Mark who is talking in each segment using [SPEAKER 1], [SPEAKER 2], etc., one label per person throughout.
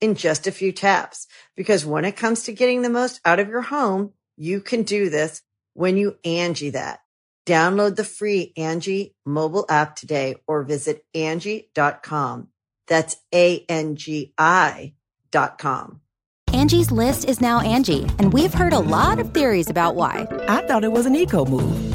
[SPEAKER 1] in just a few taps. Because when it comes to getting the most out of your home, you can do this when you Angie that. Download the free Angie mobile app today or visit Angie.com. That's A-N-G-I dot com.
[SPEAKER 2] Angie's list is now Angie, and we've heard a lot of theories about why.
[SPEAKER 3] I thought it was an eco move.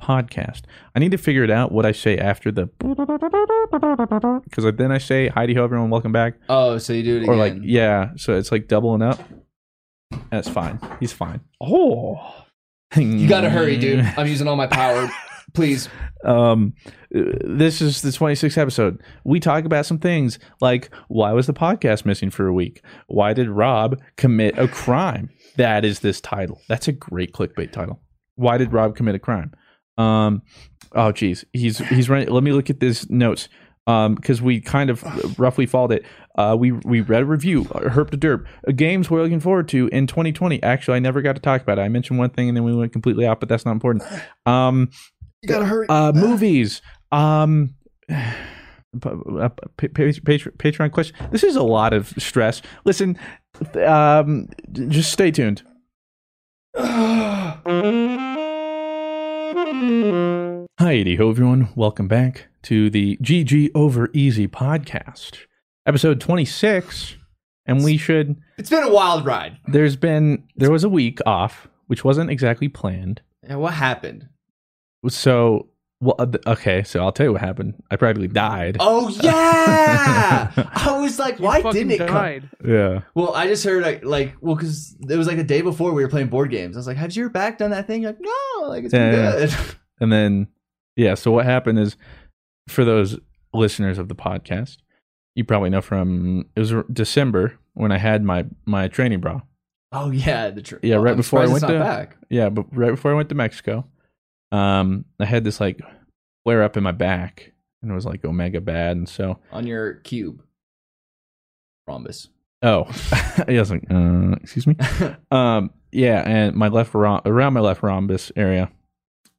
[SPEAKER 4] podcast. I need to figure it out what I say after the because then I say hi, ho everyone, welcome back,
[SPEAKER 5] Oh, so you do it again.
[SPEAKER 4] or like yeah, so it's like doubling up. That's fine. He's fine. Oh,
[SPEAKER 5] you gotta hurry, dude. I'm using all my power. Please.
[SPEAKER 4] um this is the 26th episode we talk about some things like why was the podcast missing for a week why did rob commit a crime that is this title that's a great clickbait title why did rob commit a crime um oh geez he's he's running let me look at this notes um because we kind of roughly followed it uh we we read a review uh, herp to derp uh, games we're looking forward to in 2020 actually i never got to talk about it i mentioned one thing and then we went completely out but that's not important um
[SPEAKER 6] You gotta hurry.
[SPEAKER 4] uh, movies. Um, p- uh, p- pa- patr- Patreon question. This is a lot of stress. Listen, um, j- just stay tuned. Hi, ho everyone. Welcome back to the GG Over Easy podcast, episode twenty six, and we should
[SPEAKER 5] It's been a wild ride.
[SPEAKER 4] there's been there was a week off which wasn't exactly planned
[SPEAKER 5] And what happened?
[SPEAKER 4] so well uh, th- okay so i'll tell you what happened i practically died
[SPEAKER 5] Oh yeah! I was like, why didn't it come?
[SPEAKER 4] yeah
[SPEAKER 5] Well, I just heard like, like well, because it was like the day before we were playing board games. I was like, "Have your back done that thing?" You're like, no, like it's been
[SPEAKER 4] Yeah, yeah.
[SPEAKER 5] good.
[SPEAKER 4] and then yeah so what happened is for those listeners of the podcast you probably know from it was december when i had my my training bra
[SPEAKER 5] Oh yeah, the tr-
[SPEAKER 4] Yeah,
[SPEAKER 5] oh,
[SPEAKER 4] right
[SPEAKER 5] I'm
[SPEAKER 4] before I
[SPEAKER 5] surprised
[SPEAKER 4] went
[SPEAKER 5] it's not
[SPEAKER 4] to-
[SPEAKER 5] back.
[SPEAKER 4] yeah but right before i went to mexico um i had this like flare up in my back and it was like omega bad and so
[SPEAKER 5] on your cube rhombus.
[SPEAKER 4] Oh, he was like, uh, excuse me. um, yeah, and my left rom- around my left rhombus area,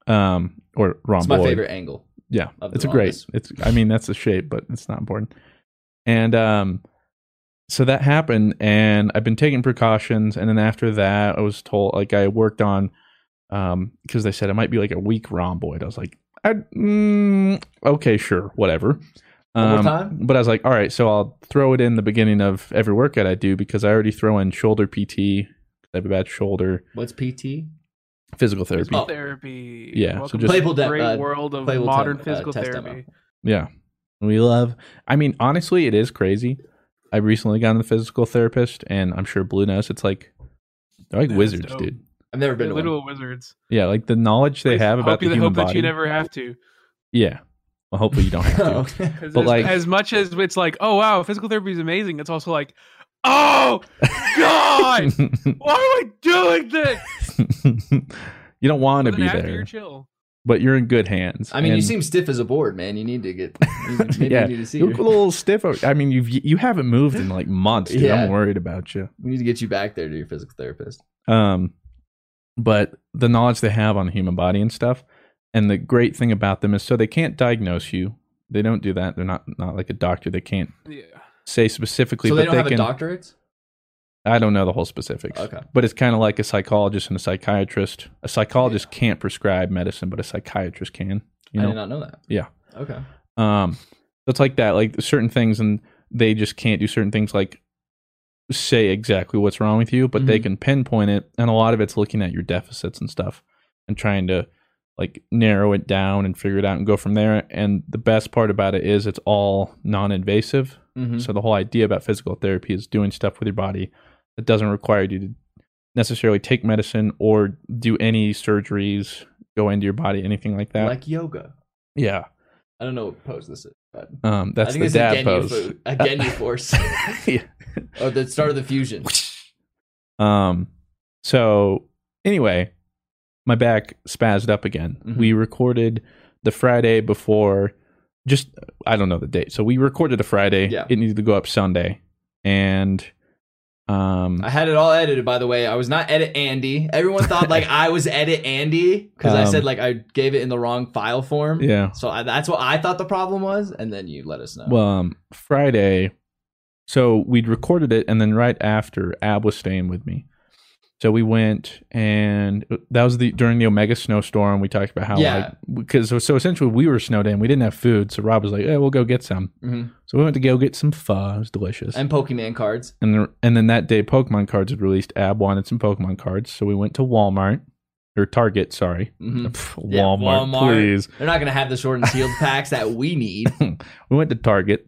[SPEAKER 4] um, or rhomboid.
[SPEAKER 5] It's my favorite angle.
[SPEAKER 4] Yeah,
[SPEAKER 5] of the
[SPEAKER 4] it's a great.
[SPEAKER 5] rhombus.
[SPEAKER 4] It's I mean that's the shape, but it's not important. And um, so that happened, and I've been taking precautions. And then after that, I was told like I worked on, um, because they said it might be like a weak rhomboid. I was like, I, mm, okay, sure, whatever. Um,
[SPEAKER 5] One more time?
[SPEAKER 4] But I was like, all right, so I'll throw it in the beginning of every workout I do because I already throw in shoulder PT. 'cause I have a bad shoulder,
[SPEAKER 5] What's PT?
[SPEAKER 4] physical therapy.
[SPEAKER 5] Oh.
[SPEAKER 7] Physical therapy.
[SPEAKER 4] Yeah, so
[SPEAKER 7] Welcome
[SPEAKER 4] just-
[SPEAKER 7] to
[SPEAKER 5] Playable
[SPEAKER 7] the
[SPEAKER 5] de-
[SPEAKER 7] great
[SPEAKER 5] uh,
[SPEAKER 7] world of
[SPEAKER 5] playable
[SPEAKER 7] modern
[SPEAKER 5] demo- uh,
[SPEAKER 7] physical
[SPEAKER 5] test demo.
[SPEAKER 7] therapy.
[SPEAKER 4] Yeah. We love I mean, honestly, it is crazy. I recently got into physical therapist and I'm sure Blue knows it's like they're like
[SPEAKER 7] That's
[SPEAKER 4] wizards,
[SPEAKER 7] dope.
[SPEAKER 4] dude.
[SPEAKER 5] I've never
[SPEAKER 7] They're
[SPEAKER 5] been to
[SPEAKER 7] literal
[SPEAKER 5] one.
[SPEAKER 7] wizards.
[SPEAKER 4] Yeah, like the knowledge they
[SPEAKER 7] Please,
[SPEAKER 4] have about
[SPEAKER 7] hope
[SPEAKER 4] the
[SPEAKER 7] you,
[SPEAKER 4] human
[SPEAKER 7] hope
[SPEAKER 4] body.
[SPEAKER 7] that you never have to.
[SPEAKER 4] yeah. Well, hopefully you don't have to.
[SPEAKER 5] Oh, Okay.
[SPEAKER 7] 'Cause
[SPEAKER 4] But,
[SPEAKER 7] as,
[SPEAKER 4] like-
[SPEAKER 7] as much as it's like, oh wow, physical therapy is amazing. It's also like, oh god, why am I doing this?
[SPEAKER 4] you don't want to
[SPEAKER 7] But
[SPEAKER 4] be
[SPEAKER 7] then after
[SPEAKER 4] there,
[SPEAKER 7] You're chill.
[SPEAKER 4] but you're in good hands.
[SPEAKER 5] I mean, you
[SPEAKER 4] And-
[SPEAKER 5] seem stiff as a board, man. You need to get. Maybe
[SPEAKER 4] yeah,
[SPEAKER 5] you need to see.
[SPEAKER 4] you look a
[SPEAKER 5] Your,
[SPEAKER 4] little stiff. over- I mean, you've you haven't moved in like months, dude.
[SPEAKER 5] Yeah.
[SPEAKER 4] I'm worried about you.
[SPEAKER 5] we need to get you back there to your physical therapist.
[SPEAKER 4] Um, but the knowledge they have on the human body and stuff. And the great thing about them is so they can't diagnose you. They don't do that. They're not not like a doctor. They can't
[SPEAKER 7] Yeah.
[SPEAKER 4] say specifically,
[SPEAKER 5] So
[SPEAKER 4] but
[SPEAKER 5] they don't have
[SPEAKER 4] can.
[SPEAKER 5] a doctorate.
[SPEAKER 4] I don't know the whole specifics.
[SPEAKER 5] Okay.
[SPEAKER 4] But it's kind of like a psychologist and a psychiatrist. A psychologist can't prescribe medicine, but a psychiatrist can. You
[SPEAKER 5] I
[SPEAKER 4] know.
[SPEAKER 5] did not know that.
[SPEAKER 4] Yeah.
[SPEAKER 5] Okay.
[SPEAKER 4] Um, so it's like that, like certain things, and they just can't do certain things, like say exactly what's wrong with you, but they
[SPEAKER 5] Mhm.
[SPEAKER 4] can pinpoint it, and a lot of it's looking at your deficits and stuff, and trying to like narrow it down and figure it out and go from there. And the best part about it is it's all non-invasive.
[SPEAKER 5] Mhm.
[SPEAKER 4] So the whole idea about physical therapy is doing stuff with your body that doesn't require you to necessarily take medicine or do any surgeries, go into your body, anything like that.
[SPEAKER 5] Like yoga.
[SPEAKER 4] yeah.
[SPEAKER 5] I don't know what pose this is, but
[SPEAKER 4] Um, that's
[SPEAKER 5] I think
[SPEAKER 4] the
[SPEAKER 5] it's a
[SPEAKER 4] dad
[SPEAKER 5] Genyu
[SPEAKER 4] pose.
[SPEAKER 5] fo- a Genyu force,
[SPEAKER 4] yeah.
[SPEAKER 5] or the start of the fusion.
[SPEAKER 4] Um. So anyway, my back spazzed up again.
[SPEAKER 5] Mhm.
[SPEAKER 4] We recorded the Friday before. Just I don't know the date. So we recorded the Friday.
[SPEAKER 5] Yeah.
[SPEAKER 4] It needed to go up Sunday, and um.
[SPEAKER 5] I had it all edited, by the way. I was not edit Andy. Everyone thought like I was edit Andy because I
[SPEAKER 4] Um,
[SPEAKER 5] said like I gave it in the wrong file form.
[SPEAKER 4] yeah.
[SPEAKER 5] So I, that's what I thought the problem was, and then you let us know.
[SPEAKER 4] Well, um, Friday. So we'd recorded it, and then right after, Ab was staying with me. So we went, and uh, that was the during the Omega snowstorm. We talked about how,
[SPEAKER 5] Yeah.
[SPEAKER 4] like, because so essentially we were snowed in. We didn't have food, so Rob was like, "Yeah, we'll go get some."
[SPEAKER 5] Mhm.
[SPEAKER 4] So we went to go get some pho. It was delicious. And
[SPEAKER 5] and Pokemon cards.
[SPEAKER 4] and, the, and then that day, Pokemon cards had released. Ab wanted some Pokemon cards, so we went to Walmart or Target. Sorry,
[SPEAKER 5] Mhm.
[SPEAKER 4] Pff,
[SPEAKER 5] Yeah,
[SPEAKER 4] Walmart, please.
[SPEAKER 5] They're not gonna have the short and sealed packs that we need.
[SPEAKER 4] we went to Target,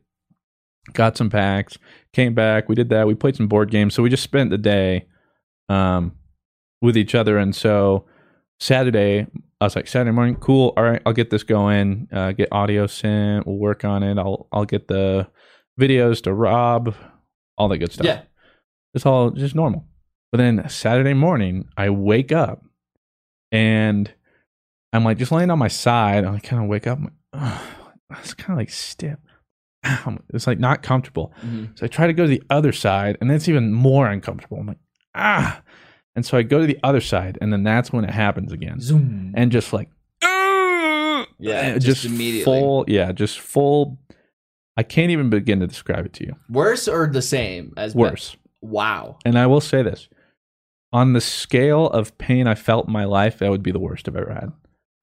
[SPEAKER 4] got some packs, came back. We did that. We played some board games. So we just spent the day um, with each other. And so Saturday, I was like, Saturday morning, cool. All right, I'll get this going. Uh, get audio sent. We'll work on it. I'll I'll get the videos to Rob, all that good stuff.
[SPEAKER 5] Yeah.
[SPEAKER 4] it's all just normal. But then Saturday morning, I wake up and I'm like just laying on my side. And I kind of wake up. I'm like, "Ugh, it's kind of like stiff. Ow, It's like not comfortable.
[SPEAKER 5] Mhm.
[SPEAKER 4] So I try to go to the other side, and it's even more uncomfortable. I'm like, ah. And so I go to the other side, and then that's when it happens again.
[SPEAKER 5] Zoom.
[SPEAKER 4] And just like,
[SPEAKER 5] Yeah,
[SPEAKER 4] eh,
[SPEAKER 5] just, immediately.
[SPEAKER 4] full, yeah, just full. I can't even begin to describe it to you.
[SPEAKER 5] Worse or the same as
[SPEAKER 4] Worse.
[SPEAKER 5] Wow.
[SPEAKER 4] And I will say this on the scale of pain I felt in my life, that would be the worst I've ever had.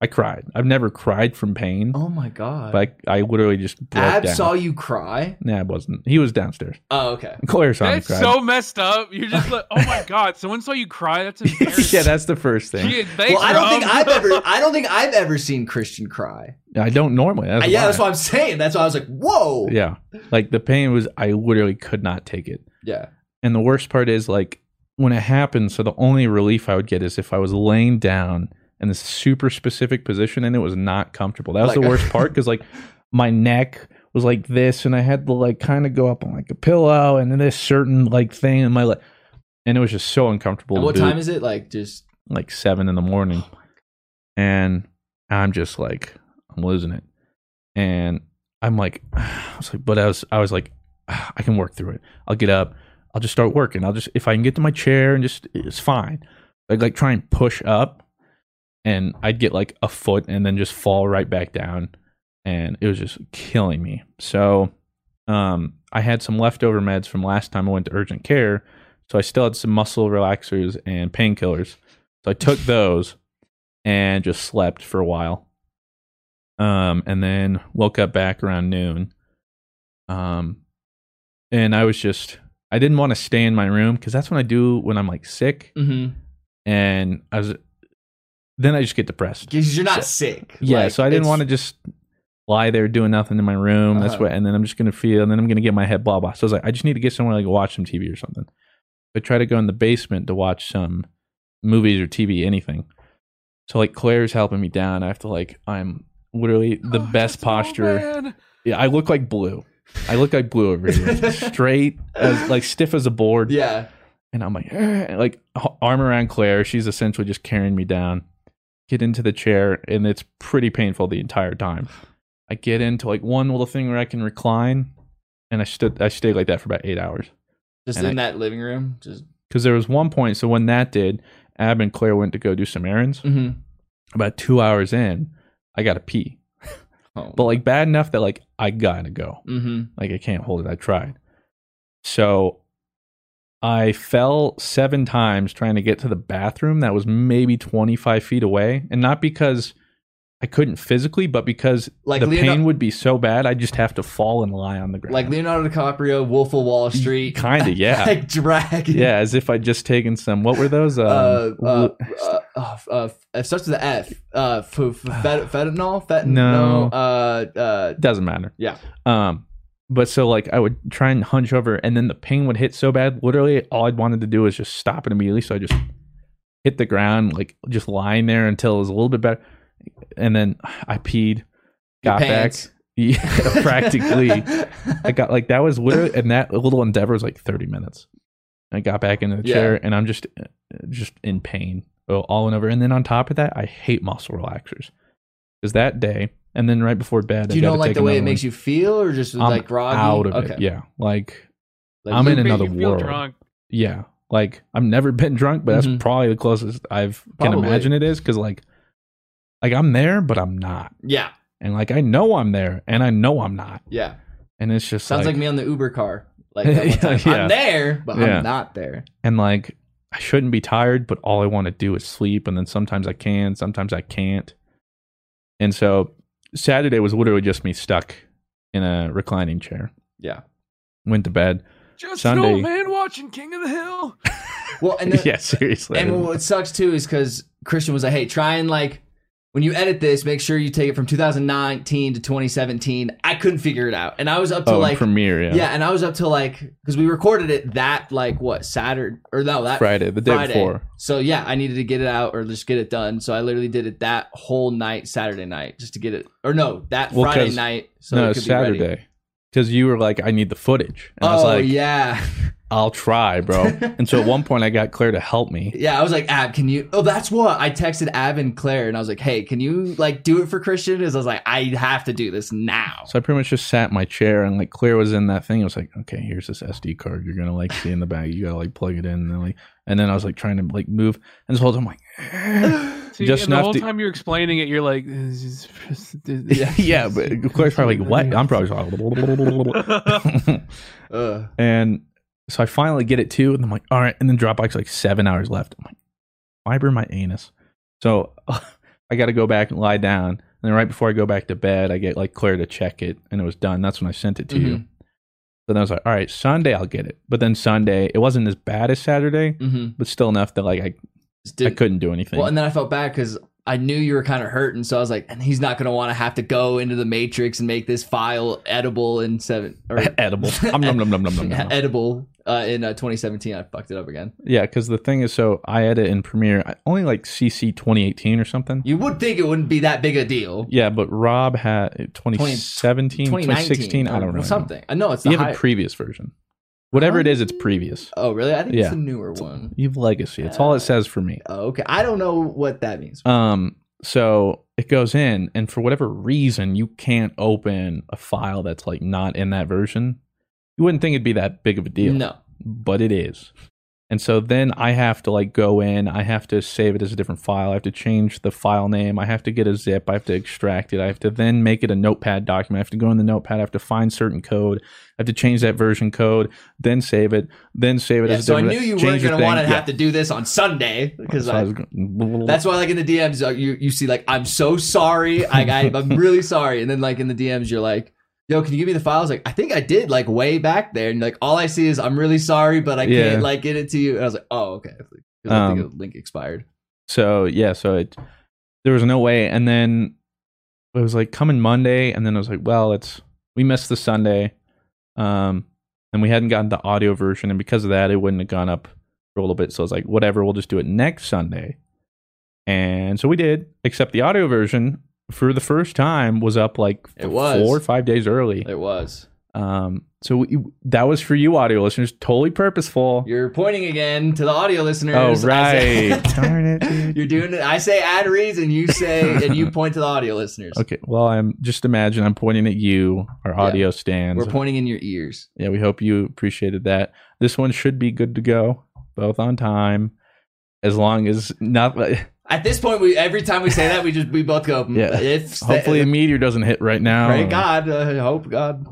[SPEAKER 4] I cried. I've never cried from pain,
[SPEAKER 5] Oh my god.
[SPEAKER 4] but I, I literally just broke
[SPEAKER 5] Ab
[SPEAKER 4] down.
[SPEAKER 5] saw you cry.
[SPEAKER 4] Nah, it wasn't. He was downstairs.
[SPEAKER 5] Oh, okay.
[SPEAKER 4] Claire saw me
[SPEAKER 7] That's
[SPEAKER 4] cry.
[SPEAKER 7] so messed up. You're just like, oh my god, someone saw you cry. That's embarrassing.
[SPEAKER 4] yeah, that's the first thing.
[SPEAKER 7] Gee, thanks,
[SPEAKER 5] Well, I don't think
[SPEAKER 7] Rob.
[SPEAKER 5] I've ever. I don't think I've ever seen Christian cry.
[SPEAKER 4] I don't normally. That's
[SPEAKER 5] yeah,
[SPEAKER 4] why.
[SPEAKER 5] that's what I'm saying. That's why I was like, whoa.
[SPEAKER 4] Yeah, like the pain was. I literally could not take it.
[SPEAKER 5] Yeah.
[SPEAKER 4] And the worst part is like when it happened. So the only relief I would get is if I was laying down in this super specific position, and it was not comfortable. That was
[SPEAKER 5] Like-
[SPEAKER 4] the worst part because like my neck was like this, and I had to like kind of go up on like a pillow, and then this certain like thing in my leg, and it was just so uncomfortable.
[SPEAKER 5] And
[SPEAKER 4] to
[SPEAKER 5] what
[SPEAKER 4] boot.
[SPEAKER 5] time is it? Like just
[SPEAKER 4] like seven in the morning, and I'm just like I'm losing it, and I'm like I was like, but I was I was like "Ah, I can work through it. I'll get up. I'll just start working. I'll just if I can get to my chair and just it's fine. Like like try and push up, and I'd get like a foot and then just fall right back down, and it was just killing me. So, um, I had some leftover meds from last time I went to urgent care. So I still had some muscle relaxers and painkillers. So I took those and just slept for a while. Um, and then woke up back around noon. Um, and I was just, I didn't want to stay in my room because that's what I do when I'm like sick.
[SPEAKER 5] mm-hmm.
[SPEAKER 4] And I was, then I just get depressed.
[SPEAKER 5] because you're not sick.
[SPEAKER 4] Yeah.
[SPEAKER 5] Like,
[SPEAKER 4] so I didn't
[SPEAKER 5] it's-
[SPEAKER 4] want to just lie there doing nothing in my room. That's
[SPEAKER 5] Uh-huh.
[SPEAKER 4] what, and then I'm just going to feel, and then I'm going to get my head blah, blah. So I was like, I just need to get somewhere, like watch some TV or something. I try to go in the basement to watch some movies or TV, anything. So like Claire's helping me down. I have to like, I'm literally the
[SPEAKER 7] Oh,
[SPEAKER 4] best
[SPEAKER 7] that's all
[SPEAKER 4] posture.
[SPEAKER 7] bad.
[SPEAKER 4] yeah. I look like blue. I look like blue over here, straight, as, like stiff as a board
[SPEAKER 5] Yeah.
[SPEAKER 4] and I'm like, "Eh," like h- arm around Claire. She's essentially just carrying me down. Get into the chair, and it's pretty painful the entire time. I get into like one little thing where I can recline, and I stood, I stayed like that for about eight hours.
[SPEAKER 5] Just
[SPEAKER 4] And
[SPEAKER 5] in that living room. Just
[SPEAKER 4] Because there was one point. So when that did, Ab and Claire went to go do some errands.
[SPEAKER 5] Mm-hmm.
[SPEAKER 4] About two hours in, I got to pee.
[SPEAKER 5] Oh.
[SPEAKER 4] But like bad enough that like I gotta go.
[SPEAKER 5] mm-hmm.
[SPEAKER 4] Like I can't hold it. I tried. So I fell seven times trying to get to the bathroom that was maybe 25 feet away. And not because I couldn't physically, but because
[SPEAKER 5] Like
[SPEAKER 4] the
[SPEAKER 5] Leonardo-
[SPEAKER 4] pain would be so bad, I'd just have to fall and lie on the ground.
[SPEAKER 5] Like Leonardo DiCaprio, Wolf of Wall Street.
[SPEAKER 4] Kind of, yeah.
[SPEAKER 5] like dragging.
[SPEAKER 4] yeah, as if I'd just taken some. What were those? Um,
[SPEAKER 5] uh, uh,
[SPEAKER 4] w-
[SPEAKER 5] uh, uh, uh, it starts with the F. Uh, f- f- fet- fentanyl, fentanyl.
[SPEAKER 4] No.
[SPEAKER 5] Uh, uh,
[SPEAKER 4] doesn't matter.
[SPEAKER 5] yeah.
[SPEAKER 4] Um, but so like I would try and hunch over, and then the pain would hit so bad. Literally, all I'd wanted to do was just stop it immediately. So I just hit the ground, like just lying there until it was a little bit better, and then I peed, got back,
[SPEAKER 5] pants.
[SPEAKER 4] yeah, practically. I got like that was literally, and that little endeavor was like thirty minutes. I got back into the
[SPEAKER 5] Yeah.
[SPEAKER 4] chair, and I'm just uh, just in pain oh, all and over. And then on top of that, I hate muscle relaxers because that day, and then right before bed,
[SPEAKER 5] Do you don't like the way it makes you feel, or just
[SPEAKER 4] I'm
[SPEAKER 5] like groggy?
[SPEAKER 4] out of
[SPEAKER 5] okay.
[SPEAKER 4] it. Yeah, like
[SPEAKER 5] Like,
[SPEAKER 4] I'm in
[SPEAKER 7] You
[SPEAKER 5] loopy.
[SPEAKER 4] another
[SPEAKER 7] you feel
[SPEAKER 4] world.
[SPEAKER 7] drunk.
[SPEAKER 4] yeah, like I've never been drunk, but that's
[SPEAKER 5] Mhm.
[SPEAKER 4] probably the closest I've
[SPEAKER 5] Probably.
[SPEAKER 4] can imagine it is because like like I'm there, but I'm not,
[SPEAKER 5] Yeah,
[SPEAKER 4] and like I know I'm there, and I know I'm not,
[SPEAKER 5] yeah.
[SPEAKER 4] and it's just
[SPEAKER 5] Sounds like, me on the Uber car. Like that one time.
[SPEAKER 4] Yeah.
[SPEAKER 5] I'm there, but
[SPEAKER 4] Yeah.
[SPEAKER 5] I'm not there.
[SPEAKER 4] and like I shouldn't be tired, but all I want to do is sleep. And then sometimes I can, sometimes I can't. And so Saturday was literally just me stuck in a reclining chair.
[SPEAKER 5] Yeah.
[SPEAKER 4] Went to bed.
[SPEAKER 7] Just
[SPEAKER 4] Sunday.
[SPEAKER 7] an old man watching King of the Hill.
[SPEAKER 5] Well, and the,
[SPEAKER 4] yeah, seriously.
[SPEAKER 5] And what sucks too is because Christian was like, "Hey, try and like when you edit this, make sure you take it from 2019 to 2017." I couldn't figure it out, and I was up to
[SPEAKER 4] oh,
[SPEAKER 5] like,
[SPEAKER 4] and Premiere,
[SPEAKER 5] yeah.
[SPEAKER 4] yeah.
[SPEAKER 5] and I was up to like because we recorded it that like what Saturday or no that
[SPEAKER 4] Friday, the day
[SPEAKER 5] Friday.
[SPEAKER 4] before.
[SPEAKER 5] So yeah, I needed to get it out or just get it done. So I literally did it that whole night, Saturday night, just to get it or no that
[SPEAKER 4] Well,
[SPEAKER 5] Friday
[SPEAKER 4] 'cause-
[SPEAKER 5] night. So
[SPEAKER 4] no,
[SPEAKER 5] it could Be ready.
[SPEAKER 4] Saturday. Because you were like, I need the footage. And I was
[SPEAKER 5] oh
[SPEAKER 4] like,
[SPEAKER 5] yeah,
[SPEAKER 4] I'll try, bro. and so at one point, I got Claire to help me.
[SPEAKER 5] Yeah, I was like, Ab, can you? Oh, that's what I texted Ab and Claire, and I was like, Hey, can you like do it for Christian? Because I was like, I have to do this now.
[SPEAKER 4] So I pretty much just sat in my chair and like Claire was in that thing. I was like, okay, here's this SD card. You're gonna like see in the back. You gotta like plug it in and then like and then I was like trying to like move and this whole time I'm like
[SPEAKER 7] See,
[SPEAKER 4] Just
[SPEAKER 7] and the
[SPEAKER 4] enough
[SPEAKER 7] whole
[SPEAKER 4] to-
[SPEAKER 7] time you're explaining it, you're like, this is-
[SPEAKER 4] Yeah, yeah, but Claire's probably like, what? I'm probably like,
[SPEAKER 5] Ugh.
[SPEAKER 4] And so I finally get it too, and I'm like, all right, and then Dropbox like seven hours left. I'm like, fiber my anus. So I gotta go back and lie down. And then right before I go back to bed, I get like Claire to check it and it was done. That's when I sent it to
[SPEAKER 5] Mm-hmm.
[SPEAKER 4] you. Then I was like, all right, Sunday I'll get it. But then Sunday, it wasn't as bad as Saturday,
[SPEAKER 5] Mm-hmm.
[SPEAKER 4] but still enough that like I, I couldn't do anything.
[SPEAKER 5] Well, and then I felt bad because I knew you were kind of hurting, so I was like, and he's not gonna want to have to go into the matrix and make this file edible in seven or
[SPEAKER 4] Edible. Om nom E-, nom nom nom nom nom.
[SPEAKER 5] edible uh, in uh, 2017. I fucked it up again.
[SPEAKER 4] Yeah, because the thing is, so I edit in Premiere I- only like CC 2018 or something.
[SPEAKER 5] You would think it wouldn't be that big a deal.
[SPEAKER 4] Yeah, but Rob had eh, 2017, 2016. I
[SPEAKER 5] or
[SPEAKER 4] don't know.
[SPEAKER 5] something. I know it's
[SPEAKER 4] You
[SPEAKER 5] the
[SPEAKER 4] have
[SPEAKER 5] high-
[SPEAKER 4] a previous version. Whatever it is, it's previous.
[SPEAKER 5] oh really? I think it's
[SPEAKER 4] Yeah.
[SPEAKER 5] the newer one.
[SPEAKER 4] You have legacy. It's all it says for me.
[SPEAKER 5] Oh, okay, I don't know what that means.
[SPEAKER 4] Um, so it goes in, and for whatever reason, you can't open a file that's like not in that version. You wouldn't think it'd be that big of a deal.
[SPEAKER 5] No.
[SPEAKER 4] but it is. And so then I have to like go in, I have to save it as a different file, I have to change the file name, I have to get a zip, I have to extract it, I have to then make it a notepad document, I have to go in the notepad, I have to find certain code, I have to change that version code, then save it, then save it
[SPEAKER 5] Yeah,
[SPEAKER 4] as a
[SPEAKER 5] so I
[SPEAKER 4] different
[SPEAKER 5] knew you
[SPEAKER 4] change
[SPEAKER 5] weren't
[SPEAKER 4] the
[SPEAKER 5] going to
[SPEAKER 4] thing.
[SPEAKER 5] want to
[SPEAKER 4] Yeah.
[SPEAKER 5] have to do this on Sunday because
[SPEAKER 4] So I was going-
[SPEAKER 5] that's why, like in the DMs, uh, you you see like I'm so sorry, I, I I'm really sorry, and then like in the DMs, you're like, Yo, can you give me the files? Like I think I did like way back there, and like all I see is I'm really sorry, but I
[SPEAKER 4] Yeah.
[SPEAKER 5] can't like get it to you. And I was like, Oh, okay, 'Cause I think
[SPEAKER 4] Um,
[SPEAKER 5] the link expired.
[SPEAKER 4] So yeah, so it there was no way, and then it was like coming Monday, and then I was like, well, it's we missed the Sunday, um, and we hadn't gotten the audio version, and because of that, it wouldn't have gone up for a little bit. So I was like, whatever, we'll just do it next Sunday, and so we did. Except the audio version for the first time was up like
[SPEAKER 5] It was.
[SPEAKER 4] four or five days early.
[SPEAKER 5] It was.
[SPEAKER 4] Um, so we, that was for you audio listeners, totally purposeful.
[SPEAKER 5] You're pointing again to the audio listeners.
[SPEAKER 4] Oh,
[SPEAKER 5] I say-
[SPEAKER 4] right. Darn it, dude.
[SPEAKER 5] You're doing it. I say ad reads, and you say, and you point to the audio listeners.
[SPEAKER 4] Okay. Well, I'm just imagine I'm pointing at you, our audio stands.
[SPEAKER 5] We're pointing in your ears.
[SPEAKER 4] yeah, we hope you appreciated that. This one should be good to go, both on time. as long as not.
[SPEAKER 5] At this point, we every time we say that, we just we both go. mm,
[SPEAKER 4] Yeah.
[SPEAKER 5] If
[SPEAKER 4] Hopefully, a meteor doesn't hit right now.
[SPEAKER 5] pray God, uh, I hope God.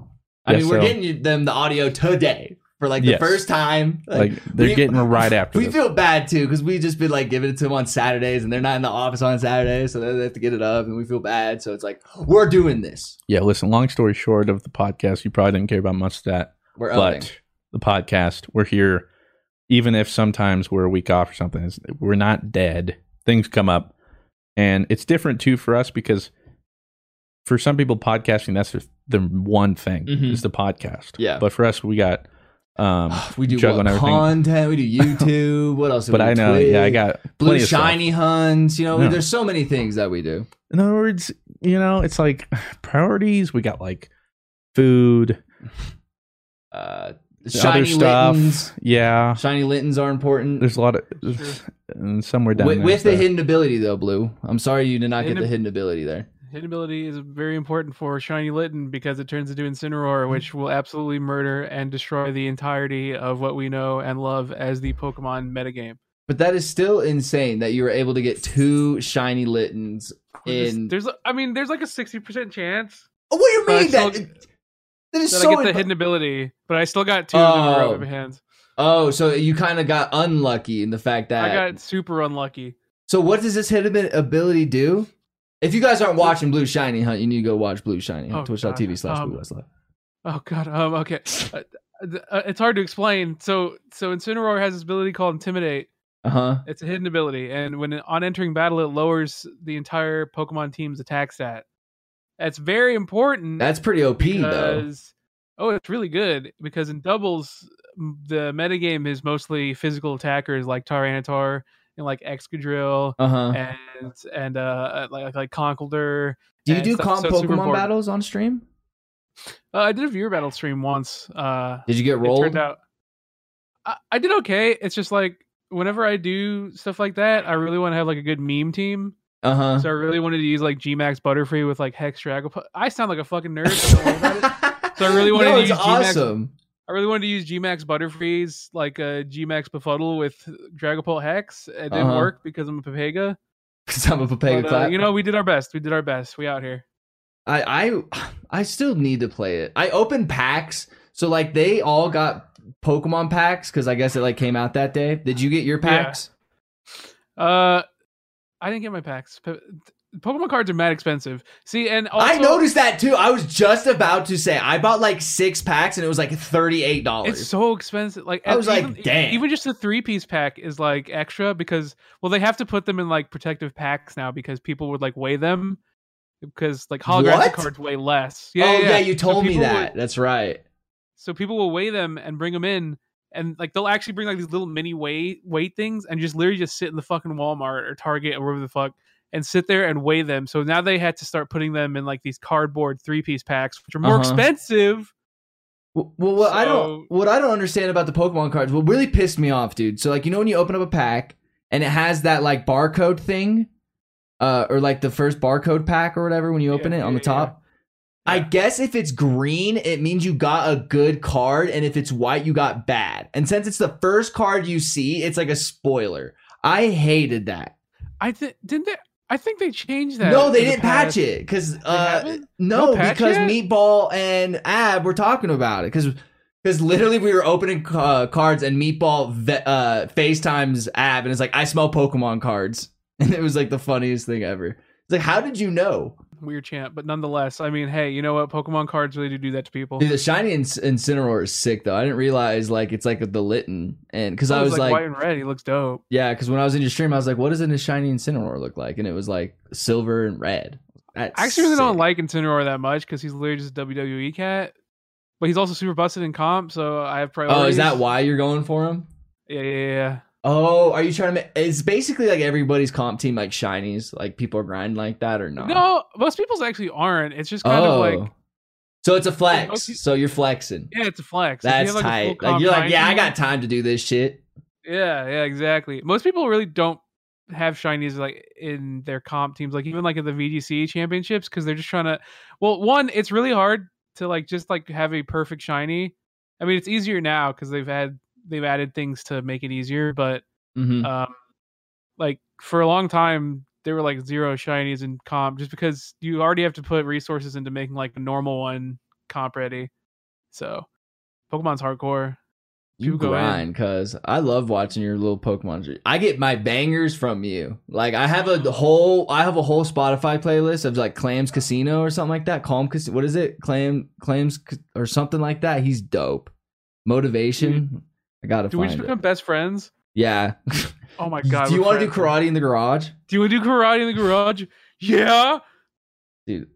[SPEAKER 5] I
[SPEAKER 4] Yeah,
[SPEAKER 5] mean, we're
[SPEAKER 4] so-
[SPEAKER 5] getting you- them the audio today for like the
[SPEAKER 4] Yes.
[SPEAKER 5] first time.
[SPEAKER 4] Like, they're
[SPEAKER 5] we-
[SPEAKER 4] getting it right after.
[SPEAKER 5] We
[SPEAKER 4] this.
[SPEAKER 5] feel bad too because we just been like giving it to them on Saturdays, and they're not in the office on Saturdays, so they have to get it up, and we feel bad. So it's like we're doing this.
[SPEAKER 4] yeah. Listen. Long story short of the podcast, you probably didn't care about much of that,
[SPEAKER 5] We're owning.
[SPEAKER 4] but the podcast, we're here. Even if sometimes we're a week off or something, it's- we're not dead. Things come up, and it's different too for us because for some people, podcasting that's the, the one thing
[SPEAKER 5] Mhm.
[SPEAKER 4] is the podcast.
[SPEAKER 5] Yeah.
[SPEAKER 4] but for us, we got. Um,
[SPEAKER 5] we do
[SPEAKER 4] juggling
[SPEAKER 5] what,
[SPEAKER 4] everything.
[SPEAKER 5] content. We do YouTube. what else? do
[SPEAKER 4] but
[SPEAKER 5] we do?
[SPEAKER 4] I know, yeah, I
[SPEAKER 5] Twitch,
[SPEAKER 4] got
[SPEAKER 5] blue
[SPEAKER 4] plenty of stuff.
[SPEAKER 5] shiny hunts. You know,
[SPEAKER 4] Yeah.
[SPEAKER 5] there's so many things that we do.
[SPEAKER 4] In other words, you know, it's like priorities. We got like food,
[SPEAKER 5] Uh,
[SPEAKER 4] other
[SPEAKER 5] shiny
[SPEAKER 4] stuff.
[SPEAKER 5] Lintons.
[SPEAKER 4] Yeah,
[SPEAKER 5] Shiny Lintons are important.
[SPEAKER 4] there's a lot of and somewhere down
[SPEAKER 5] with,
[SPEAKER 4] there
[SPEAKER 5] with
[SPEAKER 4] is
[SPEAKER 5] the
[SPEAKER 4] that.
[SPEAKER 5] hidden ability though, Blue. I'm sorry you did not get
[SPEAKER 7] Hidden-
[SPEAKER 5] the hidden ability there.
[SPEAKER 7] Hidden ability is very important for Shiny Litten because it turns into
[SPEAKER 4] Mm-hmm.
[SPEAKER 7] Incineroar, which will absolutely murder and destroy the entirety of what we know and love as the Pokemon metagame.
[SPEAKER 5] But that is still insane that you were able to get two shiny Lintons
[SPEAKER 7] There's-
[SPEAKER 5] in.
[SPEAKER 7] There's, I mean, there's like a sixty percent chance
[SPEAKER 5] Oh, what do
[SPEAKER 7] but I
[SPEAKER 5] you mean that?
[SPEAKER 7] still-
[SPEAKER 5] that is
[SPEAKER 7] that
[SPEAKER 5] so.
[SPEAKER 7] I get the
[SPEAKER 5] imp-
[SPEAKER 7] hidden ability, but I still got two of them in a row
[SPEAKER 5] Oh.
[SPEAKER 7] in my hands.
[SPEAKER 5] oh, so you kind of got unlucky in the fact that.
[SPEAKER 7] I got super unlucky.
[SPEAKER 5] so what does this hidden ability do? If you guys aren't watching Blue Shiny Hunt, you need to go watch Blue Shiny Hunt.
[SPEAKER 7] Oh,
[SPEAKER 5] Twitch.tv
[SPEAKER 7] God.
[SPEAKER 5] slash
[SPEAKER 7] Um,
[SPEAKER 5] Blue West Live.
[SPEAKER 7] Oh god. Um. Okay. Uh, th- uh, it's hard to explain. So, so Incineroar has this ability called Intimidate.
[SPEAKER 5] Uh huh.
[SPEAKER 7] It's a hidden ability, and when it- on entering battle, it lowers the entire Pokemon team's attack stat. That's very important.
[SPEAKER 5] That's pretty OP though.
[SPEAKER 7] because oh, it's really good because in doubles m- the metagame is mostly physical attackers like Tyranitar and like Excadrill
[SPEAKER 5] Uh huh.
[SPEAKER 7] and and uh like like Conkeldurr.
[SPEAKER 5] Do you
[SPEAKER 7] and
[SPEAKER 5] do
[SPEAKER 7] stuff-
[SPEAKER 5] comp
[SPEAKER 7] so it's super
[SPEAKER 5] Pokemon
[SPEAKER 7] important.
[SPEAKER 5] battles on stream?
[SPEAKER 7] Uh, I did a viewer battle stream once. Uh,
[SPEAKER 5] Did you get
[SPEAKER 7] It
[SPEAKER 5] rolled?
[SPEAKER 7] turned out I, I did okay. It's just like whenever I do stuff like that, I really want to have like a good meme team.
[SPEAKER 5] Uh huh.
[SPEAKER 7] So I really wanted to use like Gmax Butterfree with like Hex Dragapult. I sound like a fucking nerd. so don't worry about it. So I really wanted
[SPEAKER 5] no,
[SPEAKER 7] to
[SPEAKER 5] it's
[SPEAKER 7] use Gmax-
[SPEAKER 5] awesome.
[SPEAKER 7] I really wanted to use Gmax Butterfree's like uh, Gmax Befuddle with Dragapult Hex. It didn't
[SPEAKER 5] Uh-huh.
[SPEAKER 7] work because I'm a Papega.
[SPEAKER 5] Because I'm a Papega
[SPEAKER 7] But, uh,
[SPEAKER 5] clap.
[SPEAKER 7] you know, we did our best. We did our best. We out here.
[SPEAKER 5] I, I I still need to play it. I opened packs, so like they all got Pokemon packs because I guess it like came out that day. Did you get your
[SPEAKER 7] Yeah.
[SPEAKER 5] packs?
[SPEAKER 7] Uh, I didn't get my packs. Po- Pokemon cards are mad expensive. See, and also,
[SPEAKER 5] I noticed that too. I was just about to say I bought like six packs and it was like thirty eight
[SPEAKER 7] It's
[SPEAKER 5] dollars.
[SPEAKER 7] so expensive. Like
[SPEAKER 5] I
[SPEAKER 7] and
[SPEAKER 5] was like,
[SPEAKER 7] even,
[SPEAKER 5] "Damn."
[SPEAKER 7] Even just the three piece pack is like extra because well, they have to put them in like protective packs now because people would like weigh them because like holographic
[SPEAKER 5] What?
[SPEAKER 7] cards weigh less.
[SPEAKER 5] oh yeah,
[SPEAKER 7] yeah.
[SPEAKER 5] you
[SPEAKER 7] So
[SPEAKER 5] told me
[SPEAKER 7] people would-
[SPEAKER 5] that. That's right.
[SPEAKER 7] so people will weigh them and bring them in, and like they'll actually bring like these little mini weigh weight things and just literally just sit in the fucking Walmart or Target or wherever the fuck and sit there and weigh them. So now they had to start putting them in like these cardboard three piece packs, which are more
[SPEAKER 5] Uh-huh.
[SPEAKER 7] expensive.
[SPEAKER 5] Well, well, what I
[SPEAKER 7] So-
[SPEAKER 5] don't what I don't understand about the Pokemon cards, what really pissed me off, dude. So like you know when you open up a pack and it has that like barcode thing, uh, or like the first barcode pack or whatever when you open
[SPEAKER 7] Yeah,
[SPEAKER 5] it on the
[SPEAKER 7] yeah, yeah.
[SPEAKER 5] top. I
[SPEAKER 7] Yeah.
[SPEAKER 5] guess if it's green, it means you got a good card, and if it's white, you got bad. And since it's the first card you see, it's like a spoiler. I hated that.
[SPEAKER 7] I th- didn't they? I think they changed that.
[SPEAKER 5] No, they
[SPEAKER 7] in the
[SPEAKER 5] didn't patch
[SPEAKER 7] past.
[SPEAKER 5] it because uh,
[SPEAKER 7] haven't?
[SPEAKER 5] no,
[SPEAKER 7] No patch
[SPEAKER 5] because
[SPEAKER 7] yet?
[SPEAKER 5] Meatball and Ab were talking about it because because literally we were opening uh, cards and Meatball ve- uh, FaceTimes Ab and it's like I smell Pokemon cards and it was like the funniest thing ever. It's like how did you know?
[SPEAKER 7] weird chant, but nonetheless, I mean, hey, you know what? Pokemon cards really do do that to people.
[SPEAKER 5] Dude, the shiny Inc- Incineroar is sick though. I didn't realize like it's like the Litten and because I was like.
[SPEAKER 7] white and red. He looks dope.
[SPEAKER 5] yeah, because when I was in your stream, I was like, "What does a shiny Incineroar look like?" And it was like silver and red. That's
[SPEAKER 7] I actually really don't
[SPEAKER 5] sick.
[SPEAKER 7] like Incineroar that much because he's literally just a WWE cat, but he's also super busted in comp, so I have priorities.
[SPEAKER 5] Oh, is that why you're going for him?
[SPEAKER 7] Yeah, yeah, yeah, yeah.
[SPEAKER 5] Oh, are you trying to? Make, it's basically like everybody's comp team, like shinies. Like people are grinding like that or no?
[SPEAKER 7] No, most people's actually aren't. It's just
[SPEAKER 5] oh,
[SPEAKER 7] kind of like
[SPEAKER 5] so it's a flex.
[SPEAKER 7] most peop-
[SPEAKER 5] So you're flexing.
[SPEAKER 7] yeah, it's a flex. If you
[SPEAKER 5] That's
[SPEAKER 7] have, like, a full
[SPEAKER 5] tight. Like
[SPEAKER 7] comp
[SPEAKER 5] you're like,
[SPEAKER 7] shiny-
[SPEAKER 5] yeah, I got time to do this shit.
[SPEAKER 7] Yeah, yeah, exactly. Most people really don't have shinies like in their comp teams, like even like at the VGC championships, because they're just trying to. Well, one, it's really hard to like just like have a perfect shiny. I mean, it's easier now because they've had they've added things to make it easier, but
[SPEAKER 5] Mm-hmm.
[SPEAKER 7] um, like for a long time there were like zero shinies in comp just because you already have to put resources into making like a normal one comp ready. So Pokemon's hardcore.
[SPEAKER 5] You
[SPEAKER 7] People go in.
[SPEAKER 5] grind, cuz I love watching your little Pokemon. dr- I get my bangers from you. Like I have a whole, I have a whole Spotify playlist of like Clams Casino or something like that. Calm Casino, what is it? Clam Clams Ca- or something like that. He's dope. Motivation. I gotta
[SPEAKER 7] Do we
[SPEAKER 5] find
[SPEAKER 7] just
[SPEAKER 5] it.
[SPEAKER 7] become best friends?
[SPEAKER 5] yeah.
[SPEAKER 7] Oh my god.
[SPEAKER 5] do you
[SPEAKER 7] we're
[SPEAKER 5] want to do
[SPEAKER 7] friends.
[SPEAKER 5] karate in the garage?
[SPEAKER 7] Do you want to do karate in the garage? Yeah.
[SPEAKER 5] Dude.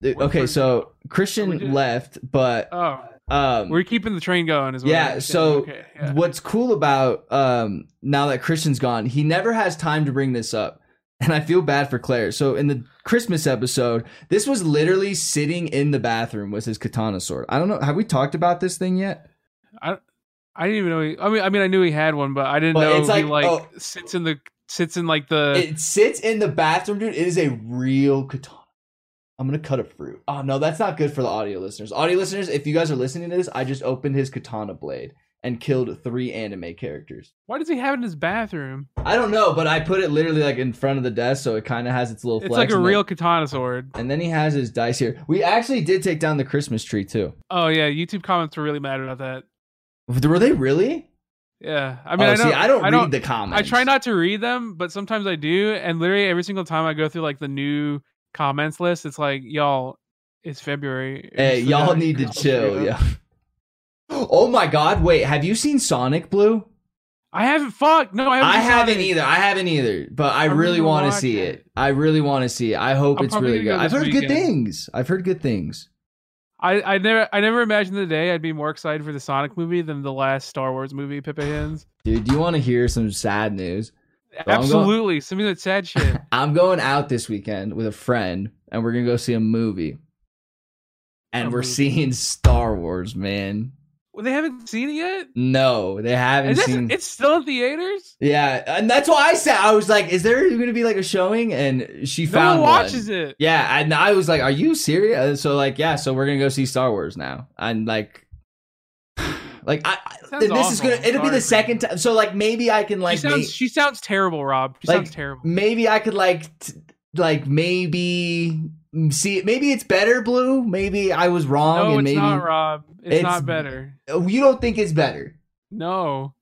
[SPEAKER 5] Dude,
[SPEAKER 7] What
[SPEAKER 5] Okay,
[SPEAKER 7] for-
[SPEAKER 5] so
[SPEAKER 7] we did-
[SPEAKER 5] Christian left, but
[SPEAKER 7] Oh,
[SPEAKER 5] um
[SPEAKER 7] we're keeping the train going as well.
[SPEAKER 5] yeah so what's cool about um now that christian's gone he never has time to bring this up and i feel bad for claire so in the christmas episode this was literally sitting in the bathroom with his katana sword i don't know have we talked about this thing yet
[SPEAKER 7] I didn't even know. He, I mean, I mean, I knew he had one, but I didn't
[SPEAKER 5] But
[SPEAKER 7] know
[SPEAKER 5] it's
[SPEAKER 7] he
[SPEAKER 5] like-
[SPEAKER 7] like
[SPEAKER 5] oh.
[SPEAKER 7] sits in the sits in like the.
[SPEAKER 5] it sits in the bathroom dude it is a real katana i'm gonna cut it through oh no that's not good for the audio listeners audio listeners if you guys are listening to this i just opened his katana blade and killed three anime characters
[SPEAKER 7] why does he have it in his bathroom?
[SPEAKER 5] I don't know, but I put it literally like in front of the desk, so it kind of has its little.
[SPEAKER 7] It's
[SPEAKER 5] flex
[SPEAKER 7] like a
[SPEAKER 5] and
[SPEAKER 7] real katana sword.
[SPEAKER 5] And then he has his dice here. We actually did take down the Christmas tree too.
[SPEAKER 7] Oh yeah, YouTube comments were really mad about that.
[SPEAKER 5] Were they really?
[SPEAKER 7] Yeah, I mean,
[SPEAKER 5] oh,
[SPEAKER 7] I don't.
[SPEAKER 5] see, I don't
[SPEAKER 7] I
[SPEAKER 5] read
[SPEAKER 7] don't.
[SPEAKER 5] the comments.
[SPEAKER 7] I try not to read them, but sometimes I do. And literally every single time I go through like the new comments list, it's like y'all, it's February.
[SPEAKER 5] Hey,
[SPEAKER 7] It's
[SPEAKER 5] y'all
[SPEAKER 7] like-
[SPEAKER 5] need to chill. Yeah. Oh my God! Wait, have you seen Sonic Blue?
[SPEAKER 7] I haven't. Fuck no, I haven't.
[SPEAKER 5] I
[SPEAKER 7] seen
[SPEAKER 5] haven't
[SPEAKER 7] it.
[SPEAKER 5] either. I haven't either. But I,
[SPEAKER 7] I really
[SPEAKER 5] really want
[SPEAKER 7] wanna
[SPEAKER 5] to see
[SPEAKER 7] watch
[SPEAKER 5] it.
[SPEAKER 7] it.
[SPEAKER 5] I really want to see it. I hope
[SPEAKER 7] I'm
[SPEAKER 5] it's
[SPEAKER 7] probably
[SPEAKER 5] really good.
[SPEAKER 7] gonna go
[SPEAKER 5] I've
[SPEAKER 7] this
[SPEAKER 5] heard good
[SPEAKER 7] weekend.
[SPEAKER 5] things. I've heard good things.
[SPEAKER 7] I, I never I never imagined the day I'd be more excited for the Sonic movie than the last Star Wars movie, Pippa Hins.
[SPEAKER 5] Dude, do you want to hear some sad news? going-
[SPEAKER 7] Absolutely. Some of that sad shit.
[SPEAKER 5] I'm going out this weekend with a friend, and we're gonna go see a movie. And
[SPEAKER 7] A
[SPEAKER 5] we're
[SPEAKER 7] movie.
[SPEAKER 5] seeing Star Wars, man.
[SPEAKER 7] well, they haven't seen it yet?
[SPEAKER 5] No, they haven't
[SPEAKER 7] Is this-
[SPEAKER 5] seen.
[SPEAKER 7] it's still in theaters?
[SPEAKER 5] yeah, and that's why I said I was like, "Is there gonna be like a showing?" And she
[SPEAKER 7] no
[SPEAKER 5] found
[SPEAKER 7] one watches
[SPEAKER 5] one.
[SPEAKER 7] it.
[SPEAKER 5] Yeah, and I was like, "Are you serious?" And So like, yeah, so we're gonna go see Star Wars now, and like, like I, I
[SPEAKER 7] Sounds
[SPEAKER 5] this is
[SPEAKER 7] awful.
[SPEAKER 5] gonna it'll be
[SPEAKER 7] Sorry.
[SPEAKER 5] the second time. So like, maybe I can like
[SPEAKER 7] she sounds
[SPEAKER 5] make-
[SPEAKER 7] she sounds terrible, Rob. She
[SPEAKER 5] Like,
[SPEAKER 7] sounds terrible.
[SPEAKER 5] maybe I could like t- like maybe see maybe it's better blue maybe I was wrong
[SPEAKER 7] No,
[SPEAKER 5] and
[SPEAKER 7] it's
[SPEAKER 5] maybe
[SPEAKER 7] not, Rob. It's,
[SPEAKER 5] It's-
[SPEAKER 7] not better.
[SPEAKER 5] Oh, you don't think it's better
[SPEAKER 7] No.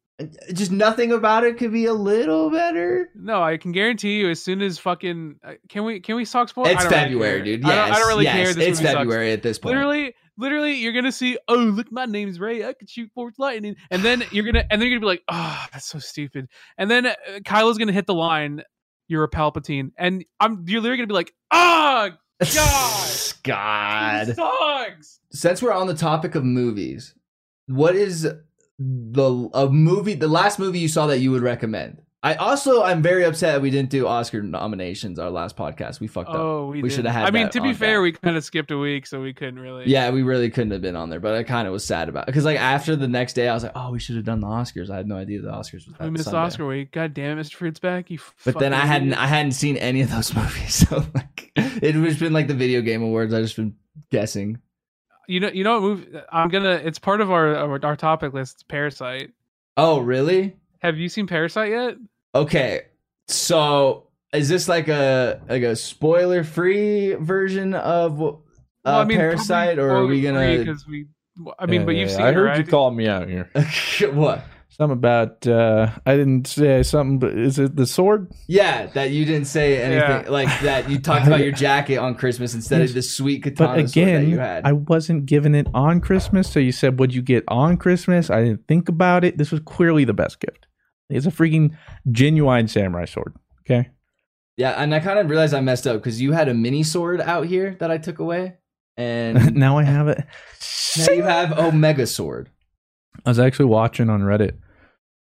[SPEAKER 5] just nothing about it could be a little better
[SPEAKER 7] No, I can guarantee you as soon as fucking uh, can we can we talk spoilers?
[SPEAKER 5] it's February dude yes
[SPEAKER 7] I don't, I don't really
[SPEAKER 5] yes,
[SPEAKER 7] care. This
[SPEAKER 5] it's
[SPEAKER 7] movie sucks.
[SPEAKER 5] February at this point
[SPEAKER 7] literally literally you're gonna see oh look my name's ray i could shoot forth lightning and then you're gonna and then you're gonna be like oh that's so stupid and then uh, kylo's gonna hit the line you're a palpatine and i'm you're literally gonna be like ah God.
[SPEAKER 5] God
[SPEAKER 7] this sucks
[SPEAKER 5] since we're on the topic of movies what is the a movie the last movie you saw that you would recommend I also I'm very upset that we didn't do Oscar nominations our last podcast we fucked up
[SPEAKER 7] oh we,
[SPEAKER 5] uh, We
[SPEAKER 7] did.
[SPEAKER 5] shoulda had
[SPEAKER 7] i mean
[SPEAKER 5] that
[SPEAKER 7] to be
[SPEAKER 5] on
[SPEAKER 7] fair
[SPEAKER 5] that.
[SPEAKER 7] we kind of skipped a week so we couldn't really
[SPEAKER 5] Yeah, we really couldn't have been on there, but I kind of was sad about it because like after the next day, I was like, oh, we should have done the Oscars. I had no idea the Oscars was that
[SPEAKER 7] we missed
[SPEAKER 5] Sunday.
[SPEAKER 7] oscar week god damn it mr fruit's back you
[SPEAKER 5] But then I
[SPEAKER 7] fucking
[SPEAKER 5] hadn't
[SPEAKER 7] idiot.
[SPEAKER 5] I hadn't seen any of those movies, so like it was been like the video game awards. I just been guessing.
[SPEAKER 7] you know you know what movie i'm gonna it's part of our our, our topic list it's parasite
[SPEAKER 5] Oh, really?
[SPEAKER 7] have you seen parasite yet
[SPEAKER 5] Okay, so is this like a like a spoiler free version of uh, Parasite, or are we gonna
[SPEAKER 7] Because we, well, I mean, but you've
[SPEAKER 4] Yeah,
[SPEAKER 7] seen
[SPEAKER 4] I
[SPEAKER 7] it,
[SPEAKER 4] heard
[SPEAKER 7] right?
[SPEAKER 4] you call me out here.
[SPEAKER 5] what?
[SPEAKER 4] Something about uh, I didn't say something, but is it the sword?
[SPEAKER 5] Yeah, that you didn't say anything
[SPEAKER 7] Yeah.
[SPEAKER 5] like that. You talked about your jacket on Christmas instead of
[SPEAKER 4] Yes,
[SPEAKER 5] the sweet katana
[SPEAKER 4] But
[SPEAKER 5] sword that you
[SPEAKER 4] again,
[SPEAKER 5] had.
[SPEAKER 4] I wasn't given it on Christmas. So you said, "What'd you get on Christmas?" I didn't think about it. This was clearly the best gift. It's a freaking genuine samurai sword. Okay,
[SPEAKER 5] Yeah, and I kind of realized I messed up because you had a mini sword out here that I took away, and
[SPEAKER 4] now I have it.
[SPEAKER 5] now you have Omega Sword.
[SPEAKER 4] I was actually watching on Reddit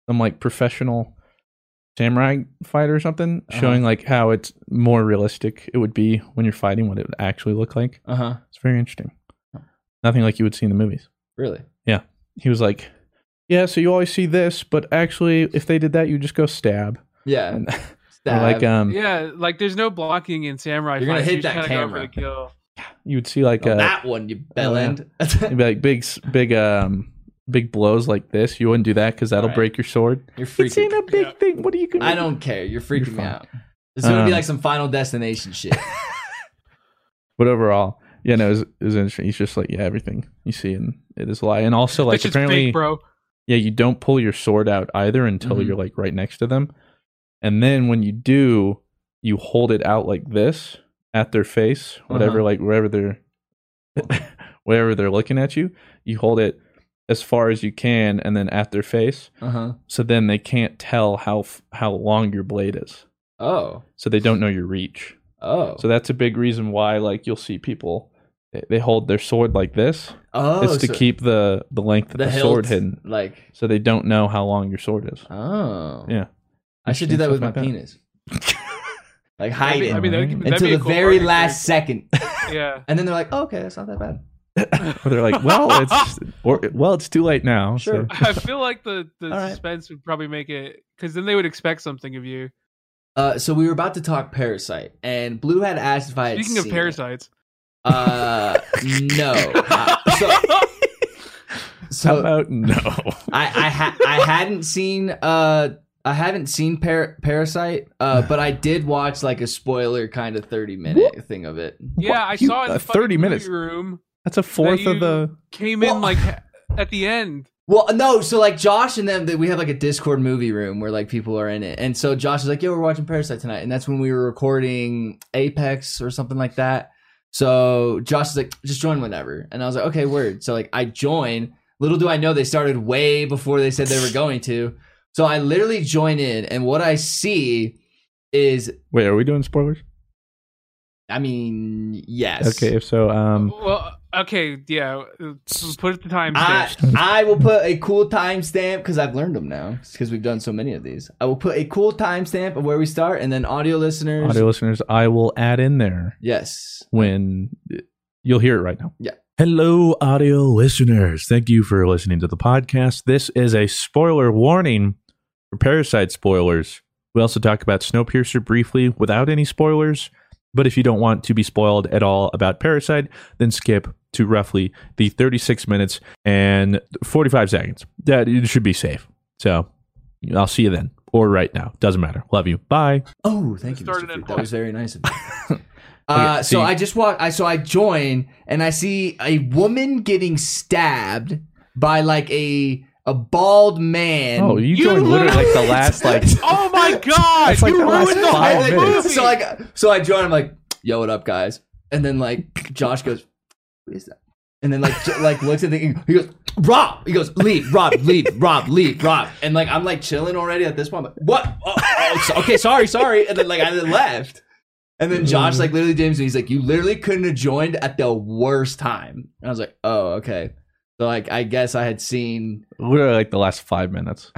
[SPEAKER 4] some like professional samurai fighter or something,
[SPEAKER 5] Uh-huh.
[SPEAKER 4] showing like how it's more realistic it would be when you're fighting, what it would actually look like.
[SPEAKER 5] Uh huh.
[SPEAKER 4] It's very interesting. Nothing like you would see in the movies.
[SPEAKER 5] Really?
[SPEAKER 4] He was like, "Yeah, so you always see this, but actually, if they did that, you just go stab."
[SPEAKER 5] Yeah.
[SPEAKER 4] And or
[SPEAKER 5] Stab.
[SPEAKER 4] like um,
[SPEAKER 7] yeah, like there's no blocking in samurai.
[SPEAKER 5] You're gonna
[SPEAKER 7] fights.
[SPEAKER 5] hit
[SPEAKER 7] You just
[SPEAKER 5] that
[SPEAKER 7] kinda go for
[SPEAKER 5] camera.
[SPEAKER 7] the kill.
[SPEAKER 4] you would see like uh, a
[SPEAKER 5] Oh,
[SPEAKER 4] Oh,
[SPEAKER 5] that one, you bellend.
[SPEAKER 4] it'd be like big s- big um big blows like this. You wouldn't do that because that'll
[SPEAKER 5] Right.
[SPEAKER 4] break your sword.
[SPEAKER 5] You're
[SPEAKER 4] It's
[SPEAKER 5] freaking.
[SPEAKER 4] in a big
[SPEAKER 7] Yeah.
[SPEAKER 4] thing. What are you gonna?
[SPEAKER 5] I don't care. You're freaking me
[SPEAKER 4] fine.
[SPEAKER 5] out. This would be
[SPEAKER 4] Um,
[SPEAKER 5] like some Final Destination shit.
[SPEAKER 4] But overall, yeah, no, it was, it was interesting. He's just like, yeah, everything you see in it is a lie. And also,
[SPEAKER 7] That
[SPEAKER 4] like,
[SPEAKER 7] shit's
[SPEAKER 4] apparently,
[SPEAKER 7] fake, bro.
[SPEAKER 4] yeah, you don't pull your sword out either until
[SPEAKER 5] Mhm.
[SPEAKER 4] you're like right next to them. And then when you do, you hold it out like this at their face, whatever,
[SPEAKER 5] Uh-huh.
[SPEAKER 4] like wherever they're, wherever they're looking at you, you hold it as far as you can, and then at their face.
[SPEAKER 5] Uh huh.
[SPEAKER 4] So then they can't tell how f- how long your blade is.
[SPEAKER 5] Oh.
[SPEAKER 4] So they don't know your reach.
[SPEAKER 5] Oh.
[SPEAKER 4] So that's a big reason why, like, you'll see people they, they hold their sword like this.
[SPEAKER 5] oh.
[SPEAKER 4] it's to
[SPEAKER 5] so
[SPEAKER 4] keep the the length of the,
[SPEAKER 5] hilt,
[SPEAKER 4] sword hidden,
[SPEAKER 5] Like.
[SPEAKER 4] so they don't know how long your sword is.
[SPEAKER 5] Oh.
[SPEAKER 4] Yeah.
[SPEAKER 5] I should do that with my
[SPEAKER 4] Stuff like that.
[SPEAKER 5] penis. like
[SPEAKER 7] I
[SPEAKER 5] hide
[SPEAKER 7] mean,
[SPEAKER 5] it
[SPEAKER 7] I mean, that'd, that'd
[SPEAKER 5] until
[SPEAKER 7] be a
[SPEAKER 5] the
[SPEAKER 7] cool
[SPEAKER 5] very
[SPEAKER 7] market,
[SPEAKER 5] last second,
[SPEAKER 7] dude. Yeah.
[SPEAKER 5] and then they're like, oh, "Okay, that's not that bad."
[SPEAKER 4] Where they're like, well, it's or well, it's too late now.
[SPEAKER 5] Sure.
[SPEAKER 4] So.
[SPEAKER 7] I feel like the, the
[SPEAKER 5] All right.
[SPEAKER 7] suspense would probably make it because then they would expect something of you.
[SPEAKER 5] Uh, so we were about to talk Parasite, and Blue had asked if I had
[SPEAKER 7] Speaking of
[SPEAKER 5] seen it.
[SPEAKER 7] parasites,
[SPEAKER 5] Uh, no. Uh, so,
[SPEAKER 4] How
[SPEAKER 5] so
[SPEAKER 4] about no?
[SPEAKER 5] I I, ha- I hadn't seen uh I haven't seen Par- Parasite, uh, but I did watch like a spoiler kind of thirty minute thing of it.
[SPEAKER 7] yeah, I
[SPEAKER 4] What? You-
[SPEAKER 7] saw it. In
[SPEAKER 4] uh,
[SPEAKER 7] the fucking
[SPEAKER 4] Thirty minutes.
[SPEAKER 7] movie room
[SPEAKER 4] That's a fourth
[SPEAKER 7] you-
[SPEAKER 4] of the.
[SPEAKER 7] came
[SPEAKER 5] Well-
[SPEAKER 7] in like ha- at the end.
[SPEAKER 5] Well, no, so like Josh and them, that we have like a Discord movie room where like people are in it, and so Josh is like, "Yo, we're watching Parasite tonight," and that's when we were recording Apex or something like that. So Josh is like, "Just join whenever," and I was like, "Okay, word." So like, I join. Little do I know they started way before they said they were going to. So I literally join in, and what I see is,
[SPEAKER 4] Wait, are we doing spoilers?
[SPEAKER 5] I mean, yes,
[SPEAKER 4] Okay, if so, um,
[SPEAKER 7] Well, okay, yeah. uh, Put it the time.
[SPEAKER 5] I,
[SPEAKER 7] stamp.
[SPEAKER 5] I will put a cool timestamp because I've learned them now because we've done so many of these. I will put a cool timestamp of where we start, and then audio listeners.
[SPEAKER 4] audio listeners, I will add in there
[SPEAKER 5] Yes.
[SPEAKER 4] when you'll hear it right now.
[SPEAKER 5] Yeah.
[SPEAKER 4] Hello, audio listeners. Thank you for listening to the podcast. This is a spoiler warning for Parasite spoilers. We also talk about Snowpiercer briefly without any spoilers. But if you don't want to be spoiled at all about Parasite, then skip to roughly the 36 minutes and 45 seconds. That you should be safe. So I'll see you then or right now. Doesn't matter. Love you. Bye.
[SPEAKER 5] Oh, thank you. Mr.
[SPEAKER 7] Started at
[SPEAKER 5] Fruit. That
[SPEAKER 7] one.
[SPEAKER 5] was very nice of you. Uh,
[SPEAKER 4] Okay,
[SPEAKER 5] so
[SPEAKER 4] so you-
[SPEAKER 5] I just walk. I so I join and I see a woman getting stabbed by like a a bald man.
[SPEAKER 4] oh, you
[SPEAKER 7] You
[SPEAKER 4] joined literally like the
[SPEAKER 7] literally-
[SPEAKER 4] last like
[SPEAKER 7] oh my god!
[SPEAKER 4] That's like
[SPEAKER 7] you
[SPEAKER 4] the last
[SPEAKER 7] ruined the
[SPEAKER 4] five
[SPEAKER 7] whole
[SPEAKER 4] minutes.
[SPEAKER 7] movie.
[SPEAKER 5] So like, so I join. I'm like, yo, what up, guys? And then like, Josh goes, who is that? And then like, j- like looks at the he goes, Rob. He goes, leave, Rob, leave, Rob, leave, Rob. And like, I'm like chilling already at this point. I'm like, what? Oh, oh, so- okay, sorry, sorry. And then like, I then left. And then Josh like literally James and he's like, you literally couldn't have joined at the worst time. And I was like, oh, okay. So like, I guess I had seen.
[SPEAKER 4] literally like the last five minutes.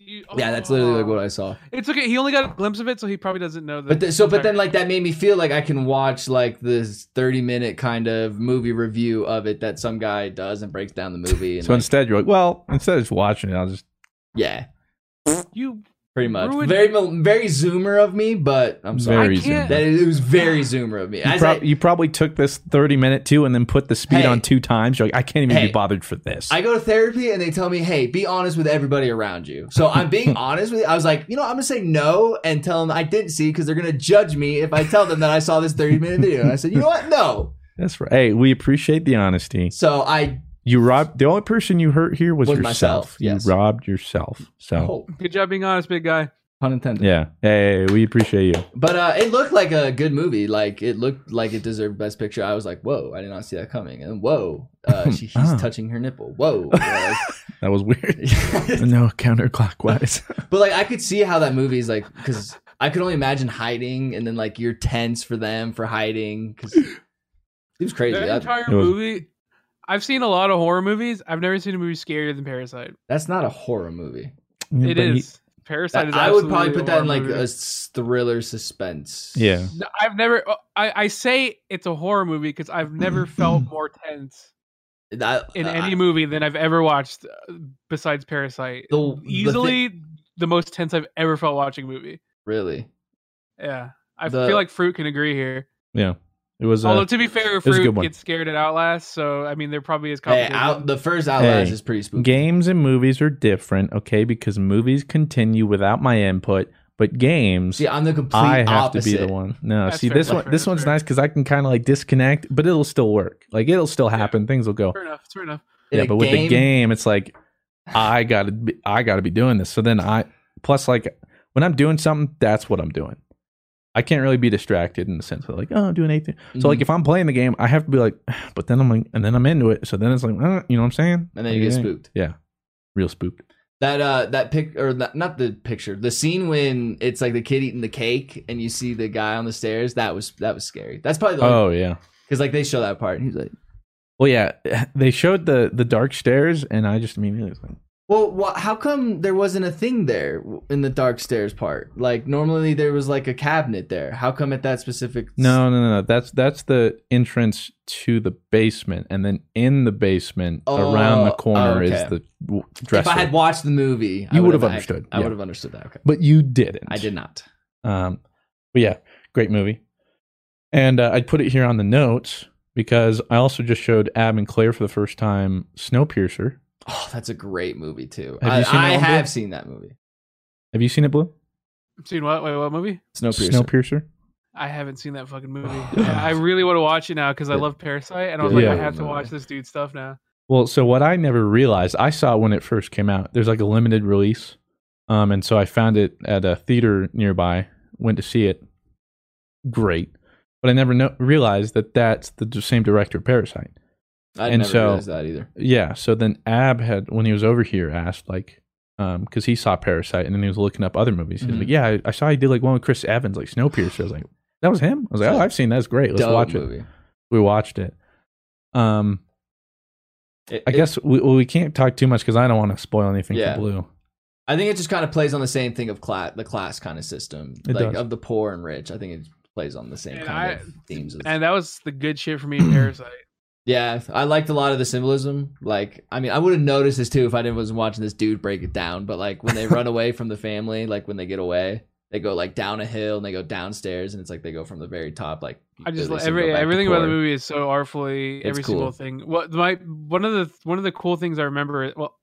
[SPEAKER 7] You- oh,
[SPEAKER 5] Yeah, that's literally like what I saw.
[SPEAKER 7] It's okay. He only got a glimpse of it, so he probably doesn't know that.
[SPEAKER 5] But th- so, but then like that made me feel like I can watch like this thirty minute kind of movie review of it that some guy does and breaks down the movie. And,
[SPEAKER 4] So
[SPEAKER 5] like,
[SPEAKER 4] instead, you're like, well, instead of just watching it, I'll just
[SPEAKER 5] yeah,
[SPEAKER 7] you,
[SPEAKER 5] pretty much.
[SPEAKER 7] Ruined-
[SPEAKER 5] Very mil- very zoomer of me, but I'm sorry.
[SPEAKER 4] very
[SPEAKER 7] I can't-
[SPEAKER 4] zoomed in.
[SPEAKER 5] that it was very zoomer of me.
[SPEAKER 4] You,
[SPEAKER 5] As
[SPEAKER 4] prob-
[SPEAKER 5] I,
[SPEAKER 4] you probably took this 30 minute too and then put the speed
[SPEAKER 5] Hey.
[SPEAKER 4] on two times. You're like, I can't even
[SPEAKER 5] Hey.
[SPEAKER 4] be bothered for this.
[SPEAKER 5] I go to therapy and they tell me, "Hey, be honest with everybody around you." So I'm being honest with. I was like, you know, I'm gonna say no and tell them I didn't see because they're gonna judge me if I tell them that I saw this 30 minute video. And I said, you know what? No.
[SPEAKER 4] That's right. Hey, we appreciate the honesty.
[SPEAKER 5] So I
[SPEAKER 4] You robbed the only person you hurt here was,
[SPEAKER 5] Was
[SPEAKER 4] yourself.
[SPEAKER 5] myself, yes.
[SPEAKER 4] You robbed yourself. So,
[SPEAKER 5] oh,
[SPEAKER 7] good job being honest, big guy.
[SPEAKER 5] pun intended.
[SPEAKER 4] yeah. Hey, we appreciate you.
[SPEAKER 5] But uh, it looked like a good movie. Like it looked like it deserved Best Picture. I was like, whoa, I did not see that coming. And whoa, uh, she, he's
[SPEAKER 4] Ah.
[SPEAKER 5] touching her nipple. Whoa. Like-
[SPEAKER 4] That was weird. no, counterclockwise.
[SPEAKER 5] but like, I could see how that movie's like because I could only imagine hiding, and then like you're tense for them for hiding because it was crazy.
[SPEAKER 7] That
[SPEAKER 5] That-
[SPEAKER 7] entire
[SPEAKER 4] It was-
[SPEAKER 7] movie. I've seen a lot of horror movies. I've never seen a movie scarier than Parasite.
[SPEAKER 5] that's not a horror movie.
[SPEAKER 7] It
[SPEAKER 4] But he-
[SPEAKER 7] is. Parasite is.
[SPEAKER 5] I would probably
[SPEAKER 7] absolutely a
[SPEAKER 5] put that in
[SPEAKER 7] horror
[SPEAKER 5] like
[SPEAKER 7] movie.
[SPEAKER 5] a s- thriller suspense.
[SPEAKER 4] yeah.
[SPEAKER 7] No, I've never. oh, I, I say it's a horror movie because I've never felt more tense
[SPEAKER 5] That- uh,
[SPEAKER 7] in
[SPEAKER 5] I-
[SPEAKER 7] any movie than I've ever watched, uh, besides Parasite.
[SPEAKER 5] the- the thi-
[SPEAKER 7] Easily the most tense I've ever felt watching a movie.
[SPEAKER 5] really.
[SPEAKER 7] Yeah, I
[SPEAKER 5] The-
[SPEAKER 7] feel like Fruit can agree here.
[SPEAKER 4] Yeah. It was
[SPEAKER 7] Although
[SPEAKER 4] uh,
[SPEAKER 7] to be fair,
[SPEAKER 4] was a good
[SPEAKER 7] fruit
[SPEAKER 4] one.
[SPEAKER 7] gets scared at Outlast, so I mean, they're probably as
[SPEAKER 5] Hey,
[SPEAKER 7] complicated.
[SPEAKER 5] out, the first Outlast
[SPEAKER 4] Hey,
[SPEAKER 5] is pretty spooky.
[SPEAKER 4] games and movies are different, okay? Because movies continue without my input, but games
[SPEAKER 5] See, I'm the complete
[SPEAKER 4] I have
[SPEAKER 5] opposite.
[SPEAKER 4] to be the one. No,
[SPEAKER 7] That's
[SPEAKER 4] see
[SPEAKER 7] fair,
[SPEAKER 4] this
[SPEAKER 7] that's
[SPEAKER 4] one.
[SPEAKER 7] fair,
[SPEAKER 4] This
[SPEAKER 7] that's
[SPEAKER 4] one's
[SPEAKER 7] fair.
[SPEAKER 4] nice because I can kind of like disconnect, but it'll still work. Like it'll still happen. Things will go.
[SPEAKER 7] fair enough. Fair enough.
[SPEAKER 5] In
[SPEAKER 4] yeah,
[SPEAKER 5] a
[SPEAKER 4] but with the game, it's like I gotta be, I gotta be doing this. So then I plus like when I'm doing something, that's what I'm doing. I can't really be distracted in the sense of like oh I'm doing anything. So like
[SPEAKER 5] Mhm.
[SPEAKER 4] if I'm playing the game, I have to be like, "Ah," but then I'm like, and then I'm into it. So then it's like, uh, you know what I'm saying?
[SPEAKER 5] and then you get
[SPEAKER 4] Yeah.
[SPEAKER 5] spooked.
[SPEAKER 4] Yeah, real spooked.
[SPEAKER 5] That uh, that pic or that, not the picture, the scene when it's like the kid eating the cake and you see the guy on the stairs. That was that was scary. That's probably the
[SPEAKER 4] Oh yeah.
[SPEAKER 5] because like they show that part and he's like,
[SPEAKER 4] Well yeah, they showed the the dark stairs, and I just immediately was like,
[SPEAKER 5] well, wha how come there wasn't a thing there in the dark stairs part? Like normally there was like a cabinet there. How come at that specific?
[SPEAKER 4] No, no, no, no. That's that's the entrance to the basement, and then in the basement,
[SPEAKER 5] Oh,
[SPEAKER 4] around the corner,
[SPEAKER 5] okay.
[SPEAKER 4] is the w-
[SPEAKER 5] If
[SPEAKER 4] dresser.
[SPEAKER 5] I had watched the movie, I
[SPEAKER 4] You
[SPEAKER 5] would've-
[SPEAKER 4] would've
[SPEAKER 5] I-
[SPEAKER 4] understood,
[SPEAKER 5] I,
[SPEAKER 4] yeah.
[SPEAKER 5] would have understood that. Okay,
[SPEAKER 4] but you didn't.
[SPEAKER 5] I did not.
[SPEAKER 4] Um, but yeah, great movie. And uh, I put it here on the notes because I also just showed Ab and Claire for the first time Snowpiercer.
[SPEAKER 5] Oh, that's a great movie too.
[SPEAKER 4] Have you
[SPEAKER 5] I,
[SPEAKER 4] seen that
[SPEAKER 5] I
[SPEAKER 4] one,
[SPEAKER 5] have
[SPEAKER 4] Blake?
[SPEAKER 5] seen that movie.
[SPEAKER 4] Have you seen it, Blue?
[SPEAKER 7] Seen what? Wait, what movie?
[SPEAKER 5] Snowpiercer.
[SPEAKER 4] Snowpiercer.
[SPEAKER 7] I haven't seen that fucking movie.
[SPEAKER 4] God.
[SPEAKER 7] I I really want to watch it now because I love Parasite, and I was
[SPEAKER 4] Yeah.
[SPEAKER 7] like, I have to watch this dude's stuff now.
[SPEAKER 4] Well, so what I never realized, I saw it when it first came out. There's like a limited release. Um, and so I found it at a theater nearby, went to see it. Great. But I never no- realized that that's the d- same director of Parasite.
[SPEAKER 5] I
[SPEAKER 4] And
[SPEAKER 5] never
[SPEAKER 4] so-
[SPEAKER 5] realized that either.
[SPEAKER 4] Yeah. So then Ab had, when he was over here, asked, like, because he saw Parasite and then he was looking up other movies. He was
[SPEAKER 5] Mhm.
[SPEAKER 4] like, yeah, I, I saw he did like one with Chris Evans, like Snowpiercer. I was like, that was him? I was like, oh, I've seen that. That's great. Let's
[SPEAKER 5] Dope
[SPEAKER 4] watch it.
[SPEAKER 5] movie.
[SPEAKER 4] We watched it. Um,
[SPEAKER 5] It-
[SPEAKER 4] I
[SPEAKER 5] it-
[SPEAKER 4] guess we well, we can't talk too much because I don't want to spoil anything
[SPEAKER 5] Yeah.
[SPEAKER 4] for Blue.
[SPEAKER 5] I think it just kind of plays on the same thing of class, the class kind of system,
[SPEAKER 4] It
[SPEAKER 5] like
[SPEAKER 4] does.
[SPEAKER 5] of the poor and rich. I think it plays on the same
[SPEAKER 7] And
[SPEAKER 5] kind
[SPEAKER 7] I-
[SPEAKER 5] of themes. Of,
[SPEAKER 7] And that was the good shit for me. in Parasite.
[SPEAKER 5] yeah, I liked a lot of the symbolism. Like, I mean, I would have noticed this too if I didn't wasn't watching this dude break it down. But like when they run away from the family, like when they get away, they go like down a hill and they go downstairs, and it's like they go from the very top. Like
[SPEAKER 7] I
[SPEAKER 5] literally
[SPEAKER 7] just love
[SPEAKER 5] so go
[SPEAKER 7] every
[SPEAKER 5] back to
[SPEAKER 7] everything about the
[SPEAKER 5] poor.
[SPEAKER 7] movie is so artfully
[SPEAKER 5] It's
[SPEAKER 7] every
[SPEAKER 5] cool.
[SPEAKER 7] single thing. What my one of the one of the cool things I remember. Well,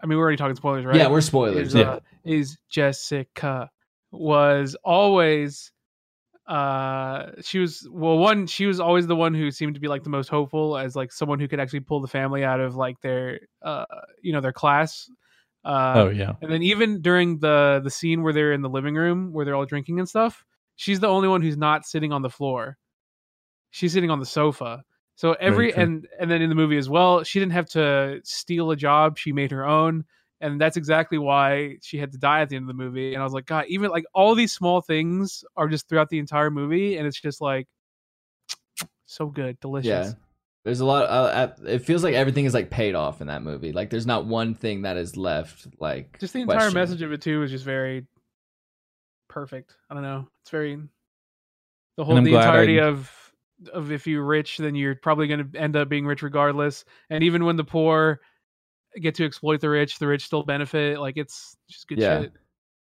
[SPEAKER 7] I mean, we're already talking spoilers, right?
[SPEAKER 5] Yeah, we're spoilers.
[SPEAKER 7] is, uh, is Jessica was always uh she was well one she was always the one who seemed to be like the most hopeful as like someone who could actually pull the family out of like their uh you know their class uh
[SPEAKER 4] oh yeah,
[SPEAKER 7] and then even during the the scene where they're in the living room where they're all drinking and stuff, she's the only one who's not sitting on the floor. She's sitting on the sofa. So every
[SPEAKER 4] true.
[SPEAKER 7] and and then in the movie as well, she didn't have to steal a job, she made her own. And that's exactly why she had to die at the end of the movie. And I was like, God, even like all these small things are just throughout the entire movie, and it's just like so good, delicious.
[SPEAKER 5] Yeah. There's a lot. Uh, uh, it feels like everything is like paid off in that movie. Like there's not one thing that is left. Like
[SPEAKER 7] Just the entire
[SPEAKER 5] questioned.
[SPEAKER 7] message of it too is just very perfect. I don't know. It's very the whole
[SPEAKER 4] I'm
[SPEAKER 7] the
[SPEAKER 4] glad
[SPEAKER 7] entirety
[SPEAKER 4] I-
[SPEAKER 7] of of if you're rich, then you're probably going to end up being rich regardless. And even when the poor get to exploit the rich, the rich still benefit. Like it's just good
[SPEAKER 5] Yeah.
[SPEAKER 7] shit.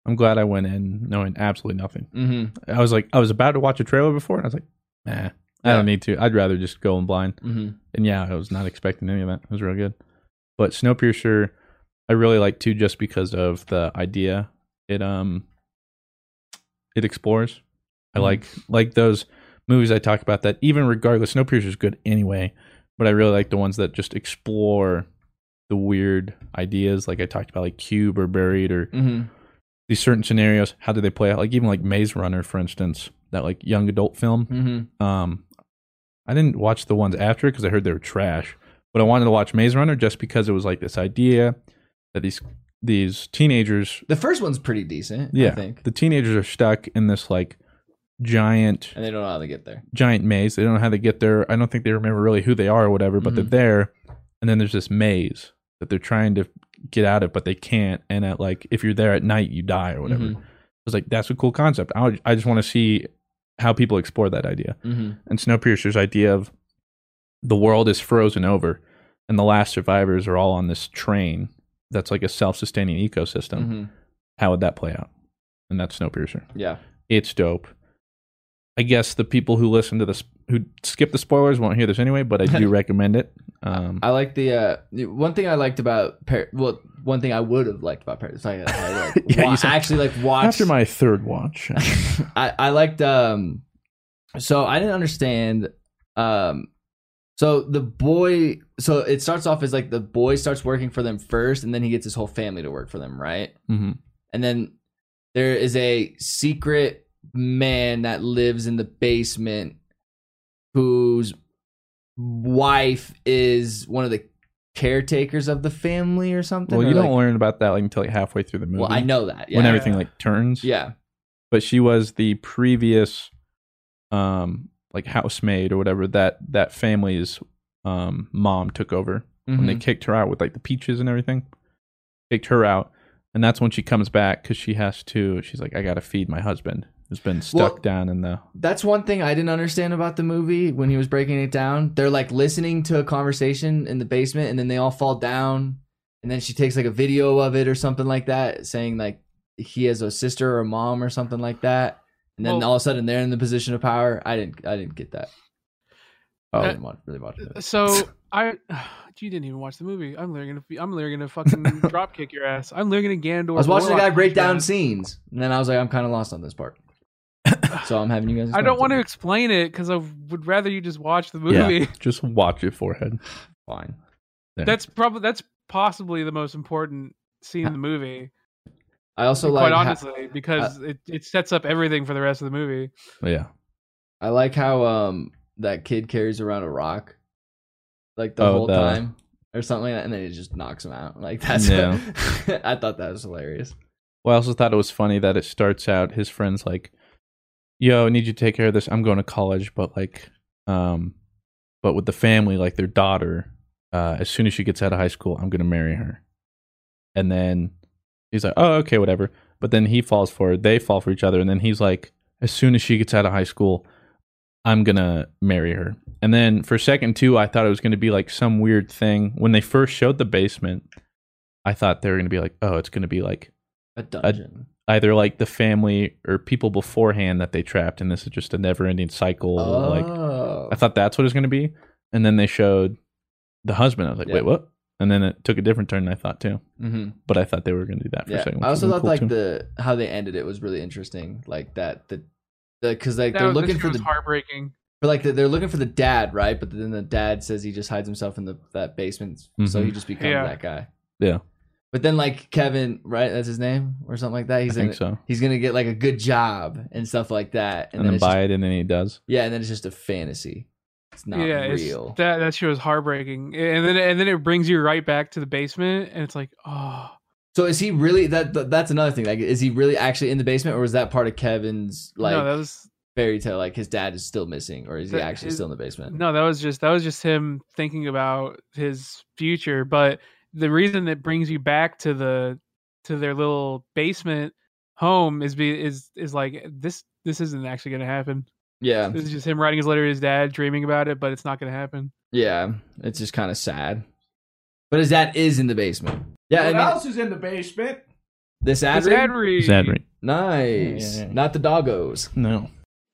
[SPEAKER 4] I'm glad I went in knowing absolutely nothing.
[SPEAKER 5] Mm-hmm.
[SPEAKER 4] I was like, I was about to watch a trailer before, and I was like, nah, I
[SPEAKER 5] Yeah.
[SPEAKER 4] don't need to. I'd rather just go in blind.
[SPEAKER 5] Mm-hmm.
[SPEAKER 4] And yeah, I was not expecting any of that. It was real good. But Snowpiercer, I really like too, just because of the idea it um it explores. I
[SPEAKER 5] Mhm.
[SPEAKER 4] like like those movies I talk about that. Even regardless, Snowpiercer is good anyway. But I really like the ones that just explore the weird ideas, like I talked about, like Cube or Buried or
[SPEAKER 5] Mm-hmm.
[SPEAKER 4] these certain scenarios. How do they play out? Like even like Maze Runner, for instance, that like young adult film.
[SPEAKER 5] Mm-hmm.
[SPEAKER 4] Um, I didn't watch the ones after because I heard they were trash, but I wanted to watch Maze Runner just because it was like this idea that these these teenagers,
[SPEAKER 5] The first one's pretty decent.
[SPEAKER 4] yeah,
[SPEAKER 5] I think.
[SPEAKER 4] the teenagers are stuck in this like giant
[SPEAKER 5] and they don't know how to get there.
[SPEAKER 4] giant maze. They don't know how they get there. I don't think they remember really who they are or whatever, but
[SPEAKER 5] Mhm.
[SPEAKER 4] they're there. And then there's this maze that they're trying to get out of, but they can't. And at like if you're there at night, you die or whatever.
[SPEAKER 5] Mhm.
[SPEAKER 4] I was like, that's a cool concept. I, would, I just want to see how people explore that idea
[SPEAKER 5] Mm-hmm.
[SPEAKER 4] and Snowpiercer's idea of the world is frozen over and the last survivors are all on this train that's like a self-sustaining ecosystem.
[SPEAKER 5] Mm-hmm.
[SPEAKER 4] How would that play out? And that's Snowpiercer.
[SPEAKER 5] Yeah.
[SPEAKER 4] It's dope. I guess the people who listen to this who skip the spoilers won't hear this anyway, but I do recommend it. Um,
[SPEAKER 5] I like the uh, one thing I liked about Par- well, one thing I would have liked about Paris. I, Uh, I like,
[SPEAKER 4] Yeah,
[SPEAKER 5] wa-
[SPEAKER 4] you said-
[SPEAKER 5] actually like watched
[SPEAKER 4] after my third watch,
[SPEAKER 5] I, I liked um so I didn't understand um so the boy so it starts off as like the boy starts working for them first and then he gets his whole family to work for them, right?
[SPEAKER 4] Mhm.
[SPEAKER 5] And then there is a secret man that lives in the basement whose wife is one of the caretakers of the family or something.
[SPEAKER 4] well,
[SPEAKER 5] or
[SPEAKER 4] you don't
[SPEAKER 5] like-
[SPEAKER 4] learn about that like, until like halfway through the movie.
[SPEAKER 5] Well, I know that. Yeah.
[SPEAKER 4] when everything like turns.
[SPEAKER 5] Yeah.
[SPEAKER 4] but she was the previous, um, like housemaid or whatever that that family's um mom took over when they
[SPEAKER 5] Mhm.
[SPEAKER 4] kicked her out with like the peaches and everything. Kicked her out, and that's when she comes back because she has to. She's like, I gotta feed my husband who's been stuck
[SPEAKER 5] Well-
[SPEAKER 4] down in the.
[SPEAKER 5] That's one thing I didn't understand about the movie when he was breaking it down. They're like listening to a conversation in the basement and then they all fall down and then she takes like a video of it or something like that saying like he has a sister or a mom or something like that. And then
[SPEAKER 7] Well-
[SPEAKER 5] all of a sudden they're in the position of power. I didn't I didn't get that.
[SPEAKER 4] Oh.
[SPEAKER 5] I didn't watch, really watch it.
[SPEAKER 7] So I, you didn't even watch the movie. I'm literally gonna, be- I'm literally gonna fucking drop kick your ass. I'm literally gonna Gandor.
[SPEAKER 5] I was watching a guy
[SPEAKER 7] Warlock
[SPEAKER 5] break
[SPEAKER 7] punch your
[SPEAKER 5] down
[SPEAKER 7] ass.
[SPEAKER 5] scenes and then I was like I'm kind of lost on this part. so I'm having you guys
[SPEAKER 7] I
[SPEAKER 5] explain it
[SPEAKER 7] don't want to
[SPEAKER 5] me.
[SPEAKER 7] explain it because I would rather you just watch the
[SPEAKER 4] Yeah.
[SPEAKER 7] movie.
[SPEAKER 4] Just watch your forehead.
[SPEAKER 5] fine.
[SPEAKER 4] There.
[SPEAKER 7] That's probably that's possibly the most important scene in the movie.
[SPEAKER 5] I also like
[SPEAKER 7] quite
[SPEAKER 5] ho-
[SPEAKER 7] honestly, because it, it sets up everything for the rest of the movie.
[SPEAKER 4] yeah.
[SPEAKER 5] I like how um that kid carries around a rock like the
[SPEAKER 4] Oh,
[SPEAKER 5] whole
[SPEAKER 4] the-
[SPEAKER 5] time or something like that, and then it just knocks him out. Like that's
[SPEAKER 4] Yeah.
[SPEAKER 5] I thought that was hilarious.
[SPEAKER 4] Well, I also thought it was funny that it starts out his friends like, "Yo, I need you to take care of this. I'm going to college, but like, um, but with the family, like their daughter, uh, as soon as she gets out of high school, I'm going to marry her." And then he's like, "Oh, okay, whatever." But then he falls for it. They fall for each other, and then he's like, "As soon as she gets out of high school, I'm gonna marry her." And then for a second too, I thought it was going to be like some weird thing when they first showed the basement. I thought they were going to be like, "Oh, it's going to be like."
[SPEAKER 5] A dungeon.
[SPEAKER 4] either like the family or people beforehand that they trapped, and this is just a never-ending cycle. Like
[SPEAKER 5] oh.
[SPEAKER 4] I thought that's what it was going to be, and then they showed the husband. I was like,
[SPEAKER 5] Yeah.
[SPEAKER 4] wait, what? And then it took a different turn than I thought too.
[SPEAKER 5] hmm
[SPEAKER 4] But I thought they were going to do that for a
[SPEAKER 5] Yeah.
[SPEAKER 4] second.
[SPEAKER 5] I also thought like
[SPEAKER 4] too.
[SPEAKER 5] the how they ended it was really interesting. Like that the because like
[SPEAKER 7] That
[SPEAKER 5] they're
[SPEAKER 7] was-
[SPEAKER 5] looking
[SPEAKER 7] that
[SPEAKER 5] for
[SPEAKER 7] was
[SPEAKER 5] the
[SPEAKER 7] heartbreaking.
[SPEAKER 5] for like the, they're looking for the dad, right? But then the dad says he just hides himself in the that basement, so
[SPEAKER 4] Mhm.
[SPEAKER 5] he just becomes
[SPEAKER 7] Yeah.
[SPEAKER 5] that guy.
[SPEAKER 4] Yeah.
[SPEAKER 5] But then like Kevin, right? That's his name or something like that. He's
[SPEAKER 4] I
[SPEAKER 5] in
[SPEAKER 4] think so.
[SPEAKER 5] he's gonna get like a good job and stuff like that,
[SPEAKER 4] and then
[SPEAKER 5] it's
[SPEAKER 4] buy it,
[SPEAKER 5] just,
[SPEAKER 4] and then he does.
[SPEAKER 5] yeah, and then it's just a fantasy. It's not
[SPEAKER 7] yeah, it's-
[SPEAKER 5] real.
[SPEAKER 7] that that shit was heartbreaking, and then and then it brings you right back to the basement, and it's like, oh,
[SPEAKER 5] so is he really that? th- That's another thing. Like, is he really actually in the basement, or is that part of Kevin's like
[SPEAKER 7] no, that was
[SPEAKER 5] fairy tale? Like his dad is still missing, or is he
[SPEAKER 7] That
[SPEAKER 5] actually
[SPEAKER 7] is-
[SPEAKER 5] still in the basement?
[SPEAKER 7] No, that was just that was just him thinking about his future. But the reason it brings you back to the to their little basement home is be is is like this this isn't actually gonna happen.
[SPEAKER 5] Yeah,
[SPEAKER 7] This is just him writing his letter to his dad, dreaming about it, but it's not gonna happen.
[SPEAKER 5] yeah. It's just kind of sad. But his dad is in the basement. Yeah, I mean,
[SPEAKER 8] is in the basement?
[SPEAKER 5] this ad,
[SPEAKER 7] It's
[SPEAKER 5] read?
[SPEAKER 7] ad read.
[SPEAKER 4] Zadri.
[SPEAKER 5] nice.
[SPEAKER 4] Yeah, yeah, yeah.
[SPEAKER 5] Not the doggos.
[SPEAKER 4] No.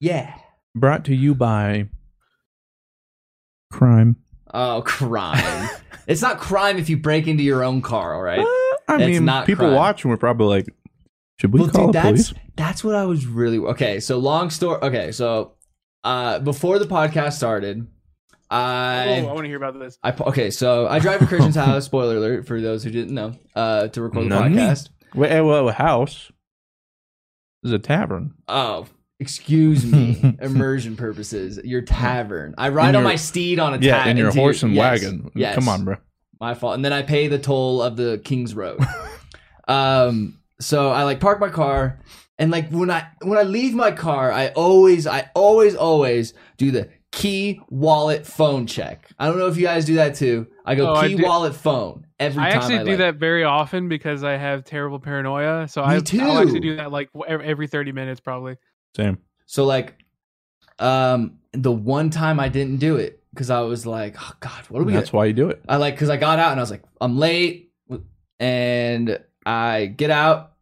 [SPEAKER 5] Yeah.
[SPEAKER 4] brought to you by crime.
[SPEAKER 5] Oh, crime. it's not crime if you break into your own car, all right?
[SPEAKER 4] I
[SPEAKER 5] That's
[SPEAKER 4] mean,
[SPEAKER 5] not
[SPEAKER 4] people
[SPEAKER 5] crime.
[SPEAKER 4] watching were probably like, "Should we
[SPEAKER 5] Well,
[SPEAKER 4] call
[SPEAKER 5] dude,
[SPEAKER 4] the
[SPEAKER 5] that's
[SPEAKER 4] police?"
[SPEAKER 5] that's what I was really okay. So long story. Okay, so uh, before the podcast started, I
[SPEAKER 7] oh, I want to hear about this.
[SPEAKER 5] I okay. So I drive to Christian's house. Spoiler alert for those who didn't know. Uh, to record the
[SPEAKER 4] Not me.
[SPEAKER 5] podcast.
[SPEAKER 4] Wait, eh, well, a house This is a tavern.
[SPEAKER 5] Oh, excuse me. immersion purposes. Your tavern. I ride
[SPEAKER 4] And
[SPEAKER 5] on
[SPEAKER 4] your-
[SPEAKER 5] my steed on a
[SPEAKER 4] Yeah,
[SPEAKER 5] ta-
[SPEAKER 4] and your
[SPEAKER 5] into
[SPEAKER 4] horse and
[SPEAKER 5] yes,
[SPEAKER 4] wagon.
[SPEAKER 5] Yes,
[SPEAKER 4] Come on, bro.
[SPEAKER 5] my fault. And then I pay the toll of the King's Road. um, so I like park my car, and like when I when I leave my car, I always I always always do the key wallet phone check. I don't know if you guys do that too. I go
[SPEAKER 7] Oh, I
[SPEAKER 5] key
[SPEAKER 7] do-
[SPEAKER 5] wallet phone every
[SPEAKER 7] I
[SPEAKER 5] time.
[SPEAKER 7] actually
[SPEAKER 5] I
[SPEAKER 7] do
[SPEAKER 5] like-
[SPEAKER 7] that very often because I have terrible paranoia. So
[SPEAKER 5] Me
[SPEAKER 7] I, I'll
[SPEAKER 5] too.
[SPEAKER 7] actually do that like ev- every 30 minutes probably.
[SPEAKER 4] Same.
[SPEAKER 5] So like, um, the one time I didn't do it because I was like, oh God, what are we?
[SPEAKER 4] That's
[SPEAKER 5] gonna-"
[SPEAKER 4] why you do it.
[SPEAKER 5] I like because I got out and I was like, I'm late, and I get out,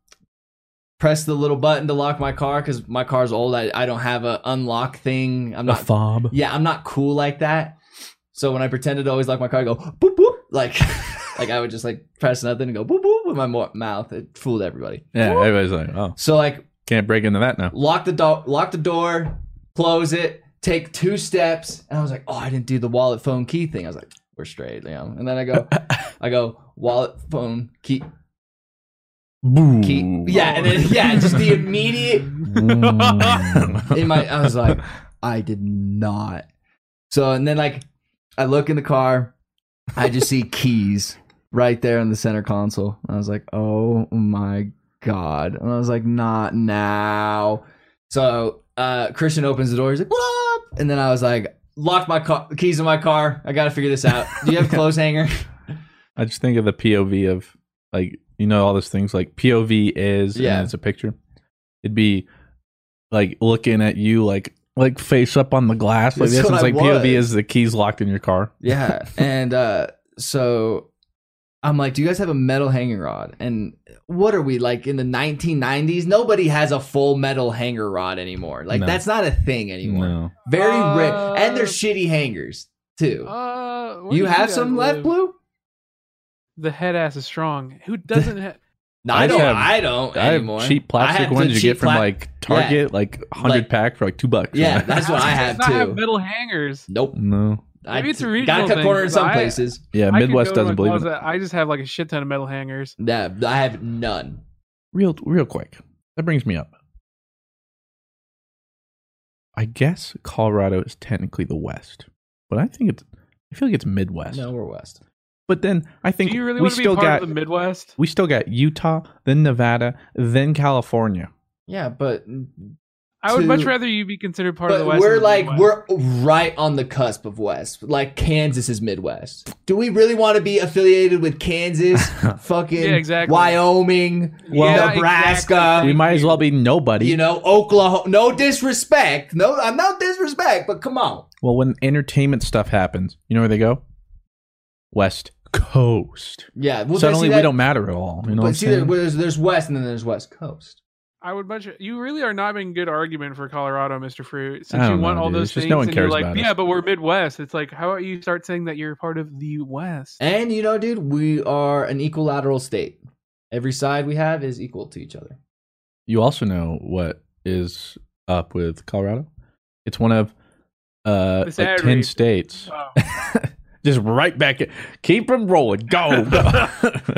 [SPEAKER 5] press the little button to lock my car because my car's old. I, I don't have a unlock thing. I'm
[SPEAKER 4] A
[SPEAKER 5] not.
[SPEAKER 4] fob.
[SPEAKER 5] yeah, I'm not cool like that. So when I pretended to always lock my car, I go boop boop like. Like I would just like press nothing and go boop boop with my mo- mouth. It fooled everybody.
[SPEAKER 4] Yeah, everybody's like, "Oh,
[SPEAKER 5] So like
[SPEAKER 4] can't break into that now."
[SPEAKER 5] lock the door, lock the door, close it, take two steps, and I was like, oh, I didn't do the wallet phone key thing. I was like, we're straight, you know. And then I go, I go wallet phone key
[SPEAKER 4] Boom.
[SPEAKER 5] key, yeah, and then yeah, just the immediate in my I was like, I did not. So and then like I look in the car, I just see keys right there on the center console. And I was like, oh my god. And I was like, not now. So uh Christian opens the door, he's like, What up? And then I was like, locked my car keys in my car. I gotta figure this out. Do you have clothes hanger?
[SPEAKER 4] I just think of the POV of like you know all those things like POV is yeah.
[SPEAKER 5] Yeah.
[SPEAKER 4] and it's a picture. It'd be like looking at you like like face up on the glass like
[SPEAKER 5] That's
[SPEAKER 4] this.
[SPEAKER 5] what
[SPEAKER 4] It's
[SPEAKER 5] I
[SPEAKER 4] like POV
[SPEAKER 5] was.
[SPEAKER 4] is the keys locked in your car.
[SPEAKER 5] Yeah. And uh so I'm like, do you guys have a metal hanging rod? And what are we like in the 1990s? Nobody has a full metal hanger rod anymore. Like
[SPEAKER 4] No.
[SPEAKER 5] that's not a thing anymore.
[SPEAKER 4] No.
[SPEAKER 5] Very
[SPEAKER 7] Uh,
[SPEAKER 5] rare. And they're shitty hangers too.
[SPEAKER 7] Uh, where do
[SPEAKER 5] you have
[SPEAKER 7] guys
[SPEAKER 5] some left,
[SPEAKER 7] live?
[SPEAKER 5] Blue?
[SPEAKER 7] The head ass is strong. Who doesn't have?
[SPEAKER 5] No, I,
[SPEAKER 4] I
[SPEAKER 5] don't.
[SPEAKER 4] have-
[SPEAKER 5] I don't
[SPEAKER 4] I
[SPEAKER 5] anymore.
[SPEAKER 4] have cheap
[SPEAKER 5] I
[SPEAKER 4] plastic
[SPEAKER 5] have
[SPEAKER 4] ones
[SPEAKER 5] the
[SPEAKER 4] you
[SPEAKER 5] cheap
[SPEAKER 4] get from
[SPEAKER 5] pla-
[SPEAKER 4] like Target, like hundred
[SPEAKER 5] Like-
[SPEAKER 4] pack for like two bucks.
[SPEAKER 5] Yeah, that's what I have
[SPEAKER 7] does not have
[SPEAKER 5] too.
[SPEAKER 7] metal hangers.
[SPEAKER 5] Nope.
[SPEAKER 4] no.
[SPEAKER 5] I
[SPEAKER 7] Maybe it's a
[SPEAKER 5] gotta
[SPEAKER 7] regional
[SPEAKER 5] cut
[SPEAKER 7] thing,
[SPEAKER 5] corner in
[SPEAKER 7] but
[SPEAKER 5] some
[SPEAKER 7] I-
[SPEAKER 5] places.
[SPEAKER 4] Yeah,
[SPEAKER 7] I could
[SPEAKER 4] Midwest
[SPEAKER 7] go to
[SPEAKER 4] doesn't
[SPEAKER 7] my
[SPEAKER 4] believe in it.
[SPEAKER 7] closet, I just have like a shit ton of metal hangers.
[SPEAKER 5] Yeah, I have none.
[SPEAKER 4] real real quick that brings me up i guess colorado is technically the west but i think it's i feel like it's midwest
[SPEAKER 5] No, we're west.
[SPEAKER 4] but then i think
[SPEAKER 7] Do you really
[SPEAKER 4] we
[SPEAKER 7] want to be
[SPEAKER 4] still
[SPEAKER 7] part
[SPEAKER 4] got
[SPEAKER 7] of the Midwest?
[SPEAKER 4] we still got utah then nevada then california
[SPEAKER 5] Yeah, but
[SPEAKER 7] I would much
[SPEAKER 5] to-
[SPEAKER 7] rather you be considered part
[SPEAKER 5] but
[SPEAKER 7] of the West.
[SPEAKER 5] we're
[SPEAKER 7] than the
[SPEAKER 5] like
[SPEAKER 7] Midwest.
[SPEAKER 5] we're right on the cusp of West. Like Kansas is Midwest. Do we really want to be affiliated with Kansas, fucking
[SPEAKER 7] Yeah, exactly.
[SPEAKER 5] Wyoming,
[SPEAKER 7] Well-
[SPEAKER 5] Nebraska?
[SPEAKER 7] exactly.
[SPEAKER 4] we might as well be nobody
[SPEAKER 5] You know, Oklahoma. No disrespect. No, I'm not disrespect, but come on.
[SPEAKER 4] well when entertainment stuff happens you know where they go west coast
[SPEAKER 5] Yeah. Well, but see
[SPEAKER 4] suddenly
[SPEAKER 5] that-
[SPEAKER 4] we don't matter at all you know what
[SPEAKER 5] but
[SPEAKER 4] I'm
[SPEAKER 5] see, there,
[SPEAKER 4] saying?
[SPEAKER 5] there's there's West and then there's West Coast.
[SPEAKER 7] I would much. You really are not making good argument for Colorado, Mister Fruit. Since
[SPEAKER 4] I don't
[SPEAKER 7] you want
[SPEAKER 4] know,
[SPEAKER 7] all
[SPEAKER 4] dude.
[SPEAKER 7] those
[SPEAKER 4] It's just
[SPEAKER 7] things,
[SPEAKER 4] no one
[SPEAKER 7] and you're
[SPEAKER 4] cares
[SPEAKER 7] like,
[SPEAKER 4] about
[SPEAKER 7] yeah,
[SPEAKER 4] us."
[SPEAKER 7] but we're Midwest. It's like, how about you start saying that you're part of the West?
[SPEAKER 5] And you know, dude, we are an equilateral state. Every side we have is equal to each other.
[SPEAKER 4] you also know what is up with Colorado. It's one of uh
[SPEAKER 7] This
[SPEAKER 4] like
[SPEAKER 7] ad
[SPEAKER 4] ten
[SPEAKER 7] read.
[SPEAKER 4] states.
[SPEAKER 7] Oh.
[SPEAKER 4] Just right back. At, keep them rolling. Go.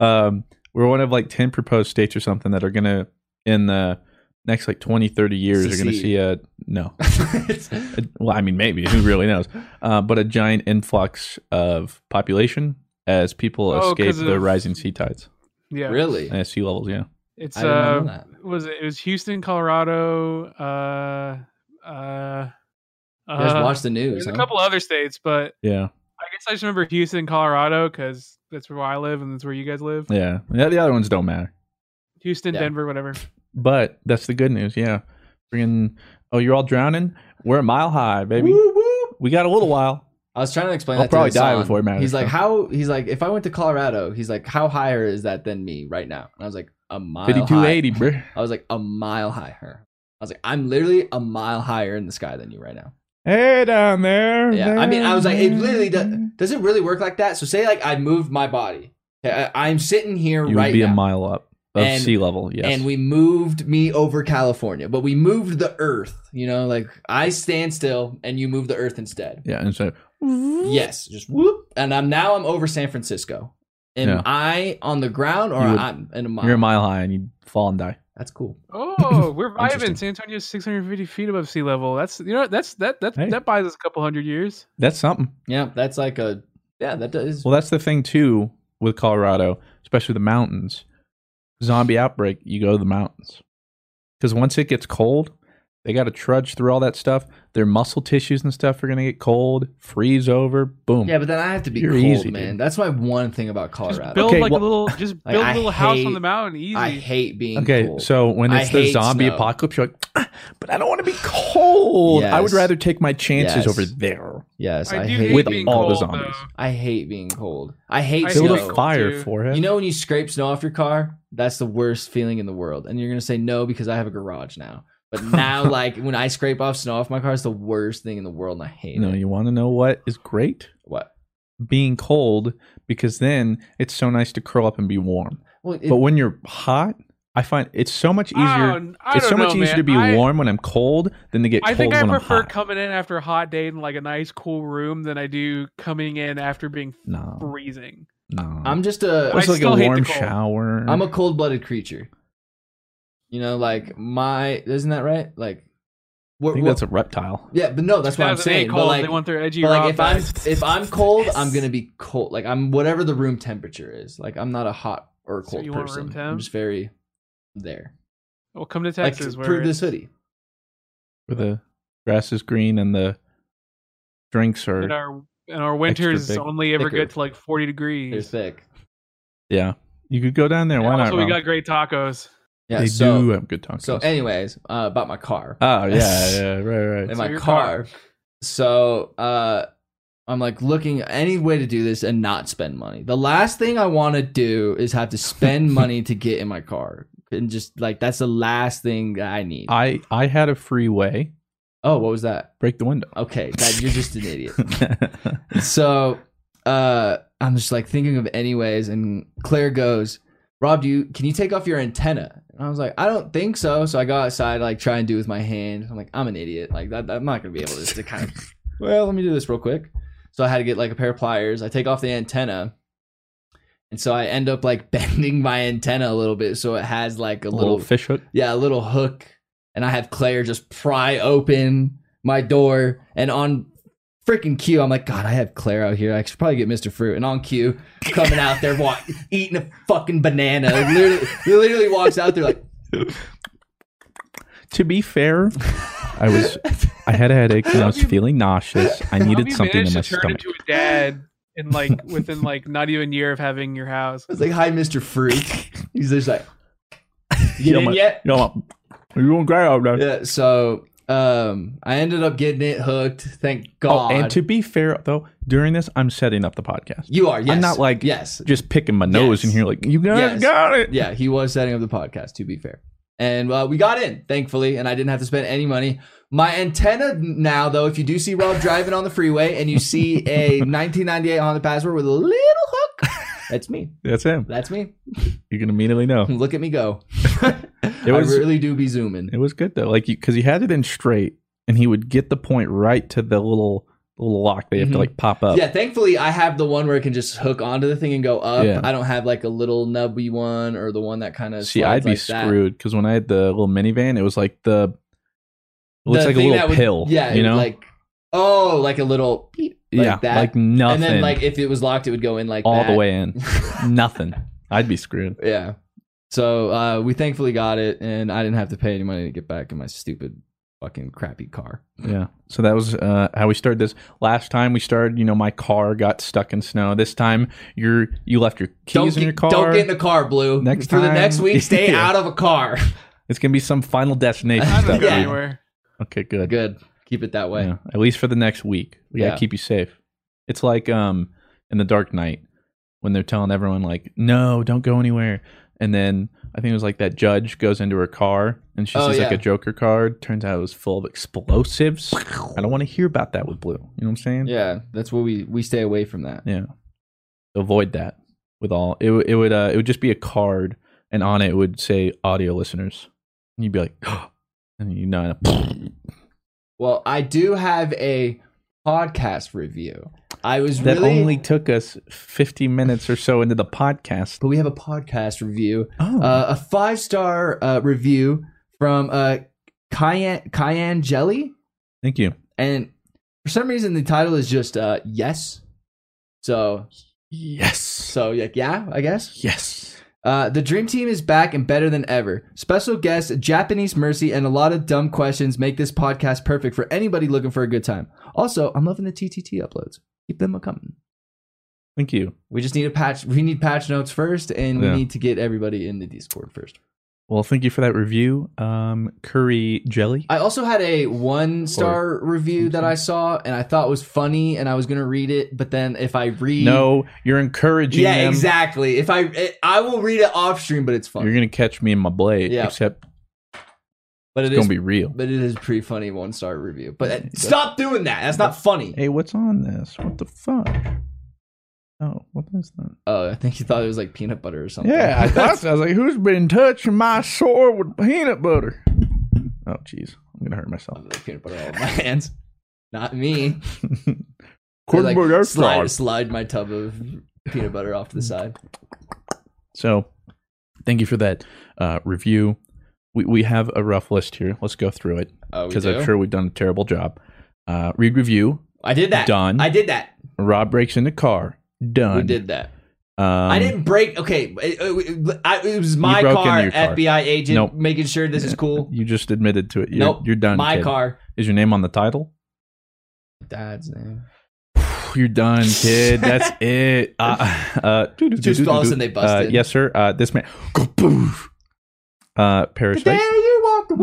[SPEAKER 4] um, we're one of like ten proposed states or something that are gonna in the next like 20, 30 years are gonna
[SPEAKER 5] Secede.
[SPEAKER 4] see a no. A- well, I mean, maybe who really knows? Uh, but a giant influx of population as people
[SPEAKER 7] Oh,
[SPEAKER 4] escape
[SPEAKER 7] 'cause
[SPEAKER 4] the
[SPEAKER 7] of-
[SPEAKER 4] rising sea tides.
[SPEAKER 7] Yeah,
[SPEAKER 5] Really?
[SPEAKER 4] NSU levels, yeah.
[SPEAKER 7] It's
[SPEAKER 5] I didn't know
[SPEAKER 7] uh,
[SPEAKER 5] that.
[SPEAKER 7] was it? It was Houston, Colorado. Uh, uh,
[SPEAKER 5] You guys
[SPEAKER 7] uh,
[SPEAKER 5] watch the news.
[SPEAKER 7] there's a
[SPEAKER 5] huh?
[SPEAKER 7] couple other states, but
[SPEAKER 4] Yeah.
[SPEAKER 7] I guess I just remember Houston, Colorado, because that's where I live and that's where you guys live.
[SPEAKER 4] Yeah. The the other ones don't matter.
[SPEAKER 7] Houston,
[SPEAKER 5] Yeah.
[SPEAKER 7] Denver, whatever.
[SPEAKER 4] But that's the good news. Yeah. Bringing, oh, you're all drowning? We're a mile high, baby.
[SPEAKER 5] Woo, woo.
[SPEAKER 4] We got a little while.
[SPEAKER 5] I was trying to explain.
[SPEAKER 4] I'll
[SPEAKER 5] that
[SPEAKER 4] probably
[SPEAKER 5] to
[SPEAKER 4] die
[SPEAKER 5] Hassan.
[SPEAKER 4] before it matters,
[SPEAKER 5] He's like,
[SPEAKER 4] though.
[SPEAKER 5] how? He's like, if I went to Colorado, he's like, how higher is that than me right now? And I was like, a mile. high.
[SPEAKER 4] 5280, bruh.
[SPEAKER 5] I was like, a mile higher. I was like, I'm literally a mile higher in the sky than you right now.
[SPEAKER 4] Hey, down there.
[SPEAKER 5] Yeah, I mean, I was like, it literally does,
[SPEAKER 4] there.
[SPEAKER 5] does it really work like that? So say like I moved my body. Okay, I, I'm sitting here
[SPEAKER 4] You
[SPEAKER 5] right
[SPEAKER 4] would be
[SPEAKER 5] now,
[SPEAKER 4] a mile up of
[SPEAKER 5] And-
[SPEAKER 4] sea level. Yes.
[SPEAKER 5] and we moved me over California, but we moved the Earth. You know, like I stand still, and you move the Earth instead.
[SPEAKER 4] yeah. And so,
[SPEAKER 5] Yes, just whoop, and I'm now I'm over San Francisco. Am
[SPEAKER 4] Yeah.
[SPEAKER 5] I on the ground or
[SPEAKER 4] You would-
[SPEAKER 5] I'm in a mile?
[SPEAKER 4] you're a mile high and you fall and die.
[SPEAKER 5] That's cool.
[SPEAKER 7] Oh, we're
[SPEAKER 5] Interesting.
[SPEAKER 7] vibing. San Antonio's 650 feet above sea level. That's you know what? that's that that
[SPEAKER 4] Hey.
[SPEAKER 7] that buys us a couple hundred years.
[SPEAKER 4] That's something.
[SPEAKER 5] Yeah, that's like a yeah. That does.
[SPEAKER 4] Well, that's the thing too with Colorado, especially the mountains. Zombie outbreak, you go to the mountains because once it gets cold, they got to trudge through all that stuff. Their muscle tissues and stuff are going to get cold, freeze over, boom.
[SPEAKER 5] yeah, but then I have to be
[SPEAKER 4] You're
[SPEAKER 5] cold,
[SPEAKER 4] easy,
[SPEAKER 5] man.
[SPEAKER 4] dude.
[SPEAKER 5] That's my one thing about
[SPEAKER 7] Just
[SPEAKER 5] Colorado.
[SPEAKER 7] build
[SPEAKER 4] Okay,
[SPEAKER 7] like
[SPEAKER 4] well-
[SPEAKER 7] a little, just
[SPEAKER 5] Like,
[SPEAKER 7] build
[SPEAKER 5] I
[SPEAKER 7] a little house on
[SPEAKER 5] hate-
[SPEAKER 7] the mountain. Easy.
[SPEAKER 5] I hate being
[SPEAKER 4] Okay,
[SPEAKER 5] cold.
[SPEAKER 4] so when
[SPEAKER 5] I
[SPEAKER 4] it's the
[SPEAKER 5] hate
[SPEAKER 4] zombie
[SPEAKER 5] snow.
[SPEAKER 4] apocalypse, you're like, "Ah, but I don't want to be cold. I would
[SPEAKER 5] Yes.
[SPEAKER 4] rather take my chances
[SPEAKER 5] Yes.
[SPEAKER 4] over there.
[SPEAKER 5] yes, I,
[SPEAKER 7] I do
[SPEAKER 5] hate
[SPEAKER 7] hate
[SPEAKER 4] With
[SPEAKER 7] being
[SPEAKER 4] all the
[SPEAKER 7] cold,
[SPEAKER 4] zombies.
[SPEAKER 7] though.
[SPEAKER 5] I hate being cold. I hate
[SPEAKER 4] Build
[SPEAKER 7] I hate
[SPEAKER 4] a
[SPEAKER 7] cold,
[SPEAKER 5] snow.
[SPEAKER 4] fire
[SPEAKER 7] dude.
[SPEAKER 4] for it.
[SPEAKER 5] You know when you scrape snow off your car? That's the worst feeling in the world. And you're gonna say no because I have a garage now. But now, like when I scrape off snow off my car, it's the worst thing in the world, and I hate
[SPEAKER 4] no,
[SPEAKER 5] it.
[SPEAKER 4] you want to know what is great?
[SPEAKER 5] What?
[SPEAKER 4] Being cold because then it's so nice to curl up and be warm.
[SPEAKER 5] Well, it,
[SPEAKER 4] but when you're hot, I find it's so much easier.
[SPEAKER 7] Oh, I
[SPEAKER 4] it's so
[SPEAKER 7] don't
[SPEAKER 4] much
[SPEAKER 7] know,
[SPEAKER 4] easier to
[SPEAKER 7] man.
[SPEAKER 4] be
[SPEAKER 7] I-
[SPEAKER 4] warm when I'm cold than to get
[SPEAKER 7] I
[SPEAKER 4] cold
[SPEAKER 7] think I
[SPEAKER 4] when
[SPEAKER 7] prefer
[SPEAKER 4] I'm hot.
[SPEAKER 7] coming in after a hot day in like a nice cool room than I do coming in after being
[SPEAKER 5] Oh.
[SPEAKER 4] no,
[SPEAKER 7] freezing.
[SPEAKER 4] no.
[SPEAKER 5] I'm just a
[SPEAKER 7] I
[SPEAKER 4] it's like
[SPEAKER 7] still
[SPEAKER 4] a
[SPEAKER 7] hate the
[SPEAKER 4] warm
[SPEAKER 7] cold.
[SPEAKER 4] shower.
[SPEAKER 5] I'm a cold blooded creature. You know, like my isn't that right? Like,
[SPEAKER 4] I
[SPEAKER 5] what,
[SPEAKER 4] think
[SPEAKER 5] what-
[SPEAKER 4] that's a reptile.
[SPEAKER 5] yeah, but no, that's what I'm
[SPEAKER 7] 2008
[SPEAKER 5] saying.
[SPEAKER 7] Cold,
[SPEAKER 5] but like,
[SPEAKER 7] they want their edgy
[SPEAKER 5] but like
[SPEAKER 7] Rob
[SPEAKER 5] if I'm
[SPEAKER 7] vibes.
[SPEAKER 5] if I'm cold, I'm gonna be cold. Like I'm whatever the room temperature is. Like I'm not a hot or
[SPEAKER 7] So
[SPEAKER 5] cold
[SPEAKER 7] you want room
[SPEAKER 5] person. I'm
[SPEAKER 7] temp?
[SPEAKER 5] just very there.
[SPEAKER 7] well, come to
[SPEAKER 5] Like
[SPEAKER 7] Texas. where
[SPEAKER 5] prove this
[SPEAKER 7] it's-
[SPEAKER 5] hoodie.
[SPEAKER 4] Where the grass is green and the drinks are
[SPEAKER 7] and our and our winters
[SPEAKER 4] big-
[SPEAKER 7] only ever
[SPEAKER 5] thicker.
[SPEAKER 7] get to like 40
[SPEAKER 5] They're
[SPEAKER 7] degrees.
[SPEAKER 5] thick.
[SPEAKER 4] yeah. You could go down there. Why
[SPEAKER 7] And
[SPEAKER 4] not?
[SPEAKER 7] also, we
[SPEAKER 4] Rob?
[SPEAKER 7] got great tacos.
[SPEAKER 5] Yeah.
[SPEAKER 4] they
[SPEAKER 5] so
[SPEAKER 4] do have good tacos.
[SPEAKER 5] so anyways, uh, about my car.
[SPEAKER 4] oh yeah, yeah, right,
[SPEAKER 5] in
[SPEAKER 4] right.
[SPEAKER 7] So
[SPEAKER 5] my
[SPEAKER 7] your
[SPEAKER 5] car.
[SPEAKER 7] car.
[SPEAKER 5] So uh I'm like looking any way to do this and not spend money. The last thing I want to do is have to spend money to get in my car. And just like that's the last thing that I need.
[SPEAKER 4] I I had a freeway.
[SPEAKER 5] oh, what was that?
[SPEAKER 4] Break the window.
[SPEAKER 5] Okay, that, you're just an idiot. so uh I'm just like thinking of anyways and Claire goes, Rob, do you can you take off your antenna? And I was like, I don't think so. So I go outside, like try and do it with my hand. I'm like, I'm an idiot. Like that, I'm not gonna be able to, to kind of well, let me do this real quick. So I had to get like a pair of pliers. I take off the antenna. And so I end up like bending my antenna a little bit so it has like a
[SPEAKER 4] a little
[SPEAKER 5] little
[SPEAKER 4] fish hook.
[SPEAKER 5] yeah, a little hook, and I have Claire just pry open my door, and on freaking cue, I'm like, God, I have Claire out here. I should probably get Mr. Fruit, and on cue, coming out there, walk, eating a fucking banana. Literally, literally walks out there like,
[SPEAKER 4] To be fair, I was I had a headache and I was feeling nauseous. I
[SPEAKER 7] How
[SPEAKER 4] needed
[SPEAKER 7] have you
[SPEAKER 4] something in
[SPEAKER 7] managed
[SPEAKER 4] my
[SPEAKER 7] to turn
[SPEAKER 4] stomach.
[SPEAKER 7] into a dad in like within like not even a year of having your house?
[SPEAKER 5] I was like, Hi, Mr. Fruit. He's just like, You
[SPEAKER 4] Yeah,
[SPEAKER 5] in
[SPEAKER 4] my-
[SPEAKER 5] yet?
[SPEAKER 4] You know, you won't cry out now.
[SPEAKER 5] Yeah. So, um, I ended up getting it hooked. Thank
[SPEAKER 4] Oh,
[SPEAKER 5] God.
[SPEAKER 4] and to be fair though, during this I'm setting up the podcast.
[SPEAKER 5] you are. Yes.
[SPEAKER 4] I'm not like
[SPEAKER 5] yes.
[SPEAKER 4] just picking my nose
[SPEAKER 5] Yes.
[SPEAKER 4] and here like you guys
[SPEAKER 5] Yes.
[SPEAKER 4] got it.
[SPEAKER 5] yeah, he was setting up the podcast. To be fair, and uh, we got in thankfully, and I didn't have to spend any money. My antenna now, though, if you do see Rob driving on the freeway and you see a 1998 on the password with a little hook, that's me.
[SPEAKER 4] That's him.
[SPEAKER 5] That's me.
[SPEAKER 4] You can immediately know.
[SPEAKER 5] Look at me go.
[SPEAKER 4] was-
[SPEAKER 5] I really do be zooming.
[SPEAKER 4] It was good though, like because he had it in straight and he would get the point right to the little little lock they have to
[SPEAKER 5] Mhm.
[SPEAKER 4] like pop up.
[SPEAKER 5] Yeah, thankfully I have the one where it can just hook onto the thing and go up.
[SPEAKER 4] Yeah.
[SPEAKER 5] I don't have like a little nubby one or the one that kind of
[SPEAKER 4] See, I'd be
[SPEAKER 5] like that.
[SPEAKER 4] screwed because when I had the little minivan, it was like the it looks
[SPEAKER 5] The
[SPEAKER 4] like a
[SPEAKER 5] thing
[SPEAKER 4] little
[SPEAKER 5] that would-
[SPEAKER 4] pill.
[SPEAKER 5] Yeah,
[SPEAKER 4] you know,
[SPEAKER 5] like oh, like a little beep, like
[SPEAKER 4] yeah,
[SPEAKER 5] that.
[SPEAKER 4] like nothing.
[SPEAKER 5] And then like if it was locked, it would go in like
[SPEAKER 4] all
[SPEAKER 5] that.
[SPEAKER 4] the way in, nothing. I'd be screwed.
[SPEAKER 5] Yeah. So uh, we thankfully got it, and I didn't have to pay any money to get back in my stupid fucking crappy car.
[SPEAKER 4] Yeah. So that was uh, how we started this. Last time we started, you know, my car got stuck in snow. This time, you're you left your keys
[SPEAKER 5] don't
[SPEAKER 4] in
[SPEAKER 5] get,
[SPEAKER 4] your car.
[SPEAKER 5] Don't get in the car, Blue.
[SPEAKER 4] Next
[SPEAKER 5] For the next
[SPEAKER 4] time-
[SPEAKER 5] week, stay
[SPEAKER 4] Yeah.
[SPEAKER 5] out of a car.
[SPEAKER 4] it's gonna be some final destination.
[SPEAKER 7] I don't
[SPEAKER 4] stuff.
[SPEAKER 7] go
[SPEAKER 5] Yeah.
[SPEAKER 7] anywhere.
[SPEAKER 4] Okay. Good.
[SPEAKER 5] Good. Keep it that way.
[SPEAKER 4] Yeah, at least for the next week. We
[SPEAKER 5] Yeah.
[SPEAKER 4] gotta keep you safe. It's like um in the Dark Knight when they're telling everyone like, no, don't go anywhere. And then I think it was like that judge goes into her car and she
[SPEAKER 5] Oh,
[SPEAKER 4] sees like
[SPEAKER 5] yeah.
[SPEAKER 4] a Joker card. Turns out it was full of explosives. I don't want to hear about that with Blue. You know what I'm saying?
[SPEAKER 5] Yeah, that's what we we stay away from that.
[SPEAKER 4] Yeah. Avoid that with all. It would- it would uh, it would just be a card, and on it would say audio listeners. And you'd be like, and you know,
[SPEAKER 5] Well, I do have a podcast review. I was
[SPEAKER 4] that
[SPEAKER 5] really
[SPEAKER 4] only took us 50 minutes or so into the podcast.
[SPEAKER 5] but we have a podcast review.
[SPEAKER 4] Oh,
[SPEAKER 5] Uh, a five star uh, review from uh, Cayenne Cayenne Jelly,
[SPEAKER 4] thank you.
[SPEAKER 5] and for some reason the title is just uh, yes. So
[SPEAKER 4] Yes.
[SPEAKER 5] so yeah, yeah I guess.
[SPEAKER 4] Yes.
[SPEAKER 5] Uh, the Dream Team is back and better than ever. Special guests, Japanese Mercy, and a lot of dumb questions make this podcast perfect for anybody looking for a good time. Also, I'm loving the TTT uploads. Keep them a coming.
[SPEAKER 4] Thank you.
[SPEAKER 5] We just need a patch. We need patch notes first, and
[SPEAKER 4] Yeah.
[SPEAKER 5] we need to get everybody in the Discord first.
[SPEAKER 4] Well, thank you for that review. Um, curry jelly.
[SPEAKER 5] I also had a one star review that I saw, and I thought was funny, and I was gonna read it, but then if I read,
[SPEAKER 4] no, you're encouraging
[SPEAKER 5] yeah,
[SPEAKER 4] them.
[SPEAKER 5] exactly. If I, eh, I will read it off stream, but it's funny.
[SPEAKER 4] You're gonna catch me in my blade.
[SPEAKER 5] Yeah.
[SPEAKER 4] Except
[SPEAKER 5] but
[SPEAKER 4] it's
[SPEAKER 5] it is-
[SPEAKER 4] gonna be real.
[SPEAKER 5] but it is a pretty funny one star review. But uh, stop doing that. That's not funny.
[SPEAKER 4] Hey, what's on this? What the fuck? Oh, what is that?
[SPEAKER 5] Oh, I think you thought it was like peanut butter or something.
[SPEAKER 4] Yeah, I thought so. I was like, who's been touching my sore with peanut butter? Oh, jeez. I'm going to hurt myself.
[SPEAKER 5] Like peanut butter all over my hands. Not me.
[SPEAKER 4] Quick
[SPEAKER 5] Like,
[SPEAKER 4] word, that's
[SPEAKER 5] slide,
[SPEAKER 4] hard.
[SPEAKER 5] slide my tub of peanut butter off to the side.
[SPEAKER 4] So, thank you for that uh, review. We, we have a rough list here. Let's go through it
[SPEAKER 5] Oh, we
[SPEAKER 4] because
[SPEAKER 5] do?
[SPEAKER 4] I'm sure we've done a terrible job. Uh, read review.
[SPEAKER 5] I did that.
[SPEAKER 4] Done.
[SPEAKER 5] I did that.
[SPEAKER 4] Rob breaks into car. Done.
[SPEAKER 5] We did that.
[SPEAKER 4] Um,
[SPEAKER 5] I didn't break. Okay, it, it- I- it was my
[SPEAKER 4] broke
[SPEAKER 5] car,
[SPEAKER 4] into your car.
[SPEAKER 5] FBI agent,
[SPEAKER 4] Nope.
[SPEAKER 5] making sure this is cool.
[SPEAKER 4] You just admitted to it. You're,
[SPEAKER 5] nope,
[SPEAKER 4] you're done.
[SPEAKER 5] My
[SPEAKER 4] kid.
[SPEAKER 5] car.
[SPEAKER 4] Is your name on the title?
[SPEAKER 5] Dad's name.
[SPEAKER 4] You're done, kid. That's it. Uh, uh,
[SPEAKER 5] Just all of a sudden they busted.
[SPEAKER 4] Uh, yes, sir. Uh, this man. Kaboof. Uh, parasite.
[SPEAKER 5] you walked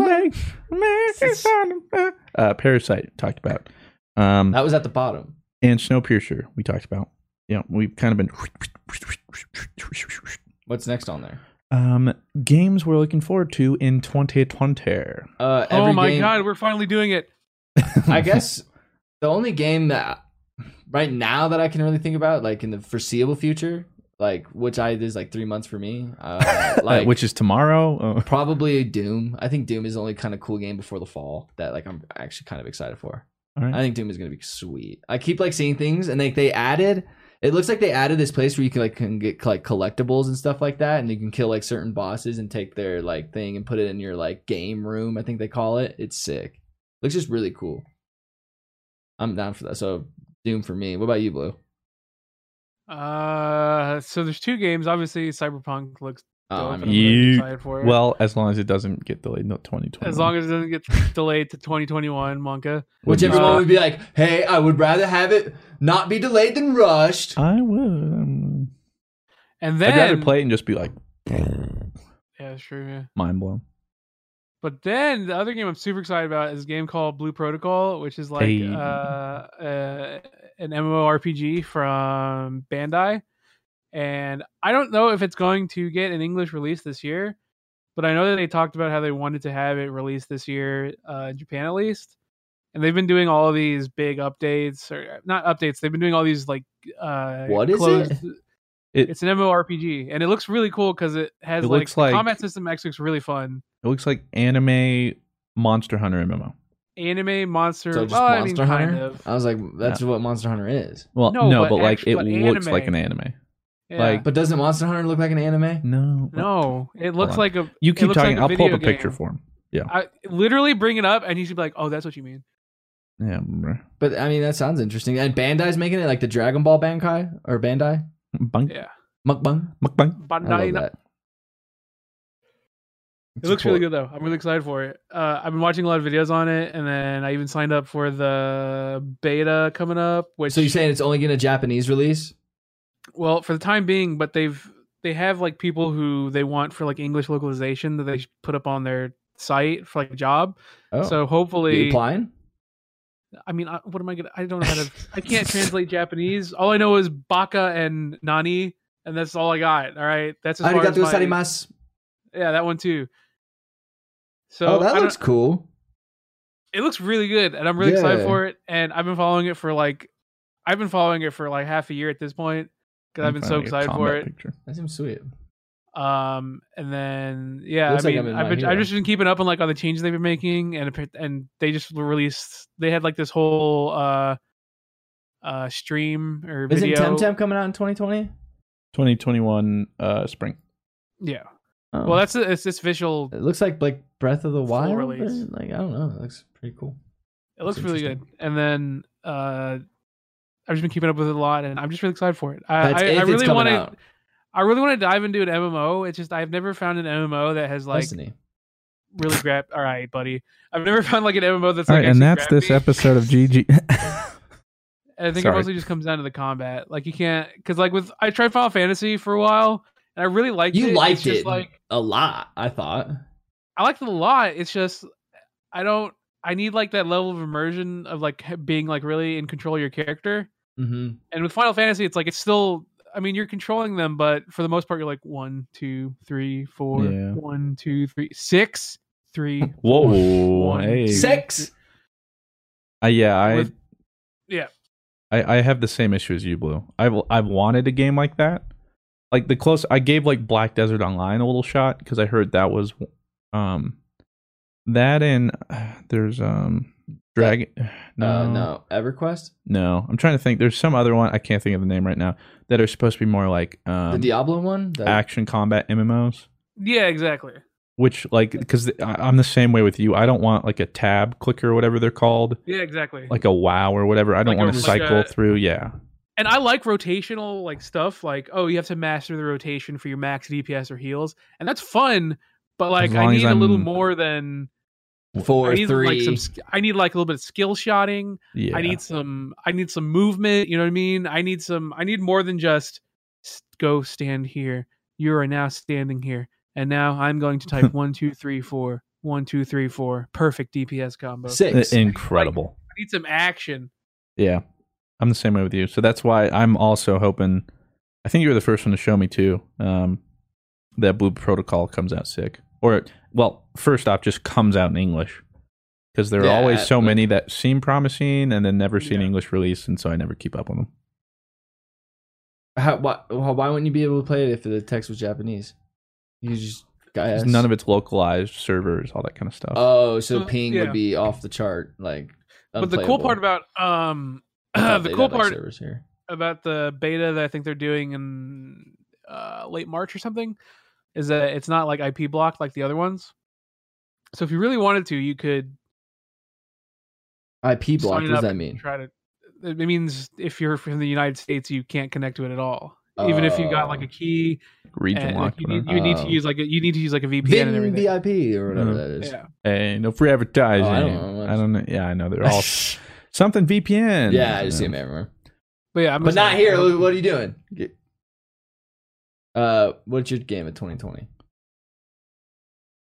[SPEAKER 4] Uh, parasite talked about. Um,
[SPEAKER 5] That was at the bottom.
[SPEAKER 4] and Snowpiercer we talked about. Yeah, we've kind of been.
[SPEAKER 5] What's next on there?
[SPEAKER 4] Um, games we're looking forward to in 2020.
[SPEAKER 5] Uh, every
[SPEAKER 7] Oh my
[SPEAKER 5] game-
[SPEAKER 7] god, we're finally doing it.
[SPEAKER 5] I guess the only game that right now that I can really think about, like in the foreseeable future, like which I is like three months for me, uh,
[SPEAKER 4] Uh,
[SPEAKER 5] like
[SPEAKER 4] which is tomorrow. Uh,
[SPEAKER 5] probably Doom. I think Doom is the only kind of cool game before the fall that like I'm actually kind of excited for.
[SPEAKER 4] all right.
[SPEAKER 5] I think Doom is gonna be sweet. I keep like seeing things and like they added. It looks like they added this place where you can like can get like collectibles and stuff like that, and you can kill like certain bosses and take their like thing and put it in your like game room. I think they call it. It's sick. Looks just really cool. I'm down for that. So Doom for me. What about you, Blue?
[SPEAKER 7] Uh, so there's two games. Obviously, Cyberpunk looks
[SPEAKER 5] Oh, I
[SPEAKER 7] dope, and I'm
[SPEAKER 5] mean,
[SPEAKER 7] really
[SPEAKER 4] You-
[SPEAKER 7] excited for it.
[SPEAKER 4] well, as long as it doesn't get delayed, not 2020.
[SPEAKER 7] as long as it doesn't get delayed to 2021, Monka.
[SPEAKER 5] which
[SPEAKER 7] Would you-
[SPEAKER 5] everyone would be like, "Hey, I would rather have it not be delayed than rushed."
[SPEAKER 4] I would. um,
[SPEAKER 7] And then
[SPEAKER 4] I'd rather play it and just be like
[SPEAKER 7] Yeah, that's true. Yeah.
[SPEAKER 4] mind blown.
[SPEAKER 7] But then the other game I'm super excited about is a game called Blue Protocol, which is like
[SPEAKER 4] Hey.
[SPEAKER 7] uh, uh, an MMORPG from Bandai. And I don't know if it's going to get an English release this year, but I know that they talked about how they wanted to have it released this year, uh, in Japan at least. And they've been doing all these big updates, or uh, not updates. They've been doing all these like uh,
[SPEAKER 5] What is it?
[SPEAKER 4] It-
[SPEAKER 7] It's an MMORPG, and it looks really cool because it has
[SPEAKER 4] It
[SPEAKER 7] like,
[SPEAKER 4] looks
[SPEAKER 7] the
[SPEAKER 4] like-
[SPEAKER 7] combat system. Actually, looks really fun.
[SPEAKER 4] It looks like anime Monster Hunter MMO.
[SPEAKER 7] anime monster.
[SPEAKER 5] So just
[SPEAKER 7] well,
[SPEAKER 5] Monster
[SPEAKER 7] Oh, I mean,
[SPEAKER 5] Hunter.
[SPEAKER 7] kind of.
[SPEAKER 4] Uh,
[SPEAKER 5] I was like, "That's what Monster Hunter is."
[SPEAKER 4] Well,
[SPEAKER 7] No,
[SPEAKER 4] no,
[SPEAKER 7] but
[SPEAKER 4] but, like
[SPEAKER 7] actu-
[SPEAKER 4] it
[SPEAKER 7] but
[SPEAKER 4] looks like
[SPEAKER 7] anime.
[SPEAKER 4] an anime.
[SPEAKER 7] Yeah.
[SPEAKER 4] like-
[SPEAKER 5] But doesn't Monster Hunter look like an anime?
[SPEAKER 4] No,
[SPEAKER 7] no, it looks
[SPEAKER 4] on.
[SPEAKER 7] like a.
[SPEAKER 4] You
[SPEAKER 7] it
[SPEAKER 4] keep
[SPEAKER 7] looks
[SPEAKER 4] talking.
[SPEAKER 7] Like
[SPEAKER 4] I'll pull up
[SPEAKER 7] video
[SPEAKER 4] a picture
[SPEAKER 7] game.
[SPEAKER 4] for him. Yeah,
[SPEAKER 7] I literally bring it up, and he should be like, "Oh, that's what you mean."
[SPEAKER 4] yeah. bruh.
[SPEAKER 5] But I mean, that sounds interesting. And Bandai's making it like the Dragon Ball Bankai or Bandai.
[SPEAKER 4] Bunk.
[SPEAKER 7] Yeah,
[SPEAKER 5] Mukbang.
[SPEAKER 4] Mukbang.
[SPEAKER 5] I
[SPEAKER 7] Bandai
[SPEAKER 5] love
[SPEAKER 7] Na-
[SPEAKER 5] that.
[SPEAKER 7] It looks really good though. I'm really excited for it. Uh, I've been watching a lot of videos on it, and then I even signed up for the beta coming up. Which
[SPEAKER 5] So you're saying it's only getting a Japanese release?
[SPEAKER 7] well, for the time being, but they've they have like people who they want for like English localization that they sh- put up on their site for like a job.
[SPEAKER 4] Oh.
[SPEAKER 7] So
[SPEAKER 5] you
[SPEAKER 7] hopefully,
[SPEAKER 5] applying?
[SPEAKER 7] I mean, I, what am I gonna? I don't know how to. I can't translate Japanese. All I know is baka and nani, and that's all I got. All right, that's as far as
[SPEAKER 5] Arigato
[SPEAKER 7] my-
[SPEAKER 5] gozaimasu.
[SPEAKER 7] yeah, that one too. So
[SPEAKER 5] Oh,
[SPEAKER 7] I
[SPEAKER 5] that
[SPEAKER 7] don't-
[SPEAKER 5] looks cool.
[SPEAKER 7] it looks really good and i'm really excited
[SPEAKER 5] Yeah.
[SPEAKER 7] for it and i've been following it for like i've been following it for like half a year at this point because i've been
[SPEAKER 4] Finally,
[SPEAKER 7] so
[SPEAKER 4] a
[SPEAKER 7] excited for
[SPEAKER 4] combat
[SPEAKER 7] it
[SPEAKER 4] picture.
[SPEAKER 5] That seems sweet.
[SPEAKER 7] um and then yeah
[SPEAKER 5] Looks
[SPEAKER 7] i
[SPEAKER 5] like
[SPEAKER 7] mean
[SPEAKER 5] I'm in
[SPEAKER 7] i've
[SPEAKER 5] My
[SPEAKER 7] been i've
[SPEAKER 5] Hero.
[SPEAKER 7] just been keeping up on like on the changes they've been making and appa- and they just released they had like this whole uh uh stream or
[SPEAKER 5] Isn't
[SPEAKER 7] video
[SPEAKER 5] Temtem coming out in 2020?
[SPEAKER 4] 2021 uh, spring.
[SPEAKER 7] yeah
[SPEAKER 5] Oh.
[SPEAKER 7] well that's it's this visual
[SPEAKER 5] It looks like like Breath of the
[SPEAKER 7] Full
[SPEAKER 5] Wild. but,
[SPEAKER 7] release.
[SPEAKER 5] Like I don't know. It looks pretty cool.
[SPEAKER 7] it looks
[SPEAKER 5] That's
[SPEAKER 7] really good
[SPEAKER 5] interesting.
[SPEAKER 7] and then uh i've just been keeping up with it a lot and i'm just really excited for it i
[SPEAKER 5] That's
[SPEAKER 7] I,
[SPEAKER 5] if
[SPEAKER 7] I
[SPEAKER 5] it's
[SPEAKER 7] really
[SPEAKER 5] coming
[SPEAKER 7] want to
[SPEAKER 5] out.
[SPEAKER 7] I really want to dive into an MMO. It's just I've never found an MMO that has like
[SPEAKER 5] Destiny.
[SPEAKER 7] really grab. All right, buddy. I've never found like an MMO that's
[SPEAKER 4] All
[SPEAKER 7] like.
[SPEAKER 4] right, and
[SPEAKER 7] actually
[SPEAKER 4] that's
[SPEAKER 7] grabbed
[SPEAKER 4] this
[SPEAKER 7] me.
[SPEAKER 4] episode of GG.
[SPEAKER 7] And I think it
[SPEAKER 4] Sorry.
[SPEAKER 7] mostly just comes down to the combat. Like you can't because like with I tried Final Fantasy for a while and I really liked it.
[SPEAKER 5] You
[SPEAKER 7] It's
[SPEAKER 5] liked
[SPEAKER 7] just,
[SPEAKER 5] it
[SPEAKER 7] Like
[SPEAKER 5] a lot. I thought.
[SPEAKER 7] I liked it a lot. It's just I don't. I need like that level of immersion of like being like really in control of your character.
[SPEAKER 5] hmm
[SPEAKER 7] And with Final Fantasy, it's like it's still. I mean, you're controlling them, but for the most part, you're like one, two, three, four,
[SPEAKER 4] Yeah.
[SPEAKER 7] one, two, three, six, three,
[SPEAKER 4] Whoa, hey.
[SPEAKER 5] Six.
[SPEAKER 4] Uh, yeah, I
[SPEAKER 7] With- yeah.
[SPEAKER 4] I, I have the same issue as you, Blue. I've I've wanted a game like that. Like the close, I gave like Black Desert Online a little shot because I heard that was, um, that and uh, there's um Dragon. No,
[SPEAKER 5] Uh, no. EverQuest.
[SPEAKER 4] no. I'm trying to think. There's some other one I can't think of the name right now that are supposed to be more like
[SPEAKER 5] the
[SPEAKER 4] um
[SPEAKER 5] Diablo one. The-
[SPEAKER 4] action combat MMOs.
[SPEAKER 7] Yeah, exactly.
[SPEAKER 4] Which like because I'm the same way with you. I don't want like a tab clicker or whatever they're called,
[SPEAKER 7] Yeah, exactly.
[SPEAKER 4] like a WoW or whatever. I don't
[SPEAKER 7] Like a-
[SPEAKER 4] want to
[SPEAKER 7] like
[SPEAKER 4] cycle
[SPEAKER 7] a-
[SPEAKER 4] through. Yeah,
[SPEAKER 7] and I like rotational like stuff. Like, oh, you have to master the rotation for your max DPS or heals, and that's fun. But like, I
[SPEAKER 4] long as
[SPEAKER 7] need a little
[SPEAKER 4] I'm-
[SPEAKER 7] more than I
[SPEAKER 5] four
[SPEAKER 7] need
[SPEAKER 5] three.
[SPEAKER 7] like some. sk- I need like a little bit of skill shotting.
[SPEAKER 4] yeah.
[SPEAKER 7] I need some. I need some movement. You know what I mean? I need some. I need more than just s- go stand here. You are now standing here, and now I'm going to type one, two, three, four. One, two, three, four. Perfect DPS combo.
[SPEAKER 5] six.
[SPEAKER 4] Uh, incredible.
[SPEAKER 7] I need some action.
[SPEAKER 4] Yeah. I'm the same way with you. So that's why I'm also hoping I think you were the first one to show me too. Um that Blue Protocol comes out sick. Or well, first off just comes out in English. Because there are
[SPEAKER 5] Yeah,
[SPEAKER 4] always so
[SPEAKER 5] like-
[SPEAKER 4] many that seem promising and then never see an
[SPEAKER 7] Yeah.
[SPEAKER 4] English release and so I never keep up with them.
[SPEAKER 5] How, why, why why wouldn't you be able to play it if the text was Japanese? You just
[SPEAKER 4] 'Cause
[SPEAKER 5] guys.
[SPEAKER 4] None of it's localized servers, all that kind of stuff.
[SPEAKER 5] Oh, so
[SPEAKER 7] Uh,
[SPEAKER 5] ping
[SPEAKER 7] yeah.
[SPEAKER 5] would be off the chart. Like,
[SPEAKER 7] But the cool
[SPEAKER 5] unplayable.
[SPEAKER 7] part about um,
[SPEAKER 5] I thought
[SPEAKER 7] the
[SPEAKER 5] they'd
[SPEAKER 7] cool
[SPEAKER 5] have, like,
[SPEAKER 7] part
[SPEAKER 5] servers here.
[SPEAKER 7] about the beta that I think they're doing in uh, late March or something is that it's not like IP blocked like the other ones. So if you really wanted to, you could
[SPEAKER 5] IP block.
[SPEAKER 7] sign
[SPEAKER 5] What
[SPEAKER 7] it
[SPEAKER 5] does
[SPEAKER 7] up
[SPEAKER 5] that
[SPEAKER 7] and
[SPEAKER 5] mean?
[SPEAKER 7] try to. It means if you're from the United States, you can't connect to it at all. Even if you got like a
[SPEAKER 5] Oh.
[SPEAKER 7] key,
[SPEAKER 4] Region
[SPEAKER 7] and, like,
[SPEAKER 4] lock.
[SPEAKER 7] you,
[SPEAKER 4] whatever.
[SPEAKER 7] need, you need to
[SPEAKER 5] Oh.
[SPEAKER 7] use like a, you need to use like a VPN and
[SPEAKER 5] Then
[SPEAKER 7] everything.
[SPEAKER 5] VIP or whatever
[SPEAKER 4] Mm.
[SPEAKER 5] that is.
[SPEAKER 7] Yeah,
[SPEAKER 4] hey, no free advertising.
[SPEAKER 5] Oh,
[SPEAKER 4] I,
[SPEAKER 5] I
[SPEAKER 4] don't
[SPEAKER 5] don't
[SPEAKER 4] know
[SPEAKER 5] know much.
[SPEAKER 4] Yeah, I know. They're all something VPN.
[SPEAKER 5] yeah, I just see them everywhere.
[SPEAKER 7] but yeah, I'm
[SPEAKER 5] But not
[SPEAKER 7] excited.
[SPEAKER 5] here. What what are you doing? Get- Uh, what's your game of 2020?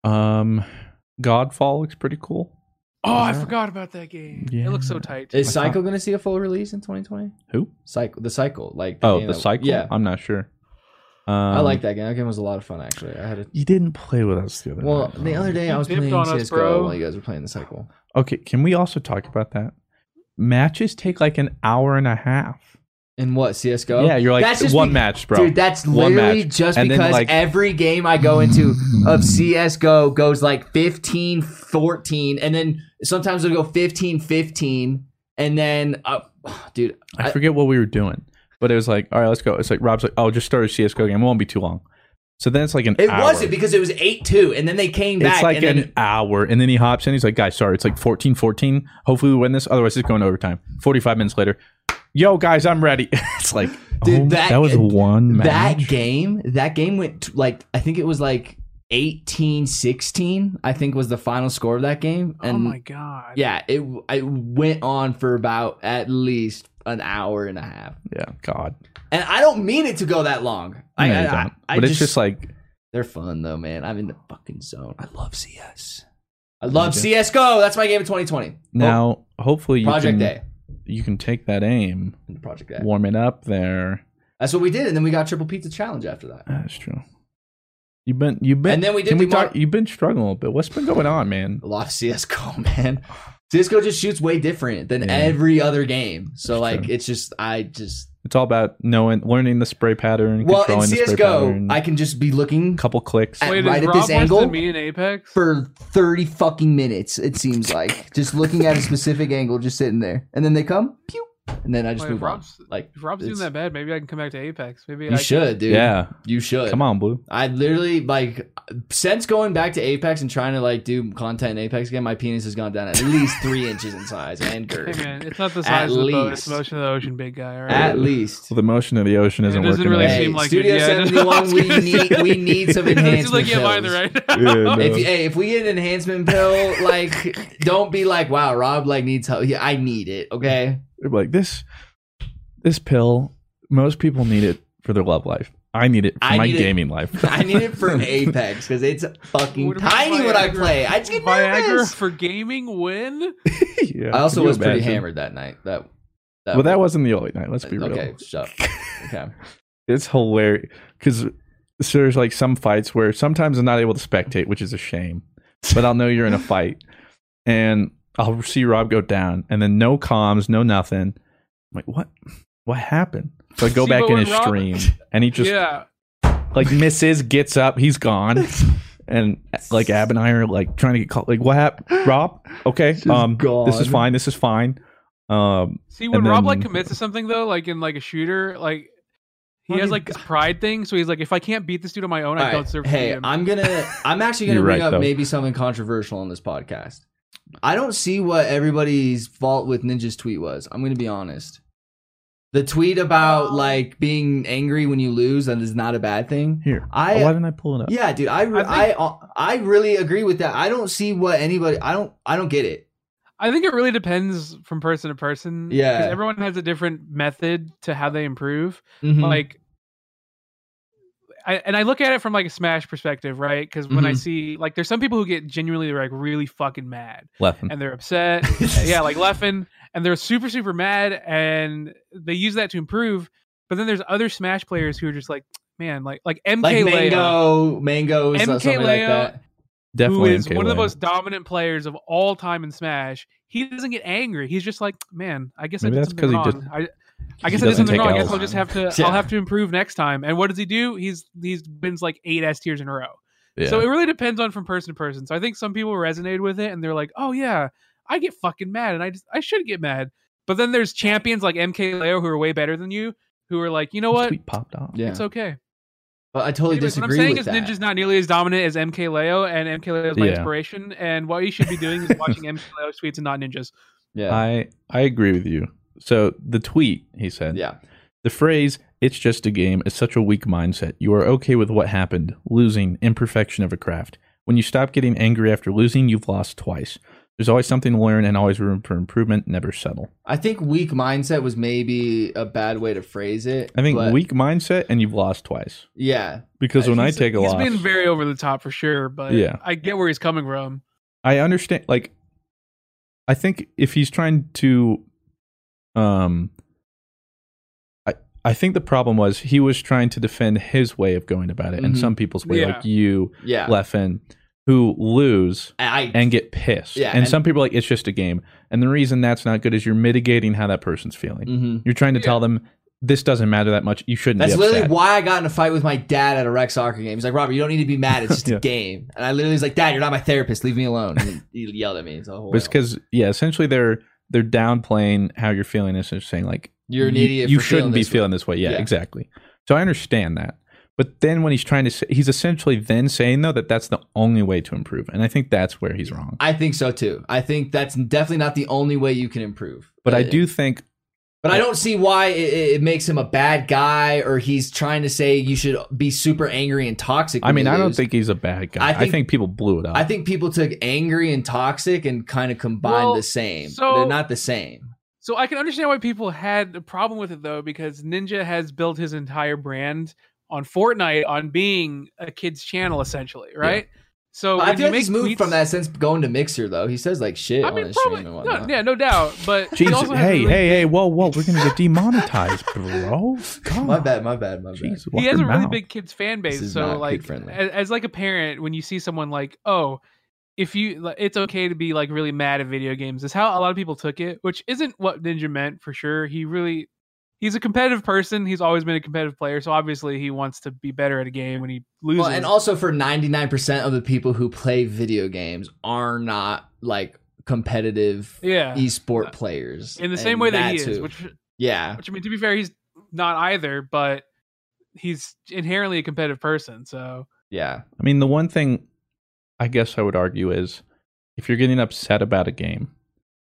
[SPEAKER 4] Um Godfall looks pretty cool.
[SPEAKER 7] Oh, I
[SPEAKER 4] Yeah.
[SPEAKER 7] forgot about that game.
[SPEAKER 4] Yeah.
[SPEAKER 7] It looks so tight.
[SPEAKER 5] Is
[SPEAKER 4] I thought-
[SPEAKER 5] Cycle gonna see a full release in 2020?
[SPEAKER 4] Who?
[SPEAKER 5] Cycle, the Cycle, like
[SPEAKER 4] Oh,
[SPEAKER 5] game
[SPEAKER 4] the
[SPEAKER 5] that-
[SPEAKER 4] cycle.
[SPEAKER 5] Yeah,
[SPEAKER 4] I'm not sure. Um,
[SPEAKER 5] I like that game. That game was a lot of fun actually. I had a
[SPEAKER 4] You didn't play with us the other
[SPEAKER 5] well
[SPEAKER 4] night.
[SPEAKER 5] the other day I was
[SPEAKER 7] dipped
[SPEAKER 5] playing
[SPEAKER 7] on us,
[SPEAKER 5] CS:GO
[SPEAKER 7] bro.
[SPEAKER 5] while you guys were playing the Cycle.
[SPEAKER 4] Okay, can we also talk about that? Matches take like an hour and a half.
[SPEAKER 5] And what CS:GO?
[SPEAKER 4] Yeah, you're like
[SPEAKER 5] That's just
[SPEAKER 4] one
[SPEAKER 5] be-
[SPEAKER 4] match, bro.
[SPEAKER 5] Dude, that's
[SPEAKER 4] One
[SPEAKER 5] literally
[SPEAKER 4] match.
[SPEAKER 5] just
[SPEAKER 4] And then,
[SPEAKER 5] because
[SPEAKER 4] like-
[SPEAKER 5] every game I go into of CSGO goes like 15 14 and then sometimes it'll go 15 15 and then uh, dude,
[SPEAKER 4] I forget what we were doing, but it was like, all right, let's go. It's like Rob's like, oh, just start a CS:GO game. It won't be too long. So then it's like an.
[SPEAKER 5] it
[SPEAKER 4] hour.
[SPEAKER 5] wasn't because it was 8-2 and then they came back
[SPEAKER 4] It's like
[SPEAKER 5] and
[SPEAKER 4] an
[SPEAKER 5] then
[SPEAKER 4] hour, and then he hops in. He's like, "Guys, sorry, it's like 14-14. Hopefully, we win this. Otherwise, it's going to overtime." Forty-five minutes later, yo, guys, I'm ready. it's like
[SPEAKER 5] Dude,
[SPEAKER 4] Oh,
[SPEAKER 5] that-
[SPEAKER 4] that, was one match.
[SPEAKER 5] That game, that game went t- like I think it was like 18-16, I think was the final score of that game. And
[SPEAKER 7] oh my god.
[SPEAKER 5] yeah, it it went on for about at least an hour and a half.
[SPEAKER 4] Yeah, God.
[SPEAKER 5] And I don't mean it to go that long. I,
[SPEAKER 4] No, you
[SPEAKER 5] I,
[SPEAKER 4] don't.
[SPEAKER 5] I, I
[SPEAKER 4] but it's just like
[SPEAKER 5] they're fun though, man. I'm in the fucking zone. I love CS. I love CS:GO. That's my game of 2020.
[SPEAKER 4] now. Hopefully, you
[SPEAKER 5] Project
[SPEAKER 4] can,
[SPEAKER 5] A.
[SPEAKER 4] You can take that aim,
[SPEAKER 5] in Project A.
[SPEAKER 4] warm it up there.
[SPEAKER 5] That's what we did, and then we got triple pizza challenge after that.
[SPEAKER 4] That's true. You've been, you've been,
[SPEAKER 5] And then we did
[SPEAKER 4] Can we
[SPEAKER 5] the
[SPEAKER 4] talk?
[SPEAKER 5] mar-
[SPEAKER 4] You've been struggling a little bit. What's been going on, man?
[SPEAKER 5] a lot of CS:GO, man. CS:GO just shoots way different than
[SPEAKER 4] Yeah.
[SPEAKER 5] every other game. So
[SPEAKER 4] That's
[SPEAKER 5] like,
[SPEAKER 4] true.
[SPEAKER 5] it's just I just
[SPEAKER 4] It's all about knowing, learning the spray pattern,
[SPEAKER 5] well in
[SPEAKER 4] controlling the spray
[SPEAKER 5] CS:GO,
[SPEAKER 4] pattern.
[SPEAKER 5] I can just be looking
[SPEAKER 4] couple clicks.
[SPEAKER 5] I-
[SPEAKER 7] Wait,
[SPEAKER 5] right
[SPEAKER 7] is
[SPEAKER 5] at
[SPEAKER 7] Rob
[SPEAKER 5] this
[SPEAKER 7] worse
[SPEAKER 5] angle-
[SPEAKER 7] than me in Apex?
[SPEAKER 5] for thirty fucking minutes. It seems like just looking at a specific angle, just sitting there, and then they come, pew, and then I just
[SPEAKER 7] Wait,
[SPEAKER 5] move
[SPEAKER 7] Rob's-
[SPEAKER 5] on. Like
[SPEAKER 7] If Rob's doing
[SPEAKER 5] it's-
[SPEAKER 7] that bad, maybe I can come back to Apex. Maybe I
[SPEAKER 5] you should, dude.
[SPEAKER 4] yeah,
[SPEAKER 5] you should.
[SPEAKER 4] come on, blue.
[SPEAKER 5] I literally like since going back to Apex and trying to like do content in Apex again, my penis has gone down at least three inches in size and
[SPEAKER 7] Can,
[SPEAKER 5] girth.
[SPEAKER 7] hey man, it's not the
[SPEAKER 5] At
[SPEAKER 7] size of the boat, it's the
[SPEAKER 5] least.
[SPEAKER 7] motion of the ocean, big guy. All right.
[SPEAKER 5] At least.
[SPEAKER 4] So the motion of the ocean isn't
[SPEAKER 7] it doesn't
[SPEAKER 4] working.
[SPEAKER 7] really
[SPEAKER 4] right.
[SPEAKER 7] seem like
[SPEAKER 5] Studio
[SPEAKER 7] it. Yeah, I
[SPEAKER 5] 71,
[SPEAKER 7] was
[SPEAKER 5] we
[SPEAKER 7] gonna
[SPEAKER 5] need-
[SPEAKER 7] say.
[SPEAKER 5] we need some
[SPEAKER 7] It doesn't seem
[SPEAKER 5] enhancement
[SPEAKER 7] like you have either
[SPEAKER 5] pills.
[SPEAKER 7] right
[SPEAKER 4] Yeah,
[SPEAKER 7] now.
[SPEAKER 4] no.
[SPEAKER 5] If you, hey, if we get an enhancement pill, like don't be like, wow, Rob like needs help. Yeah, I need it. Okay,
[SPEAKER 4] They're like this this pill most people need it for their love life i need it for
[SPEAKER 5] I
[SPEAKER 4] my
[SPEAKER 5] need it-
[SPEAKER 4] gaming life
[SPEAKER 5] I need it for an Apex because it's fucking
[SPEAKER 7] What about
[SPEAKER 5] tiny when I
[SPEAKER 7] Viagra?
[SPEAKER 5] play. I just get
[SPEAKER 7] Viagra
[SPEAKER 5] nervous.
[SPEAKER 7] for gaming win?
[SPEAKER 4] Yeah,
[SPEAKER 5] I also
[SPEAKER 4] can you
[SPEAKER 5] was pretty
[SPEAKER 4] imagine?
[SPEAKER 5] hammered that night. That, that
[SPEAKER 4] well that wasn't the only night let's be real
[SPEAKER 5] okay. Shut up. Okay.
[SPEAKER 4] it's hilarious because there's like some fights where sometimes i'm not able to spectate which is a shame but i'll know you're in a fight and i'll see rob go down and then no comms no nothing i'm like what what happened so i go
[SPEAKER 7] See,
[SPEAKER 4] back
[SPEAKER 7] but
[SPEAKER 4] in
[SPEAKER 7] when
[SPEAKER 4] his
[SPEAKER 7] Rob-
[SPEAKER 4] stream and he just
[SPEAKER 7] yeah.
[SPEAKER 4] like misses gets up he's gone and like ab and i are like trying to get called like what happened rob okay um this is
[SPEAKER 5] gone.
[SPEAKER 4] fine this is fine um
[SPEAKER 7] See, when
[SPEAKER 4] And
[SPEAKER 7] Rob like
[SPEAKER 4] then-
[SPEAKER 7] commits to something though, like in like a shooter, like he
[SPEAKER 4] Oh,
[SPEAKER 7] has
[SPEAKER 4] you
[SPEAKER 7] like this pride thing. So he's like, if I can't beat this dude on my own,
[SPEAKER 5] All
[SPEAKER 7] I
[SPEAKER 5] right.
[SPEAKER 7] don't serve
[SPEAKER 5] hey,
[SPEAKER 7] to beat him.
[SPEAKER 5] I'm gonna. I'm actually gonna
[SPEAKER 4] You're
[SPEAKER 5] bring
[SPEAKER 4] right,
[SPEAKER 5] up
[SPEAKER 4] though.
[SPEAKER 5] maybe something controversial on this podcast. I don't see what everybody's fault with Ninja's tweet was. I'm gonna be honest. The tweet about like being angry when you lose that is not a bad thing.
[SPEAKER 4] here
[SPEAKER 5] I-
[SPEAKER 4] why didn't i pull it up
[SPEAKER 5] Yeah, dude. I re- I,
[SPEAKER 7] I
[SPEAKER 5] I really agree with that. I don't see what anybody. I don't. I don't get it.
[SPEAKER 7] I think it really depends from person to person. 'cause
[SPEAKER 5] Yeah.
[SPEAKER 7] everyone has a different method to how they improve.
[SPEAKER 4] Mm-hmm.
[SPEAKER 5] Mhm.
[SPEAKER 7] like I, and I look at it from like a smash perspective, right? Because when I
[SPEAKER 4] Mm-hmm.
[SPEAKER 5] Mhm.
[SPEAKER 7] see like there's some people who get genuinely like really fucking mad
[SPEAKER 4] left
[SPEAKER 7] and they're upset, yeah, like Leffen, and they're super super mad and they use that to improve. But then there's other smash players who are just like, man, like like MK
[SPEAKER 5] like
[SPEAKER 7] Leo,
[SPEAKER 5] mango, mango, is
[SPEAKER 7] MKLeo
[SPEAKER 5] something like that.
[SPEAKER 7] who
[SPEAKER 4] definitely
[SPEAKER 7] is one of the
[SPEAKER 4] MKLeo.
[SPEAKER 7] most dominant players of all time in Smash. He doesn't get angry. He's just like, man, I guess
[SPEAKER 4] Maybe
[SPEAKER 7] I did
[SPEAKER 4] that's
[SPEAKER 7] something
[SPEAKER 4] 'cause he
[SPEAKER 7] wrong. I, I
[SPEAKER 4] he
[SPEAKER 7] guess I did
[SPEAKER 4] doesn't
[SPEAKER 7] something
[SPEAKER 4] take
[SPEAKER 7] wrong. I guess
[SPEAKER 4] Ls.
[SPEAKER 7] I'll just have to.
[SPEAKER 5] Yeah.
[SPEAKER 7] I'll have to improve next time. And what does he do? He's he's wins like eight S tiers in a row.
[SPEAKER 4] yeah.
[SPEAKER 7] So it really depends on from person to person. So I think some people resonated with it and they're like, oh yeah, I get fucking mad and I just I should get mad. But then there's champions like MKLeo who are way better than you who are like, you know
[SPEAKER 4] His
[SPEAKER 7] what?
[SPEAKER 4] tweet popped off
[SPEAKER 5] Yeah,
[SPEAKER 7] It's okay.
[SPEAKER 5] but I totally
[SPEAKER 7] Anyways, what I'm
[SPEAKER 5] disagree
[SPEAKER 7] saying
[SPEAKER 5] with
[SPEAKER 7] is
[SPEAKER 5] that.
[SPEAKER 7] Ninja's not nearly as dominant as MKLeo, and MKLeo is my
[SPEAKER 4] Yeah.
[SPEAKER 7] inspiration. And what you should be doing is watching MKLeo tweets and not ninjas.
[SPEAKER 5] yeah,
[SPEAKER 4] i i agree with you so the tweet he said
[SPEAKER 5] yeah,
[SPEAKER 4] the phrase it's just a game is such a weak mindset you are okay with what happened losing imperfection of a craft when you stop getting angry after losing you've lost twice there's always something to learn and always room for improvement never settle
[SPEAKER 5] I think weak mindset was maybe a bad way to phrase it.
[SPEAKER 4] I think
[SPEAKER 5] but-
[SPEAKER 4] weak mindset and you've lost twice.
[SPEAKER 5] Yeah,
[SPEAKER 4] Because when I
[SPEAKER 7] He's-
[SPEAKER 4] take a loss,
[SPEAKER 7] he's been very over the top for sure. But
[SPEAKER 4] Yeah.
[SPEAKER 7] I get where he's coming from.
[SPEAKER 4] I understand. Like, I think if he's trying to, um, I I think the problem was he was trying to defend his way of going about it, and
[SPEAKER 5] Mhm.
[SPEAKER 4] some people's way,
[SPEAKER 7] Mm-hmm. Yeah.
[SPEAKER 4] like you,
[SPEAKER 5] yeah.
[SPEAKER 4] Leffen, who lose
[SPEAKER 5] I
[SPEAKER 4] and get pissed,
[SPEAKER 5] Yeah,
[SPEAKER 4] and,
[SPEAKER 5] and-
[SPEAKER 4] some people are like it's just a game, and the reason that's not good is you're mitigating how that person's feeling.
[SPEAKER 5] Mhm.
[SPEAKER 4] You're trying to
[SPEAKER 7] Yeah.
[SPEAKER 4] tell them this doesn't matter that much. You shouldn't.
[SPEAKER 5] That's
[SPEAKER 4] be
[SPEAKER 5] literally
[SPEAKER 4] upset.
[SPEAKER 5] why I got in a fight with my dad at a rec soccer game. He's like, Robert, you don't need to be mad. It's just
[SPEAKER 4] Yeah.
[SPEAKER 5] a game. And I literally was like, Dad, you're not my therapist. Leave me alone. And he he yelled at me. "Oh, So,
[SPEAKER 4] But it's because yeah, essentially they're they're downplaying how you're feeling and just saying like
[SPEAKER 5] you're an
[SPEAKER 4] you-
[SPEAKER 5] idiot.
[SPEAKER 4] You
[SPEAKER 5] for
[SPEAKER 4] shouldn't be
[SPEAKER 5] this way.
[SPEAKER 4] feeling this way. Yeah,
[SPEAKER 5] Yeah.
[SPEAKER 4] exactly. So I understand that. But then when he's trying to say, he's essentially then saying though that that's the only way to improve, and I think that's where he's wrong.
[SPEAKER 5] I think so too. I think that's definitely not the only way you can improve. Uh,
[SPEAKER 4] But I do think
[SPEAKER 5] But I don't see why it, it- it makes him a bad guy or he's trying to say you should be super angry and toxic.
[SPEAKER 4] I
[SPEAKER 5] when
[SPEAKER 4] mean,
[SPEAKER 5] you
[SPEAKER 4] I don't
[SPEAKER 5] lose.
[SPEAKER 4] think he's a bad guy.
[SPEAKER 5] I
[SPEAKER 4] I
[SPEAKER 5] think-
[SPEAKER 4] think, people blew it up.
[SPEAKER 5] I think people took angry and toxic and kind of combined
[SPEAKER 7] Well,
[SPEAKER 5] the same.
[SPEAKER 7] so-
[SPEAKER 5] They're not the same.
[SPEAKER 7] So I can understand why people had a problem with it though, because Ninja has built his entire brand on Fortnite on being a kid's channel essentially, right? So
[SPEAKER 5] I
[SPEAKER 7] when
[SPEAKER 5] feel
[SPEAKER 7] you
[SPEAKER 5] like
[SPEAKER 7] make
[SPEAKER 5] he's moved
[SPEAKER 7] tweets-
[SPEAKER 5] from that since going to Mixer though. He says like shit
[SPEAKER 7] I
[SPEAKER 5] on
[SPEAKER 7] mean,
[SPEAKER 5] his
[SPEAKER 7] probably,
[SPEAKER 5] stream and
[SPEAKER 7] no,
[SPEAKER 5] whatnot.
[SPEAKER 7] yeah, no doubt. But he
[SPEAKER 4] Jesus,
[SPEAKER 7] also has a
[SPEAKER 4] hey,
[SPEAKER 7] really-
[SPEAKER 4] hey, hey, whoa, whoa, we're gonna get demonetized, bro. Come
[SPEAKER 5] My
[SPEAKER 4] on.
[SPEAKER 5] bad, my bad, my bad.
[SPEAKER 4] Jeez,
[SPEAKER 7] he
[SPEAKER 4] watch
[SPEAKER 7] has a
[SPEAKER 4] your
[SPEAKER 7] really
[SPEAKER 4] mouth.
[SPEAKER 7] big kids fan
[SPEAKER 5] This
[SPEAKER 7] base
[SPEAKER 5] is
[SPEAKER 7] so
[SPEAKER 5] not
[SPEAKER 7] like
[SPEAKER 5] kid-friendly.
[SPEAKER 7] as, as like a parent when you see someone like oh if you like, it's okay to be like really mad at video games is how a lot of people took it which isn't what ninja meant for sure he really he's a competitive person he's always been a competitive player so obviously he wants to be better at a game when he loses
[SPEAKER 5] Well, and also for 99% of the people who play video games are not like competitive
[SPEAKER 7] yeah
[SPEAKER 5] esport players.
[SPEAKER 7] in the same
[SPEAKER 5] And
[SPEAKER 7] way that he
[SPEAKER 5] that's
[SPEAKER 7] is
[SPEAKER 5] who-
[SPEAKER 7] which
[SPEAKER 5] yeah.
[SPEAKER 7] which i mean to be fair he's not either but he's inherently a competitive person so
[SPEAKER 5] Yeah.
[SPEAKER 4] I mean, the one thing I guess I would argue is if you're getting upset about a game,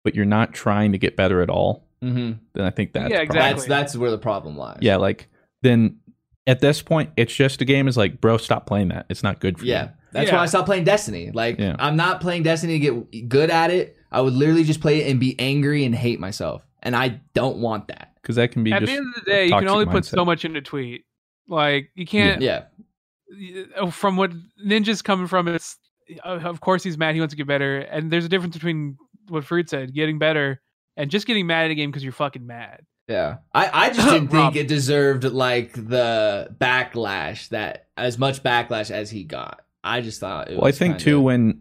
[SPEAKER 4] but you're not trying to get better at all,
[SPEAKER 5] hmm
[SPEAKER 4] then I think that's
[SPEAKER 7] Yeah,
[SPEAKER 4] probably-
[SPEAKER 7] Exactly.
[SPEAKER 5] That's that's where the problem lies.
[SPEAKER 4] yeah, like then at this point, it's just a game. Is like, bro, stop playing that. It's not good for
[SPEAKER 5] Yeah.
[SPEAKER 4] you.
[SPEAKER 5] That's
[SPEAKER 7] Yeah.
[SPEAKER 5] why I stopped playing Destiny. Like
[SPEAKER 4] Yeah.
[SPEAKER 5] I'm not playing Destiny to get good at it. I would literally just play it and be angry and hate myself. And I don't want that.
[SPEAKER 4] because that can be
[SPEAKER 7] at
[SPEAKER 4] just
[SPEAKER 7] the end of the
[SPEAKER 4] a
[SPEAKER 7] day you can
[SPEAKER 4] toxic
[SPEAKER 7] only put so
[SPEAKER 4] mindset.
[SPEAKER 7] much in a tweet like you can't
[SPEAKER 5] Yeah.
[SPEAKER 7] uh, from what ninja's coming from it's uh, of course he's mad he wants to get better and there's a difference between what fruit said getting better and just getting mad at a game because you're fucking mad
[SPEAKER 5] Yeah. I, I just didn't think
[SPEAKER 7] Rob.
[SPEAKER 5] it deserved like the backlash that as much backlash as he got. I just thought it
[SPEAKER 4] Well, I
[SPEAKER 5] was
[SPEAKER 4] think
[SPEAKER 5] kinda-
[SPEAKER 4] too when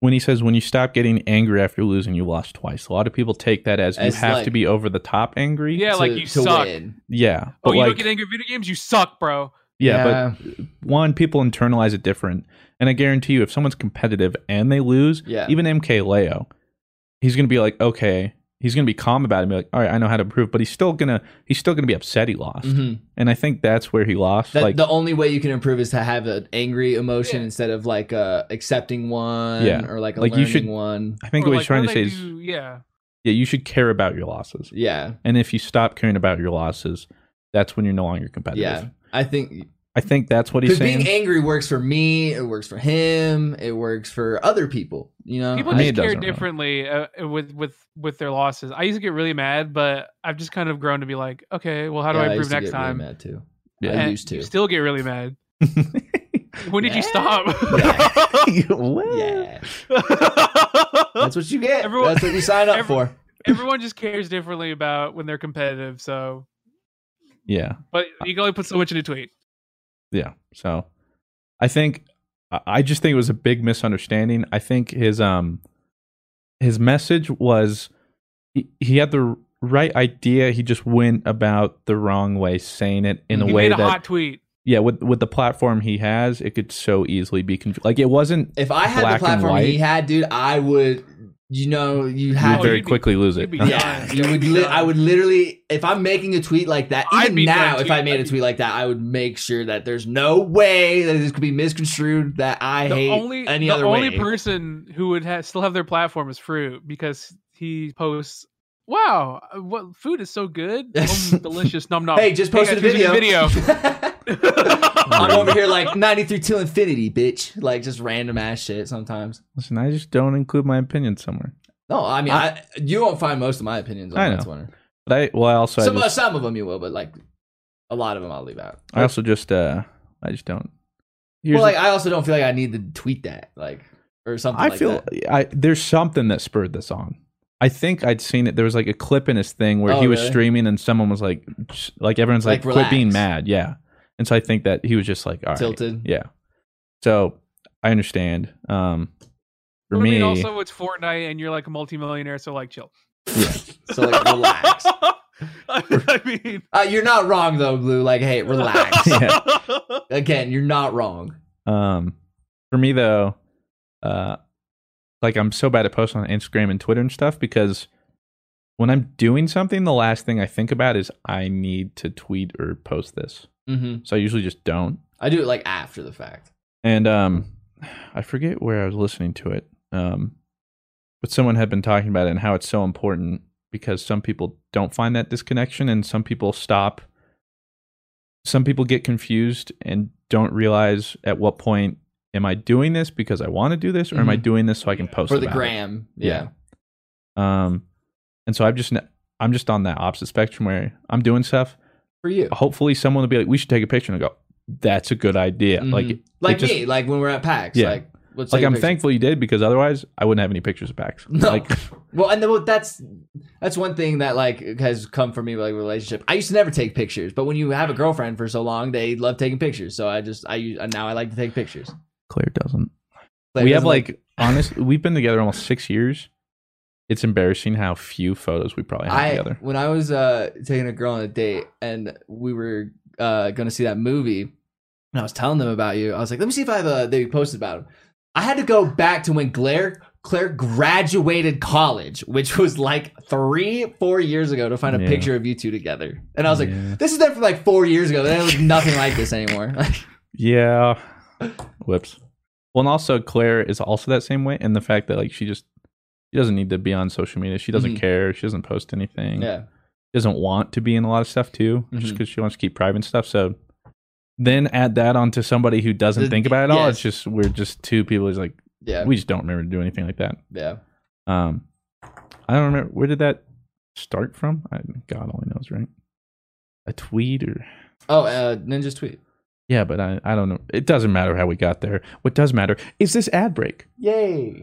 [SPEAKER 4] when he says when you stop getting angry after losing, you lost twice. A lot of people take that as,
[SPEAKER 5] As,
[SPEAKER 4] you have
[SPEAKER 5] like-
[SPEAKER 4] to be over the top angry.
[SPEAKER 7] yeah like
[SPEAKER 5] to-
[SPEAKER 7] you
[SPEAKER 5] to
[SPEAKER 7] suck
[SPEAKER 5] win.
[SPEAKER 4] yeah.
[SPEAKER 7] oh
[SPEAKER 4] But
[SPEAKER 7] you
[SPEAKER 4] like,
[SPEAKER 7] don't get angry at video games you suck bro
[SPEAKER 4] yeah, but one people internalize it different, and I guarantee you, if someone's competitive and they lose,
[SPEAKER 5] Yeah.
[SPEAKER 4] even MK Leo, he's gonna be like, okay, he's gonna be calm about it, and be like, all right, I know how to improve, but he's still gonna he's still gonna be upset he lost,
[SPEAKER 5] Mhm.
[SPEAKER 4] and I think that's where he lost.
[SPEAKER 5] That,
[SPEAKER 4] like,
[SPEAKER 5] the only way you can improve is to have an angry emotion
[SPEAKER 7] Yeah.
[SPEAKER 5] instead of like a accepting one
[SPEAKER 4] Yeah.
[SPEAKER 5] or like a
[SPEAKER 4] Like,
[SPEAKER 5] learning
[SPEAKER 4] you should-
[SPEAKER 5] one.
[SPEAKER 4] I think
[SPEAKER 7] Or
[SPEAKER 4] what
[SPEAKER 7] like,
[SPEAKER 4] he's trying to
[SPEAKER 7] what
[SPEAKER 4] say
[SPEAKER 7] did I
[SPEAKER 4] is,
[SPEAKER 7] do? yeah
[SPEAKER 4] yeah, you should care about your losses.
[SPEAKER 5] Yeah.
[SPEAKER 4] And if you stop caring about your losses, that's when you're no longer competitive.
[SPEAKER 5] Yeah. I think
[SPEAKER 4] I think that's what he's
[SPEAKER 5] because
[SPEAKER 4] saying.
[SPEAKER 5] being angry works for me, it works for him, it works for other people, you know?
[SPEAKER 7] people
[SPEAKER 4] I mean, it
[SPEAKER 7] just care
[SPEAKER 4] doesn't really.
[SPEAKER 7] differently uh, with with with their losses i used to get really mad but i've just kind of grown to be like okay well how do
[SPEAKER 5] Yeah,
[SPEAKER 7] i
[SPEAKER 5] used
[SPEAKER 7] improve
[SPEAKER 5] to
[SPEAKER 7] next
[SPEAKER 5] get really
[SPEAKER 7] time
[SPEAKER 5] mad, too.
[SPEAKER 4] Yeah.
[SPEAKER 5] I
[SPEAKER 7] And
[SPEAKER 5] used
[SPEAKER 7] you
[SPEAKER 5] to.
[SPEAKER 7] still get really mad when did
[SPEAKER 5] Yeah.
[SPEAKER 7] you stop
[SPEAKER 5] yeah. That's what you get.
[SPEAKER 7] Everyone-
[SPEAKER 5] That's what you sign up
[SPEAKER 7] every-
[SPEAKER 5] for.
[SPEAKER 7] everyone just cares differently about when they're competitive. So,
[SPEAKER 4] yeah.
[SPEAKER 7] but you can only put so much in a tweet.
[SPEAKER 4] Yeah. So I think I- I just think it was a big misunderstanding. I think his um his message was he, he had the right idea. He just went about the wrong way saying it in a
[SPEAKER 7] He
[SPEAKER 4] way
[SPEAKER 7] made a
[SPEAKER 4] that
[SPEAKER 7] hot tweet.
[SPEAKER 4] yeah, with with the platform he has, it could so easily be conf- like it wasn't
[SPEAKER 5] If I had
[SPEAKER 4] Black
[SPEAKER 5] the
[SPEAKER 4] and
[SPEAKER 5] platform he
[SPEAKER 4] white.
[SPEAKER 5] had, dude, I would, you know, you
[SPEAKER 4] you
[SPEAKER 5] have
[SPEAKER 4] would
[SPEAKER 7] Oh,
[SPEAKER 5] to
[SPEAKER 4] very
[SPEAKER 7] you'd be-
[SPEAKER 4] quickly lose
[SPEAKER 7] you'd
[SPEAKER 4] it.
[SPEAKER 7] be
[SPEAKER 5] Yeah,
[SPEAKER 7] done.
[SPEAKER 5] you
[SPEAKER 7] You'd
[SPEAKER 5] would.
[SPEAKER 7] be
[SPEAKER 5] Li-
[SPEAKER 7] done.
[SPEAKER 5] I would literally, if I'm making a tweet like that,
[SPEAKER 7] I'd
[SPEAKER 5] even
[SPEAKER 7] be
[SPEAKER 5] now,
[SPEAKER 7] done,
[SPEAKER 5] if
[SPEAKER 7] too.
[SPEAKER 5] I made a tweet like that, I would make sure that there's no way that this could be misconstrued that I
[SPEAKER 7] The
[SPEAKER 5] hate
[SPEAKER 7] only
[SPEAKER 5] any
[SPEAKER 7] the
[SPEAKER 5] other
[SPEAKER 7] only
[SPEAKER 5] way.
[SPEAKER 7] person who would ha- still have their platform is Fruit because he posts. Wow, uh, what food is so good?
[SPEAKER 5] Yes.
[SPEAKER 7] Mm, delicious. Nom nom.
[SPEAKER 5] hey, just
[SPEAKER 7] Hey,
[SPEAKER 5] posted
[SPEAKER 7] guys, here's
[SPEAKER 5] a
[SPEAKER 7] your
[SPEAKER 5] video.
[SPEAKER 7] Video.
[SPEAKER 5] I'm over here like 93 till infinity, bitch. Like just random ass shit sometimes.
[SPEAKER 4] Listen, I just don't include my opinion somewhere.
[SPEAKER 5] No, I mean, I, you won't find most of my opinions
[SPEAKER 4] I
[SPEAKER 5] on
[SPEAKER 4] know.
[SPEAKER 5] Twitter.
[SPEAKER 4] But I well, I also I
[SPEAKER 5] Some,
[SPEAKER 4] just-
[SPEAKER 5] some of them you will, but like a lot of them I'll leave out.
[SPEAKER 4] I also just uh I just don't. Here's
[SPEAKER 5] Well, like
[SPEAKER 4] the-
[SPEAKER 5] I also don't feel like I need to tweet that, like or something.
[SPEAKER 4] I
[SPEAKER 5] like
[SPEAKER 4] feel
[SPEAKER 5] that.
[SPEAKER 4] I there's something that spurred this on. I think I'd seen it. There was like a clip in his thing where
[SPEAKER 5] Oh,
[SPEAKER 4] he was
[SPEAKER 5] really?
[SPEAKER 4] streaming and someone was like, sh- like everyone's
[SPEAKER 5] Like,
[SPEAKER 4] like, quit being
[SPEAKER 5] relax.
[SPEAKER 4] mad, yeah. And so I think that he was just like, all right,
[SPEAKER 5] Tilted.
[SPEAKER 4] yeah. So I understand. Um, for
[SPEAKER 7] I
[SPEAKER 4] me,
[SPEAKER 7] mean, also it's Fortnite, and you're like a multimillionaire, so like chill.
[SPEAKER 5] So like relax.
[SPEAKER 7] I mean,
[SPEAKER 5] Uh, you're not wrong though, Blue. Like, hey, relax.
[SPEAKER 4] yeah.
[SPEAKER 5] Again, you're not wrong.
[SPEAKER 4] Um, for me though, uh, like I'm so bad at posting on Instagram and Twitter and stuff because when I'm doing something, the last thing I think about is I need to tweet or post this.
[SPEAKER 5] hmm
[SPEAKER 4] So I usually just don't.
[SPEAKER 5] I do it like after the fact.
[SPEAKER 4] And um, I forget where I was listening to it. Um, but someone had been talking about it and how it's so important because some people don't find that disconnection and some people stop. Some people get confused and don't realize at what point am I doing this because I want to do this or am I
[SPEAKER 5] Mhm.
[SPEAKER 4] doing this so I can post
[SPEAKER 5] for the
[SPEAKER 4] about it?
[SPEAKER 5] gram. Yeah.
[SPEAKER 4] Um, and so I'm just n- I'm just on that opposite spectrum where I'm doing stuff.
[SPEAKER 5] for you.
[SPEAKER 4] Hopefully, someone will be like, "We should take a picture," and I go, "That's a good idea."
[SPEAKER 5] Mhm.
[SPEAKER 4] Like, it
[SPEAKER 5] like
[SPEAKER 4] just-
[SPEAKER 5] me, like when we're at PAX.
[SPEAKER 4] Yeah.
[SPEAKER 5] Like, let's
[SPEAKER 4] Like
[SPEAKER 5] take a
[SPEAKER 4] I'm
[SPEAKER 5] picture.
[SPEAKER 4] thankful you did because otherwise I wouldn't have any pictures of packs.
[SPEAKER 5] No.
[SPEAKER 4] Like,
[SPEAKER 5] Well, and the, well, that's that's one thing that like has come for me like relationship. I used to never take pictures, but when you have a girlfriend for so long, they love taking pictures. So I just I use- now I like to take pictures.
[SPEAKER 4] Claire doesn't.
[SPEAKER 5] Like,
[SPEAKER 4] we
[SPEAKER 5] it
[SPEAKER 4] have
[SPEAKER 5] doesn't,
[SPEAKER 4] like, honest. We've been together almost six years. It's embarrassing how few photos we probably have
[SPEAKER 5] I
[SPEAKER 4] together.
[SPEAKER 5] when I was uh taking a girl on a date and we were uh going to see that movie, and I was telling them about you. I was like, let me see if I have a they posted about him. I had to go back to when Claire Claire graduated college, which was like three four years ago, to find a
[SPEAKER 4] Yeah.
[SPEAKER 5] picture of you two together. And I was like,
[SPEAKER 4] Yeah.
[SPEAKER 5] this is them from like four years ago. There was nothing like this anymore. Like,
[SPEAKER 4] Yeah. Whoops. Well, and also Claire is also that same way, and the fact that like she just she doesn't need to be on social media. She doesn't
[SPEAKER 5] Mhm.
[SPEAKER 4] care. She doesn't post anything.
[SPEAKER 5] yeah,
[SPEAKER 4] doesn't want to be in a lot of stuff too, just
[SPEAKER 5] Mhm.
[SPEAKER 4] because she wants to keep private and stuff. So then add that onto somebody who doesn't
[SPEAKER 5] The-
[SPEAKER 4] think about it at all.
[SPEAKER 5] yes.
[SPEAKER 4] It's just we're just two people who's like
[SPEAKER 5] yeah,
[SPEAKER 4] we just don't remember to do anything like that.
[SPEAKER 5] yeah.
[SPEAKER 4] Um, I don't remember where did that start from. I, God only knows, right? A tweet or
[SPEAKER 5] Oh, uh, Ninja's tweet.
[SPEAKER 4] yeah, but I I don't know. It doesn't matter how we got there. What does matter is this ad break.
[SPEAKER 5] Yay!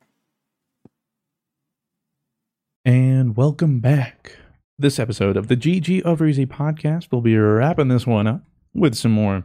[SPEAKER 4] And welcome back. This episode of the GG Over Easy podcast, we'll be wrapping this one up with some more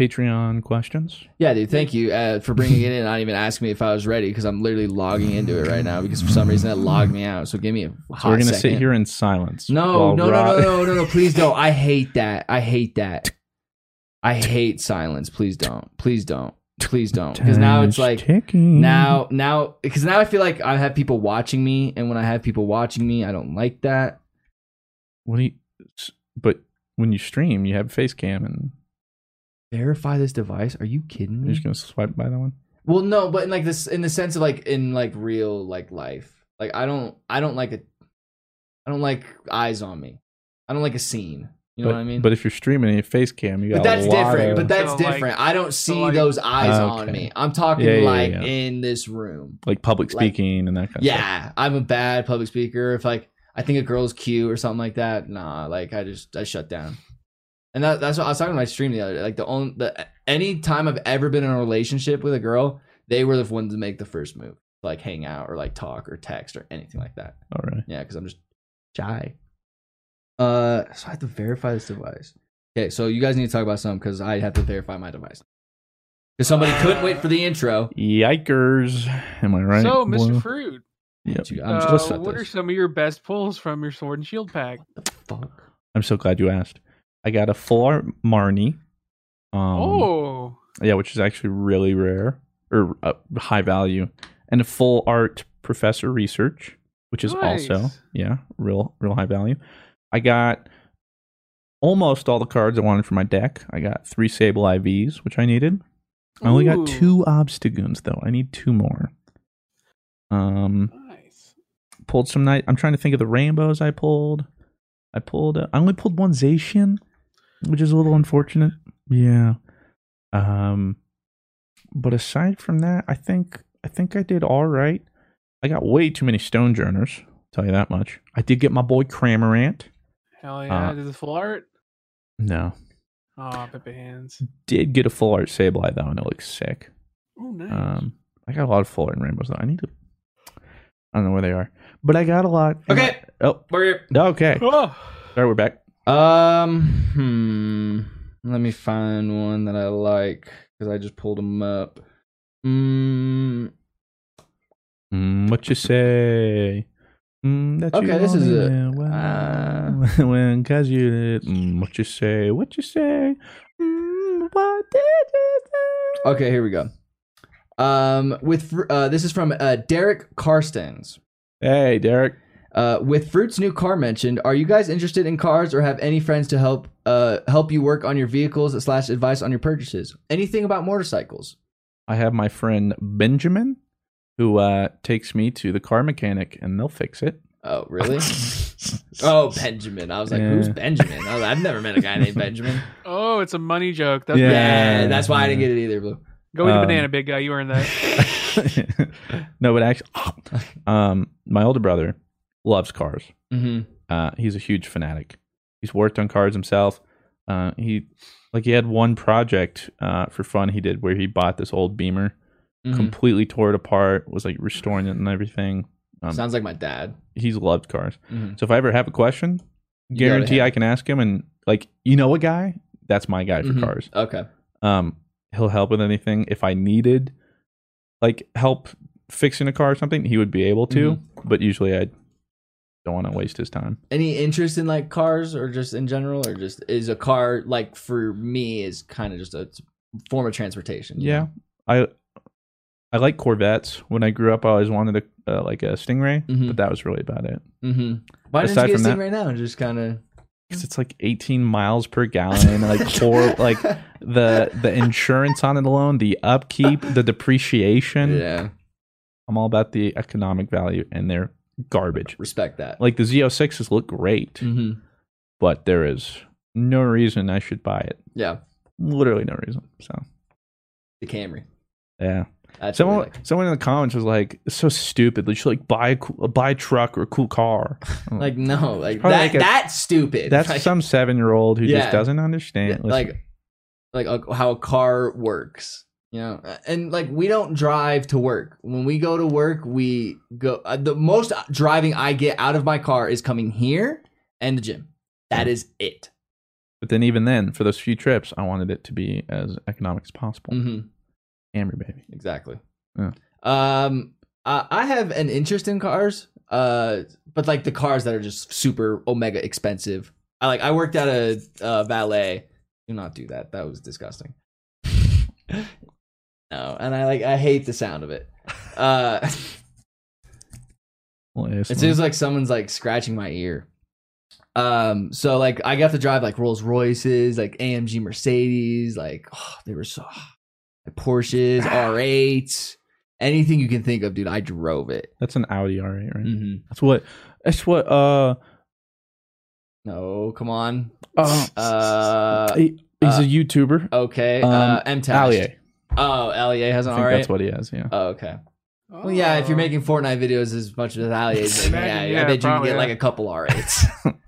[SPEAKER 4] Patreon questions.
[SPEAKER 5] Yeah, dude. Thank you uh, for bringing it in. and Not even asking me if I was ready because I'm literally logging into it right now because for some reason that logged me out. So give me a hot
[SPEAKER 4] So we're going to sit
[SPEAKER 5] second.
[SPEAKER 4] here in silence.
[SPEAKER 5] No,
[SPEAKER 4] while
[SPEAKER 5] no, no,
[SPEAKER 4] Rob-
[SPEAKER 5] no, no, no, no. Please don't. I hate that. I hate that. I hate silence. Please don't. Please don't. Please don't. Because now it's
[SPEAKER 4] Time's
[SPEAKER 5] like
[SPEAKER 4] ticking.
[SPEAKER 5] now, now, because now I feel like I have people watching me, and when I have people watching me, I don't like that.
[SPEAKER 4] What do you, s- but when you stream, you have face cam and
[SPEAKER 5] Verify this device? Are you kidding
[SPEAKER 4] you're
[SPEAKER 5] me?
[SPEAKER 4] just going to swipe by that one.
[SPEAKER 5] Well, no, but in like this, in the sense of like in like real like life, like I don't, I don't like a, I don't like eyes on me. I don't like a scene. You know
[SPEAKER 4] but,
[SPEAKER 5] what I mean?
[SPEAKER 4] But if you're streaming and you have face cam, you got
[SPEAKER 5] but that's
[SPEAKER 4] a lot
[SPEAKER 5] different.
[SPEAKER 4] of- Ah,
[SPEAKER 5] But that's
[SPEAKER 7] So, like-
[SPEAKER 5] different. I don't see
[SPEAKER 7] like-
[SPEAKER 5] those eyes on
[SPEAKER 4] Okay.
[SPEAKER 5] me. I'm talking
[SPEAKER 4] Yeah, yeah,
[SPEAKER 5] like
[SPEAKER 4] yeah.
[SPEAKER 5] in this room.
[SPEAKER 4] like public
[SPEAKER 5] like-
[SPEAKER 4] speaking and that kind of stuff.
[SPEAKER 5] Yeah, I'm a bad public speaker. If like I think a girl's cute or something like that, nah. Like I just I shut down. And that, that's what I was talking to my stream the other day. Like the only the any time I've ever been in a relationship with a girl, they were the ones to make the first move, like hang out or like talk or text or anything like that.
[SPEAKER 4] All right.
[SPEAKER 5] Yeah, because I'm just Jai. Uh, so I have to verify this device. Okay, so you guys need to talk about something because I have to verify my device. Because somebody couldn't wait for the intro.
[SPEAKER 4] Yikers. Am I right?
[SPEAKER 7] So, Mr.
[SPEAKER 4] Well,
[SPEAKER 7] Fruit,
[SPEAKER 4] yep.
[SPEAKER 5] I'm
[SPEAKER 7] uh,
[SPEAKER 5] just
[SPEAKER 7] what are some of your best pulls from your Sword and Shield pack?
[SPEAKER 5] Um,
[SPEAKER 4] I'm so glad you asked. I got a full art Marnie. Um,
[SPEAKER 7] oh,
[SPEAKER 4] Yeah, which is actually really rare or uh, high value, and a full art professor research, which is also
[SPEAKER 7] Nice.
[SPEAKER 4] yeah real real high value. I got almost all the cards I wanted for my deck. I got three Sable IVs, which I needed. I only
[SPEAKER 7] Ooh.
[SPEAKER 4] got two Obstagoons though. I need two more. Um,
[SPEAKER 7] nice.
[SPEAKER 4] pulled some night. I'm trying to think of the rainbows I pulled. I pulled. uh, I only pulled one Zacian, which is a little unfortunate. Yeah. Um. But aside from that, I think I think I did all right. I got way too many Stonejourners. Tell you that much. I did get my boy Cramorant.
[SPEAKER 7] Hell yeah.
[SPEAKER 4] Uh,
[SPEAKER 7] Did the full art?
[SPEAKER 4] No,
[SPEAKER 7] Oh, Pippa Hands.
[SPEAKER 4] did get a full art Sableye though, and it looks sick.
[SPEAKER 7] Oh, nice.
[SPEAKER 4] Um, I got a lot of full art and rainbows though. I need to. I don't know where they are, but I got a lot.
[SPEAKER 5] Okay,
[SPEAKER 4] Oh,
[SPEAKER 5] we're here.
[SPEAKER 4] okay. All
[SPEAKER 7] oh,
[SPEAKER 4] right, we're back.
[SPEAKER 5] Um, hmm. Let me find one that I like because I just pulled them up. Mm,
[SPEAKER 4] Mm, what you say? Mm, that
[SPEAKER 5] Okay, this is
[SPEAKER 4] only
[SPEAKER 5] it.
[SPEAKER 4] know When,
[SPEAKER 5] Uh,
[SPEAKER 4] when 'cause you did. Mm, what you say? What you say? Mm, what did you say?
[SPEAKER 5] okay, here we go. Um, with uh, this is from uh, Derek Carstens.
[SPEAKER 4] Hey, Derek.
[SPEAKER 5] Uh, with Fruit's new car mentioned, are you guys interested in cars or have any friends to help uh help you work on your vehicles slash advice on your purchases? Anything about motorcycles?
[SPEAKER 4] I have my friend Benjamin, who uh, takes me to the car mechanic, and they'll fix it.
[SPEAKER 5] Oh, really? oh, Benjamin. I was like, who's
[SPEAKER 4] Yeah.
[SPEAKER 5] Benjamin? I was like, I've never met a guy named Benjamin.
[SPEAKER 7] oh, it's a money joke. That's
[SPEAKER 4] Yeah.
[SPEAKER 5] Yeah, that's why I didn't get it either, Blue.
[SPEAKER 7] Go eat a
[SPEAKER 4] Um,
[SPEAKER 7] banana, big guy. You earned that.
[SPEAKER 4] no, but actually, um, my older brother loves cars.
[SPEAKER 5] Mm-hmm.
[SPEAKER 4] Uh, he's a huge fanatic. He's worked on cars himself. Uh, he like he had one project uh, for fun he did where he bought this old Beamer, completely tore it apart, was like restoring it and everything. Um, Mm-hmm.
[SPEAKER 5] Sounds like my dad.
[SPEAKER 4] he's loved cars.
[SPEAKER 5] Mhm.
[SPEAKER 4] So if I ever have a question,
[SPEAKER 5] You go to
[SPEAKER 4] guarantee
[SPEAKER 5] him.
[SPEAKER 4] I can ask him and like you know a guy that's my guy for
[SPEAKER 5] Mhm.
[SPEAKER 4] cars.
[SPEAKER 5] Okay.
[SPEAKER 4] Um, he'll help with anything if I needed like help fixing a car or something. He would be able to, but usually I don't want to waste his time.
[SPEAKER 5] Any interest in like cars or just in general or just is a car like for me is kind of just a form of transportation. you
[SPEAKER 4] Yeah, I I like Corvettes. When I grew up, I always wanted a uh, like a Stingray,
[SPEAKER 5] Mhm.
[SPEAKER 4] but that was really about it.
[SPEAKER 5] know? Mhm. Why didn't
[SPEAKER 4] Aside
[SPEAKER 5] you get a
[SPEAKER 4] from that-
[SPEAKER 5] thing right now? Just kind of
[SPEAKER 4] Because it's like 18 miles per gallon, and like hor- like the the insurance on it alone, the upkeep, the depreciation.
[SPEAKER 5] yeah,
[SPEAKER 4] I'm all about the economic value, and they're garbage.
[SPEAKER 5] respect that.
[SPEAKER 4] Like the Z06s look great,
[SPEAKER 5] Mhm.
[SPEAKER 4] but there is no reason I should buy it.
[SPEAKER 5] Yeah,
[SPEAKER 4] Literally no reason. So
[SPEAKER 5] the Camry.
[SPEAKER 4] yeah.
[SPEAKER 5] That's what I
[SPEAKER 4] Someone,
[SPEAKER 5] like.
[SPEAKER 4] someone in the comments was like, "It's so stupid. They should like buy a, cool, uh, buy a truck or a cool car." I'm
[SPEAKER 5] Like no, like that.
[SPEAKER 4] Probably like a-
[SPEAKER 5] that's stupid.
[SPEAKER 4] that's
[SPEAKER 5] like,
[SPEAKER 4] some seven year old who
[SPEAKER 5] Yeah.
[SPEAKER 4] just doesn't understand.
[SPEAKER 5] Yeah,
[SPEAKER 4] Listen,
[SPEAKER 5] like like a, how a car works you know and like we don't drive to work when we go to work we go uh, the most driving i get out of my car is coming here and the gym that is it
[SPEAKER 4] but then even then, for those few trips, I wanted it to be as economic as possible.
[SPEAKER 5] mm-hmm.
[SPEAKER 4] Amber baby.
[SPEAKER 5] exactly
[SPEAKER 4] Yeah.
[SPEAKER 5] um uh, i have an interest in cars uh but like the cars that are just super omega expensive i like i worked at a uh, valet do not do that that was disgusting no and i like i hate the sound of it uh
[SPEAKER 4] Well,
[SPEAKER 5] it seems like someone's like scratching my ear um so like i got to drive like rolls royces like amg mercedes like oh, they were so like porsches r8 anything you can think of dude i drove it
[SPEAKER 4] that's an Audi R8, right?
[SPEAKER 5] mm-hmm.
[SPEAKER 4] That's what. That's what. Uh,
[SPEAKER 5] no come on
[SPEAKER 4] uh,
[SPEAKER 5] uh
[SPEAKER 4] he- he's a YouTuber.
[SPEAKER 5] okay uh
[SPEAKER 4] um,
[SPEAKER 5] m
[SPEAKER 4] Allier.
[SPEAKER 5] oh lea has an
[SPEAKER 4] I think
[SPEAKER 5] r8
[SPEAKER 4] that's what he has. Yeah.
[SPEAKER 5] oh, okay well yeah
[SPEAKER 7] Oh.
[SPEAKER 5] if you're making fortnite videos as much as ali is then yeah,
[SPEAKER 7] Uh, Imagine,
[SPEAKER 5] i
[SPEAKER 7] yeah,
[SPEAKER 5] bet you can
[SPEAKER 7] probably,
[SPEAKER 5] get
[SPEAKER 7] yeah.
[SPEAKER 5] like a couple r8s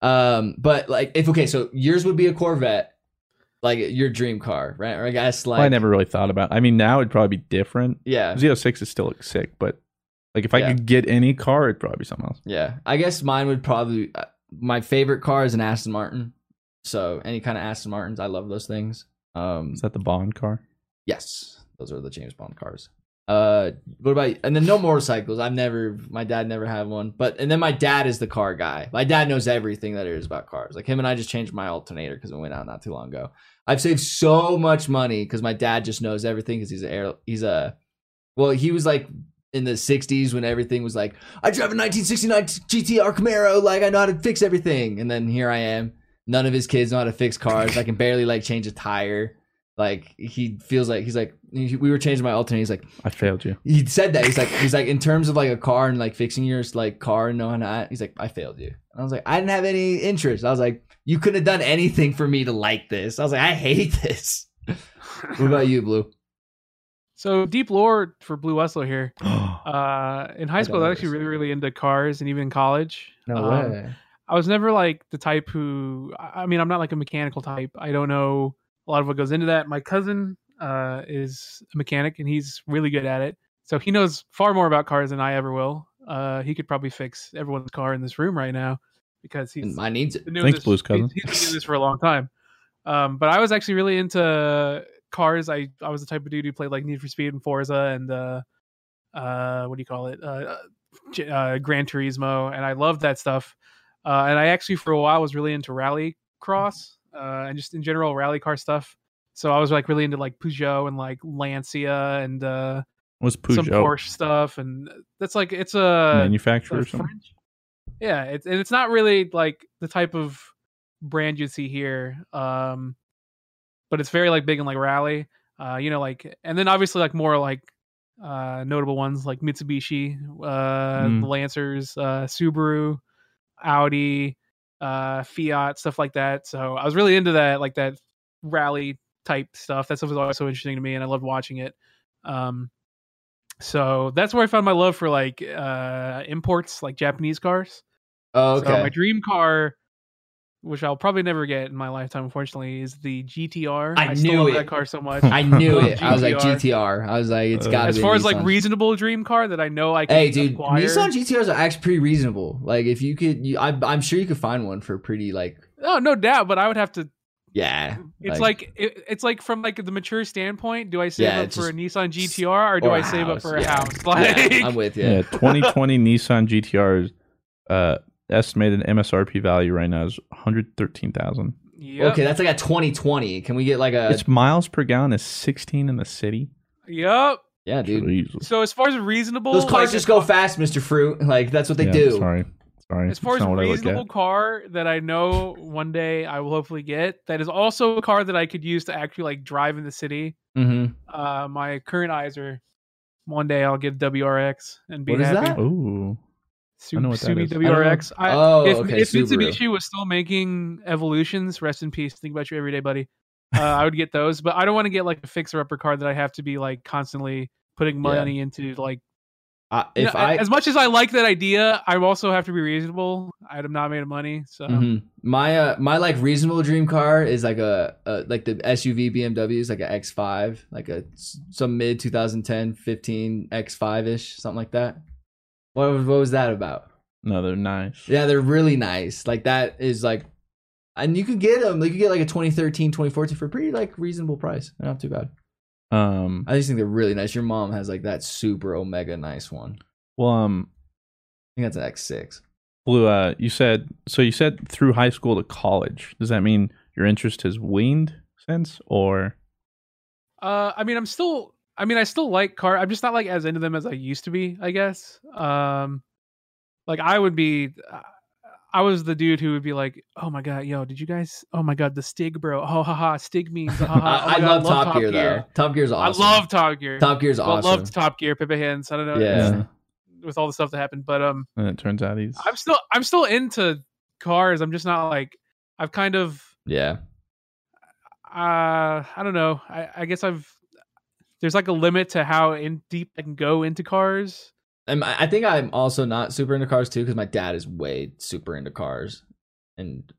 [SPEAKER 5] um but like if okay so yours would be a corvette like your dream car right or i guess like
[SPEAKER 4] Well, I never really thought about. I mean, now it'd probably be different.
[SPEAKER 5] yeah
[SPEAKER 4] Z06 is still sick, but Like if I could get any car, it'd probably be something else.
[SPEAKER 5] Yeah, I guess mine would probably uh, my favorite car is an Aston Martin. So any kind of Aston Martins, I love those things. Um,
[SPEAKER 4] Is that the Bond car?
[SPEAKER 5] yes, those are the James Bond cars. Uh, what about and then no motorcycles. I've never, my dad never had one. But and then my dad is the car guy. My dad knows everything that there is about cars. Like him and I just changed my alternator because it went out not too long ago. I've saved so much money because my dad just knows everything because he's a air, he's a well, he was like in the 60s when everything was like, I drive a 1969 GTR Camaro, like I know how to fix everything. And then here I am. None of his kids know how to fix cars. I can barely like change a tire. Like he feels like he's like he- we were changing my alternator. He's like
[SPEAKER 4] I failed you.
[SPEAKER 5] he said that he's like he's like in terms of like a car and like fixing your like car and knowing that he's like I failed you. And I was like I didn't have any interest. I was like you couldn't have done anything for me to like this. I was like I hate this. what about you, Blue?
[SPEAKER 7] So deep lore for Blue Wessel here. Uh, in high school, I was actually really, really into cars, and even in college. Um, I was never like the type who. I I mean, I'm not like a mechanical type. I don't know a lot of what goes into that. My cousin uh, is a mechanic, and he's really good at it. So he knows far more about cars than I ever will. Uh, he could probably fix everyone's car in this room right now because he's
[SPEAKER 5] Mine needs it.
[SPEAKER 7] been doing
[SPEAKER 4] Thanks,
[SPEAKER 7] this-
[SPEAKER 4] Blues Cousin.
[SPEAKER 7] He's, he's been doing this for a long time. Um, but I was actually really into cars. I, I was the type of dude who played like Need for Speed and Forza and uh, uh, what do you call it? Uh, J- uh, Gran Turismo, and I loved that stuff. Uh, and I actually for a while was really into rally cross uh, and just in general rally car stuff. So I was like really into like Peugeot and like Lancia and uh,
[SPEAKER 4] Was
[SPEAKER 7] some
[SPEAKER 4] Peugeot
[SPEAKER 7] Porsche stuff, and that's like it's a
[SPEAKER 4] manufacturer or
[SPEAKER 7] sort of
[SPEAKER 4] something?
[SPEAKER 7] French. Yeah, it's and it's not really like the type of brand you see here. Um but it's very like big and like rally. Uh you know like and then obviously like more like uh notable ones like Mitsubishi, uh
[SPEAKER 4] Mm.
[SPEAKER 7] the Lancers, uh Subaru, Audi, uh Fiat, stuff like that. So I was really into that like that rally type stuff. That stuff was always so interesting to me and I loved watching it. Um so that's where I found my love for like uh imports, like Japanese cars.
[SPEAKER 5] Oh, okay.
[SPEAKER 7] So my dream car, which I'll probably never get in my lifetime, unfortunately, is the GTR.
[SPEAKER 5] I
[SPEAKER 7] still
[SPEAKER 5] knew
[SPEAKER 7] love
[SPEAKER 5] it.
[SPEAKER 7] that car so much.
[SPEAKER 5] I knew
[SPEAKER 7] Love
[SPEAKER 5] it. I was like
[SPEAKER 7] GTR.
[SPEAKER 5] GTR. I was like, it's
[SPEAKER 4] Uh,
[SPEAKER 5] got.
[SPEAKER 7] as far as like reasonable dream car that I know I can
[SPEAKER 5] Hey, dude,
[SPEAKER 7] acquire.
[SPEAKER 5] Nissan GTRs are actually pretty reasonable. Like, if you could, you, I, I'm sure you could find one for pretty like.
[SPEAKER 7] oh, no doubt, but I would have to.
[SPEAKER 5] Yeah,
[SPEAKER 7] It's like, it, it's like from like the mature standpoint. Do I save
[SPEAKER 5] Yeah,
[SPEAKER 7] up
[SPEAKER 5] it's
[SPEAKER 7] for a
[SPEAKER 5] just-
[SPEAKER 7] Nissan GTR or do
[SPEAKER 5] or
[SPEAKER 7] I
[SPEAKER 5] a
[SPEAKER 7] save up for a
[SPEAKER 5] house, yeah.
[SPEAKER 7] house? Like,
[SPEAKER 5] Yeah, I'm with you.
[SPEAKER 4] Yeah, 2020 Nissan GTR is uh, estimated MSRP value right now is 113,000.
[SPEAKER 7] yep,
[SPEAKER 5] Okay, that's like a 2020. Can we get like a?
[SPEAKER 4] Its miles per gallon is 16 in the city.
[SPEAKER 7] yep.
[SPEAKER 5] yeah, dude.
[SPEAKER 4] Jesus.
[SPEAKER 7] So as far as reasonable,
[SPEAKER 5] Those cars
[SPEAKER 7] like,
[SPEAKER 5] just go fast, Mr. Fruit. Like that's what they
[SPEAKER 4] Yeah,
[SPEAKER 5] do.
[SPEAKER 4] Sorry, sorry.
[SPEAKER 7] as far
[SPEAKER 4] It's
[SPEAKER 7] as
[SPEAKER 4] not what I look
[SPEAKER 7] reasonable
[SPEAKER 4] at.
[SPEAKER 7] car that I know one day I will hopefully get, that is also a car that I could use to actually like drive in the city.
[SPEAKER 5] Mm-hmm.
[SPEAKER 7] Uh, my current eyes are one day I'll get WRX and be
[SPEAKER 5] What is
[SPEAKER 7] happy.
[SPEAKER 5] that?
[SPEAKER 4] Ooh,
[SPEAKER 7] Su-
[SPEAKER 4] I know what that
[SPEAKER 7] Subi
[SPEAKER 4] is. I don't know.
[SPEAKER 7] WRX. I,
[SPEAKER 5] Oh,
[SPEAKER 7] if,
[SPEAKER 5] okay,
[SPEAKER 7] if
[SPEAKER 5] Subaru.
[SPEAKER 7] Mitsubishi was still making evolutions, rest in peace. Think about you every day, buddy. Uh, I would get those, but I don't want to get like a fixer-upper car that I have to be like constantly putting money into like
[SPEAKER 5] I,
[SPEAKER 7] you
[SPEAKER 5] if
[SPEAKER 7] know,
[SPEAKER 5] I,
[SPEAKER 7] as much as I like that idea, I also have to be reasonable. I'm not made of money, so
[SPEAKER 5] Mhm. my uh, my like reasonable dream car is like a, a like the SUV BMW is like a X5, like a some mid 2010 15 X5 ish, something like that. What was- what was that about?
[SPEAKER 4] no, they're nice.
[SPEAKER 5] Yeah, they're really nice. Like that is like, and you could get them. Like you get like a 2013, 2014 for a pretty like reasonable price. They're not too bad.
[SPEAKER 4] Um,
[SPEAKER 5] I just think they're really nice. Your mom has like that super omega nice one.
[SPEAKER 4] well, um,
[SPEAKER 5] I think that's an X6.
[SPEAKER 4] Blue, uh, you said so. You said through high school to college. Does that mean your interest has waned since, or
[SPEAKER 7] Uh, I mean, I'm still. I mean, I still like car. I'm just not like as into them as I used to be. I guess. Um, like I would be. I was the dude who would be like, "Oh my god, yo, did you guys? Oh my god, the Stig, bro. Oh, ha ha, Stig memes. Ha, ha, ha. Oh
[SPEAKER 5] I,
[SPEAKER 7] my
[SPEAKER 5] I
[SPEAKER 7] God,
[SPEAKER 5] love Top, Gear, though. Top Gear's awesome.
[SPEAKER 7] I love Top Gear.
[SPEAKER 5] Top Gear's
[SPEAKER 7] Well,
[SPEAKER 5] awesome.
[SPEAKER 7] loved Top Gear, Pippa Hands. I don't know
[SPEAKER 5] yeah.
[SPEAKER 4] Yeah.
[SPEAKER 7] with all the stuff that happened, but um,
[SPEAKER 4] and it turns out he's
[SPEAKER 7] I'm still I'm still into cars. I'm just not like I've kind of
[SPEAKER 5] Yeah.
[SPEAKER 7] uh i don't know i i guess i've there's like a limit to how in deep i can go into cars
[SPEAKER 5] And I I think I'm also not super into cars too because my dad is way super into cars. And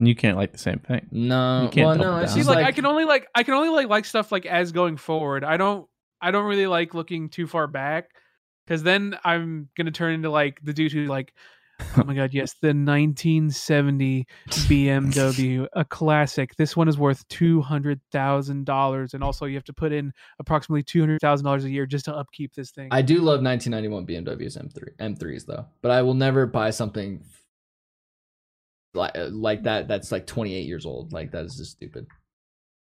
[SPEAKER 4] you can't like the same thing.
[SPEAKER 5] no,
[SPEAKER 4] You can't
[SPEAKER 5] well,
[SPEAKER 4] double
[SPEAKER 5] no, it's
[SPEAKER 4] down.
[SPEAKER 7] see
[SPEAKER 5] just
[SPEAKER 7] like, i can only like i can only like like stuff like as going forward i don't i don't really like looking too far back because then I'm gonna turn into like the dude who's like, oh my god, yes, the 1970 BMW, a classic. This one is worth two hundred thousand dollars, and also you have to put in approximately two hundred thousand dollars a year just to upkeep this thing.
[SPEAKER 5] I do love 1991 BMW's M3 M3s though, but I will never buy something like uh, like that. That's like 28 years old. Like that is just stupid.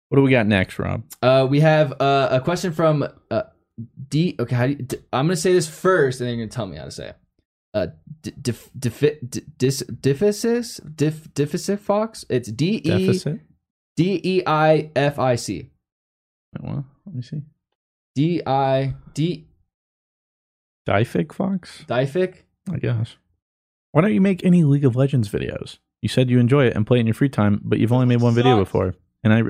[SPEAKER 4] What do we got next, Rob?
[SPEAKER 5] Uh, we have uh, a question from uh, D. Okay, how do you, D, I'm gonna say this first, and then you're gonna tell me how to say it. Uh, d- dif, difi, d- dis, difficis, dif, deficit fox. It's D E
[SPEAKER 4] Deficit.
[SPEAKER 5] D E I F I C.
[SPEAKER 4] Wait, well, let me see.
[SPEAKER 5] D I D
[SPEAKER 4] Dific Fox.
[SPEAKER 5] Dific.
[SPEAKER 4] I guess. Why don't you make any League of Legends videos? You said you enjoy it and play it in your free time, but you've only made one video
[SPEAKER 7] Sucks.
[SPEAKER 4] before. And I,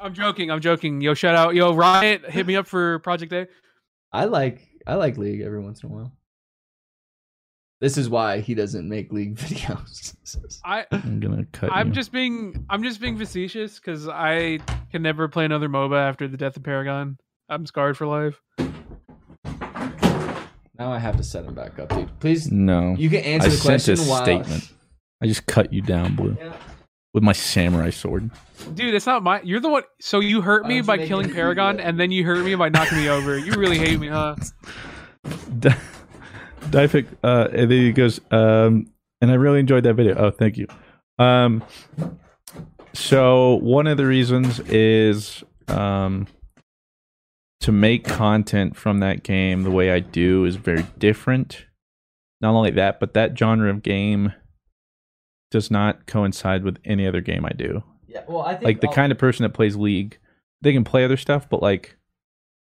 [SPEAKER 7] I'm joking. I'm joking. Yo, shout out. Yo, Riot, hit me up for Project A.
[SPEAKER 5] I like I like League every once in a while. This is why he doesn't make League videos.
[SPEAKER 7] I
[SPEAKER 4] I'm gonna cut.
[SPEAKER 7] I'm
[SPEAKER 4] you.
[SPEAKER 7] just being I'm just being facetious because I can never play another MOBA after the death of Paragon. I'm scarred for life.
[SPEAKER 5] now I have to set him back up, dude. Please,
[SPEAKER 4] no.
[SPEAKER 5] you can answer
[SPEAKER 4] Mm. I
[SPEAKER 5] the
[SPEAKER 4] sent
[SPEAKER 5] question.
[SPEAKER 4] a
[SPEAKER 5] while-
[SPEAKER 4] statement. I just cut you down, Blue, with my samurai sword.
[SPEAKER 7] Dude, it's not my. You're the one. So you hurt
[SPEAKER 5] Why
[SPEAKER 7] me
[SPEAKER 5] don't you
[SPEAKER 7] by
[SPEAKER 5] make
[SPEAKER 7] killing
[SPEAKER 5] it-
[SPEAKER 7] Paragon, and then you hurt me by knocking me over. You really hate me, huh?
[SPEAKER 4] Di- Dific, uh, and then he goes, um, and I really enjoyed that video. Oh, thank you. Um, so one of the reasons is um, to make content from that game the way I do is very different. Not only that, but that genre of game does not coincide with any other game I do
[SPEAKER 5] Yeah, well, I think
[SPEAKER 4] like the
[SPEAKER 5] I'll-
[SPEAKER 4] kind of person that plays league they can play other stuff but like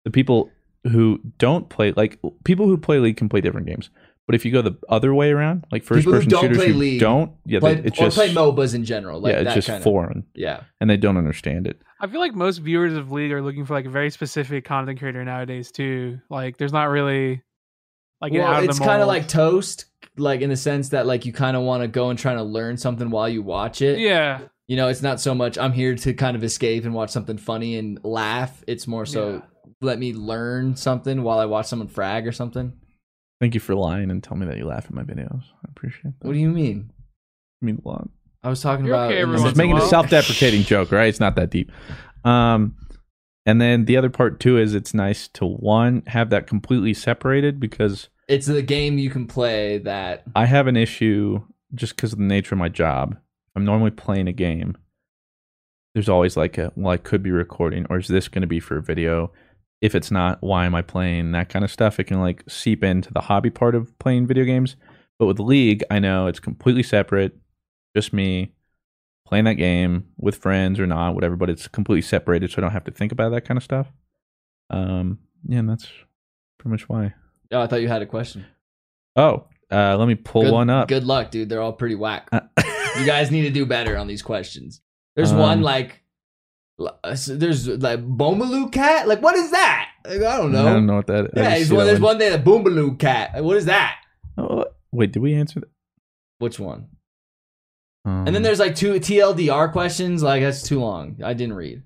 [SPEAKER 4] the people who don't play like people who play league can play different games but if you go the other way around like first
[SPEAKER 5] People who
[SPEAKER 4] person
[SPEAKER 5] don't
[SPEAKER 4] shooters
[SPEAKER 5] play
[SPEAKER 4] who
[SPEAKER 5] League,
[SPEAKER 4] don't yeah
[SPEAKER 5] play,
[SPEAKER 4] they, it's
[SPEAKER 5] or
[SPEAKER 4] just
[SPEAKER 5] play MOBAs in general. Like
[SPEAKER 4] yeah it's
[SPEAKER 5] that
[SPEAKER 4] just
[SPEAKER 5] kind
[SPEAKER 4] foreign
[SPEAKER 5] Yeah,
[SPEAKER 4] and they don't understand it
[SPEAKER 7] I feel like most viewers of League are looking for like a very specific content creator nowadays too. Like, there's not really like an
[SPEAKER 5] well,
[SPEAKER 7] out of
[SPEAKER 5] it's
[SPEAKER 7] the
[SPEAKER 5] kind of
[SPEAKER 7] mold.
[SPEAKER 5] like toast, like in the sense that like you kind of want to go and try to learn something while you watch it.
[SPEAKER 7] yeah,
[SPEAKER 5] you know, it's not so much I'm here to kind of escape and watch something funny and laugh. It's more so
[SPEAKER 7] Yeah.
[SPEAKER 5] let me learn something while I watch someone frag or something.
[SPEAKER 4] thank you for lying and telling me that you laugh at my videos i appreciate that
[SPEAKER 5] What do you mean?
[SPEAKER 4] I mean a lot
[SPEAKER 5] I was talking
[SPEAKER 7] You're
[SPEAKER 5] about
[SPEAKER 7] okay
[SPEAKER 5] in the
[SPEAKER 7] every
[SPEAKER 4] i'm
[SPEAKER 7] once
[SPEAKER 4] just
[SPEAKER 7] in a
[SPEAKER 4] making a
[SPEAKER 7] while.
[SPEAKER 4] self-deprecating joke right it's not that deep um and then the other part too is it's nice to one have that completely separated because
[SPEAKER 5] it's the game you can play that
[SPEAKER 4] I have an issue just because of the nature of my job. I'm normally playing a game. There's always like a well, I could be recording, or is this going to be for a video? If it's not, why am I playing that kind of stuff? It can like seep into the hobby part of playing video games. But with League, I know it's completely separate, just me playing that game with friends or not, whatever. But it's completely separated, so I don't have to think about that kind of stuff. Um, yeah, and that's pretty much why.
[SPEAKER 5] Oh, I thought you had a question.
[SPEAKER 4] Oh, uh, let me pull
[SPEAKER 5] good,
[SPEAKER 4] one up.
[SPEAKER 5] Good luck, dude. They're all pretty whack.
[SPEAKER 4] Uh,
[SPEAKER 5] you guys need to do better on these questions. There's
[SPEAKER 4] Um,
[SPEAKER 5] one like l- uh, so there's like Bomaloo cat? Like what is that? Like, I don't know.
[SPEAKER 4] I don't know what that I
[SPEAKER 5] Yeah,
[SPEAKER 4] just
[SPEAKER 5] it's
[SPEAKER 4] see
[SPEAKER 5] one,
[SPEAKER 4] that
[SPEAKER 5] there's one there, Boomaloo cat. Like, what is that?
[SPEAKER 4] Oh, wait, did we answer that?
[SPEAKER 5] Which one?
[SPEAKER 4] Um,
[SPEAKER 5] And then there's like two TLDR questions. Like that's too long. I didn't read.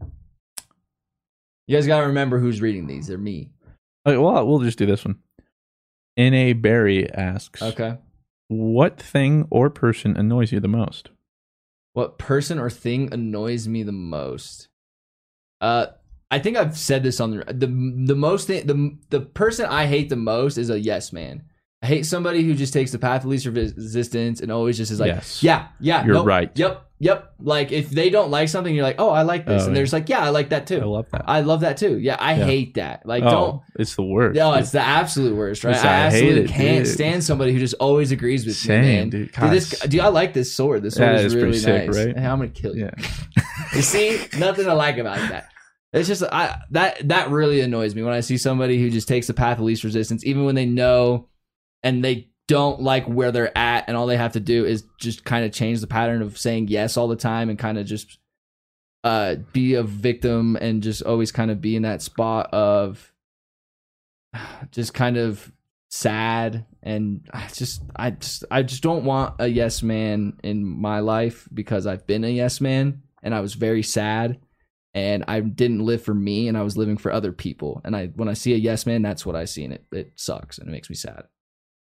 [SPEAKER 5] You guys gotta remember who's reading these. They're me.
[SPEAKER 4] Okay, well, we'll just do this one. N.A. Barry asks,
[SPEAKER 5] Okay.
[SPEAKER 4] What thing or person annoys you the most?
[SPEAKER 5] What person or thing annoys me the most? Uh, I think I've said this on the the the most thing the the person I hate the most is a yes man. I hate somebody who just takes the path of least revis- resistance and always just is like,
[SPEAKER 4] Yes.
[SPEAKER 5] yeah, yeah,
[SPEAKER 4] You're
[SPEAKER 5] nope,
[SPEAKER 4] right.
[SPEAKER 5] Yep, yep. Like if they don't like something, you're like, oh, I like this,
[SPEAKER 4] Oh,
[SPEAKER 5] and they're
[SPEAKER 4] yeah.
[SPEAKER 5] just like, yeah, I like that too.
[SPEAKER 4] I love that.
[SPEAKER 5] I love that too. Yeah, I
[SPEAKER 4] Yeah.
[SPEAKER 5] hate that. Like,
[SPEAKER 4] oh,
[SPEAKER 5] don't
[SPEAKER 4] It's the worst.
[SPEAKER 5] No, it's the absolute worst, right?
[SPEAKER 4] It's-
[SPEAKER 5] I,
[SPEAKER 4] I hate
[SPEAKER 5] absolutely
[SPEAKER 4] it,
[SPEAKER 5] can't
[SPEAKER 4] dude.
[SPEAKER 5] stand somebody who just always agrees with
[SPEAKER 4] Same,
[SPEAKER 5] me, man.
[SPEAKER 4] dude.
[SPEAKER 5] Dude,
[SPEAKER 4] God,
[SPEAKER 5] this,
[SPEAKER 4] it's-
[SPEAKER 5] dude, I like this sword. This sword
[SPEAKER 4] Yeah,
[SPEAKER 5] is
[SPEAKER 4] it's
[SPEAKER 5] really
[SPEAKER 4] pretty sick,
[SPEAKER 5] nice.
[SPEAKER 4] right?
[SPEAKER 5] Hey, I'm gonna kill you.
[SPEAKER 4] Yeah.
[SPEAKER 5] You see, nothing I like about that. It's just I that that really annoys me when I see somebody who just takes the path of least resistance, even when they know and they don't like where they're at, and all they have to do is just kind of change the pattern of saying yes all the time and kind of just uh be a victim and just always kind of be in that spot of just kind of sad and I just I just I just don't want a yes man in my life because I've been a yes man and I was very sad and I didn't live for me and I was living for other people. And I when I see a yes man, that's what I see and it it sucks and it makes me sad.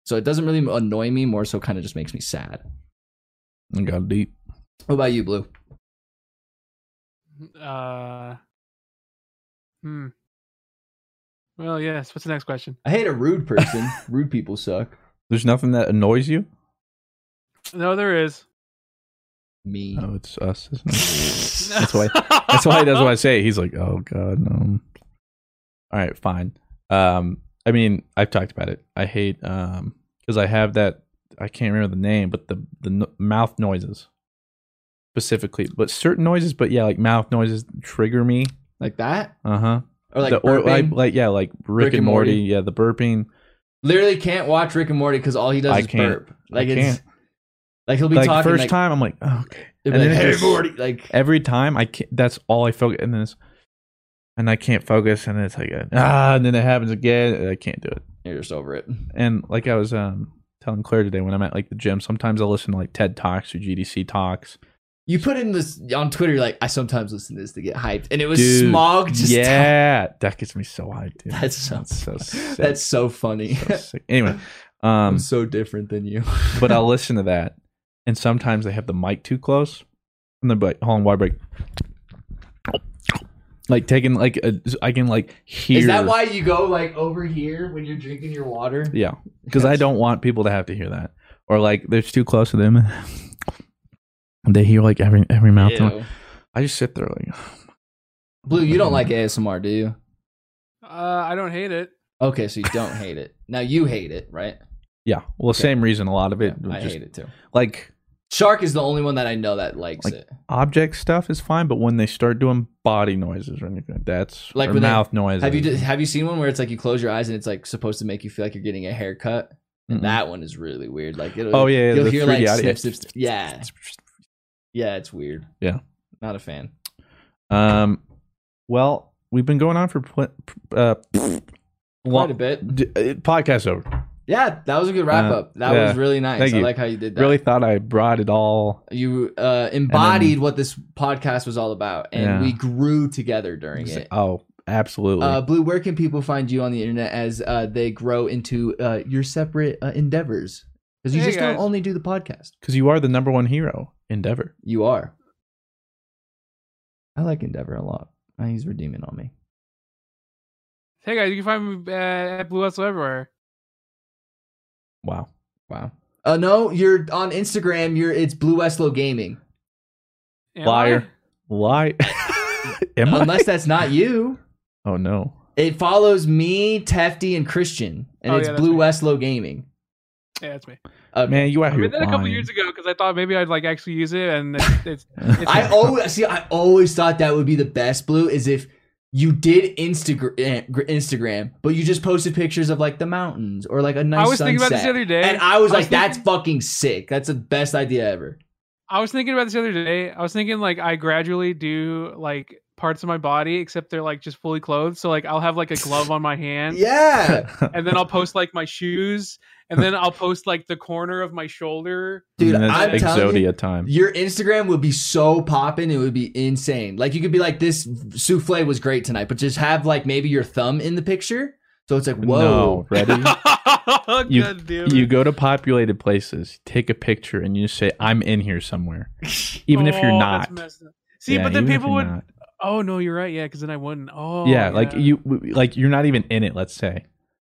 [SPEAKER 5] So it doesn't really annoy me, more so kind of just makes me sad.
[SPEAKER 4] It got deep.
[SPEAKER 5] What about you, Blue?
[SPEAKER 7] Uh, hmm. Well, yes. What's the next question?
[SPEAKER 5] I hate a rude person. rude people suck.
[SPEAKER 4] There's nothing that annoys you.
[SPEAKER 7] No, there is.
[SPEAKER 5] Me.
[SPEAKER 4] Oh, it's us. Isn't it? that's why. That's why. That's why I say it. he's like, oh god, no. All right, fine. Um, I mean, I've talked about it. I hate um because I have that. I can't remember the name, but the the no- mouth noises specifically, but certain noises. But yeah, like mouth noises trigger me.
[SPEAKER 5] Like that?
[SPEAKER 4] Uh huh.
[SPEAKER 5] Or like
[SPEAKER 4] The- or like,
[SPEAKER 5] burping?
[SPEAKER 4] like yeah, like Rick, and Morty. Yeah, the burping.
[SPEAKER 5] Literally can't watch Rick and Morty because all he does
[SPEAKER 4] I
[SPEAKER 5] is
[SPEAKER 4] can't.
[SPEAKER 5] burp. Like
[SPEAKER 4] I
[SPEAKER 5] it's
[SPEAKER 4] can't.
[SPEAKER 5] like he'll be
[SPEAKER 4] like
[SPEAKER 5] talking
[SPEAKER 4] first
[SPEAKER 5] like,
[SPEAKER 4] time, I'm like, oh, okay.
[SPEAKER 5] he'll be
[SPEAKER 4] And then
[SPEAKER 5] like,
[SPEAKER 4] it
[SPEAKER 5] "Hey,
[SPEAKER 4] just-
[SPEAKER 5] Morty," like
[SPEAKER 4] every time I can't, that's all I focus, and then it's, and I can't focus, and it's like ah, and then it happens again, and I can't do it.
[SPEAKER 5] you're just over it.
[SPEAKER 4] And like I was um telling Claire today, when I'm at like the gym, sometimes I listen to like TED talks or GDC talks.
[SPEAKER 5] You put in this on Twitter, you're like, I sometimes listen to this to get hyped. And it was
[SPEAKER 4] Dude,
[SPEAKER 5] smog just
[SPEAKER 4] yeah, that gets me so high, dude.
[SPEAKER 5] That's so
[SPEAKER 4] so sick.
[SPEAKER 5] That's so funny.
[SPEAKER 4] so sick. Anyway, um,
[SPEAKER 5] I'm so different than you.
[SPEAKER 4] but I'll listen to that, and sometimes they have the mic too close, and they're like, hold on, wide break. Like taking like a, I can like hear.
[SPEAKER 5] Is that why you go like over here when you're drinking your water?
[SPEAKER 4] Yeah, because I don't want people to have to hear that, or like there's too close to them. they hear like every every mouth. noise.
[SPEAKER 5] Ew.
[SPEAKER 4] I just sit there like
[SPEAKER 5] Blue, you
[SPEAKER 4] Mm-hmm.
[SPEAKER 5] don't like ASMR, do you?
[SPEAKER 7] Uh, I don't hate it.
[SPEAKER 5] Okay, so you don't hate it. Now you hate it, right?
[SPEAKER 4] yeah. Well, same reason. A lot of it,
[SPEAKER 5] I
[SPEAKER 4] just,
[SPEAKER 5] hate it too.
[SPEAKER 4] Like
[SPEAKER 5] Shark is the only one that I know that likes
[SPEAKER 4] Like-
[SPEAKER 5] it.
[SPEAKER 4] object stuff is fine, but when they start doing body noises or anything, like that's
[SPEAKER 5] Like
[SPEAKER 4] or
[SPEAKER 5] when they-
[SPEAKER 4] mouth noises.
[SPEAKER 5] Have you d- have you seen one where it's like you close your eyes and it's like supposed to make you feel like you're getting a haircut? And
[SPEAKER 4] Mm-mm.
[SPEAKER 5] that one is really weird. Like it'll,
[SPEAKER 4] Oh, yeah,
[SPEAKER 5] you'll
[SPEAKER 4] the
[SPEAKER 5] hear like
[SPEAKER 4] 3D audio.
[SPEAKER 5] snip, snip, snip. yeah, yeah, it's weird.
[SPEAKER 4] Yeah.
[SPEAKER 5] not a fan.
[SPEAKER 4] Um, well, we've been going on for pl- uh,
[SPEAKER 5] Quite a bit.
[SPEAKER 4] D- uh, podcast over.
[SPEAKER 5] Yeah, that was a good wrap
[SPEAKER 4] Uh,
[SPEAKER 5] up. That
[SPEAKER 4] yeah.
[SPEAKER 5] was really nice.
[SPEAKER 4] Thank
[SPEAKER 5] I
[SPEAKER 4] you.
[SPEAKER 5] like how you did that.
[SPEAKER 4] Really thought I brought it all.
[SPEAKER 5] you uh, embodied what this podcast was all about, and
[SPEAKER 4] Yeah.
[SPEAKER 5] we grew together during it.
[SPEAKER 4] Oh, absolutely.
[SPEAKER 5] Uh, Blue, where can people find you on the internet as uh, they grow into uh, your separate uh, endeavors? Because you
[SPEAKER 7] Hey,
[SPEAKER 5] just
[SPEAKER 7] guys.
[SPEAKER 5] don't only do the podcast.
[SPEAKER 4] Because you are the number one hero, Endeavor.
[SPEAKER 5] You are. I like Endeavor a lot. Uh, He's redeeming on me.
[SPEAKER 7] Hey guys, you can find me uh, at Blue Hustle everywhere.
[SPEAKER 4] Wow.
[SPEAKER 5] Wow. Uh, no, you're on Instagram. You're it's Blue Westlow Gaming.
[SPEAKER 7] Am
[SPEAKER 4] Liar. Why? Am I?
[SPEAKER 5] Unless that's not you.
[SPEAKER 4] Oh no.
[SPEAKER 5] It follows me, Tefty, and Christian, and
[SPEAKER 7] Oh,
[SPEAKER 5] it's
[SPEAKER 7] yeah, that's
[SPEAKER 5] Blue
[SPEAKER 7] me.
[SPEAKER 5] Westlow Gaming.
[SPEAKER 7] I? Yeah, that's me.
[SPEAKER 5] Uh,
[SPEAKER 4] Man, you out
[SPEAKER 7] I
[SPEAKER 4] here
[SPEAKER 7] made that a couple
[SPEAKER 4] lying.
[SPEAKER 7] years ago because I thought maybe I'd like actually use it, and it's, it's, it's
[SPEAKER 5] I always see. I always thought that would be the best blue is if you did Instagram, Instagram, but you just posted pictures of like the mountains or like a nice.
[SPEAKER 7] I was thinking about this
[SPEAKER 5] sunset.
[SPEAKER 7] the other day.
[SPEAKER 5] and I was
[SPEAKER 7] I was
[SPEAKER 5] like, "That's fucking sick. That's the best idea ever."
[SPEAKER 7] I was thinking about this the other day. I was thinking like I gradually do like parts of my body, except they're like just fully clothed. So like I'll have like a glove on my hand,
[SPEAKER 5] Yeah,
[SPEAKER 7] and then I'll post like my shoes, and then I'll post like the corner of my shoulder.
[SPEAKER 5] dude,
[SPEAKER 4] And
[SPEAKER 5] I'm
[SPEAKER 4] that's
[SPEAKER 5] telling
[SPEAKER 4] Exodia
[SPEAKER 5] you,
[SPEAKER 4] time.
[SPEAKER 5] your Instagram would be so popping. It would be insane. Like you could be like, "This souffle was great tonight," but just have like maybe your thumb in the picture. So it's like,
[SPEAKER 4] No,
[SPEAKER 5] whoa,
[SPEAKER 4] ready? You-
[SPEAKER 7] God damn it.
[SPEAKER 4] you go to populated places, take a picture, and you say, "I'm in here somewhere," even if you're
[SPEAKER 7] Oh, that's
[SPEAKER 4] not.
[SPEAKER 7] messed up. See,
[SPEAKER 4] Yeah,
[SPEAKER 7] but then
[SPEAKER 4] even if
[SPEAKER 7] people
[SPEAKER 4] you're
[SPEAKER 7] would.
[SPEAKER 4] not.
[SPEAKER 7] Oh no, you're right. Yeah, because then I wouldn't. Oh
[SPEAKER 4] yeah, like you, like you're not even in it. Let's say,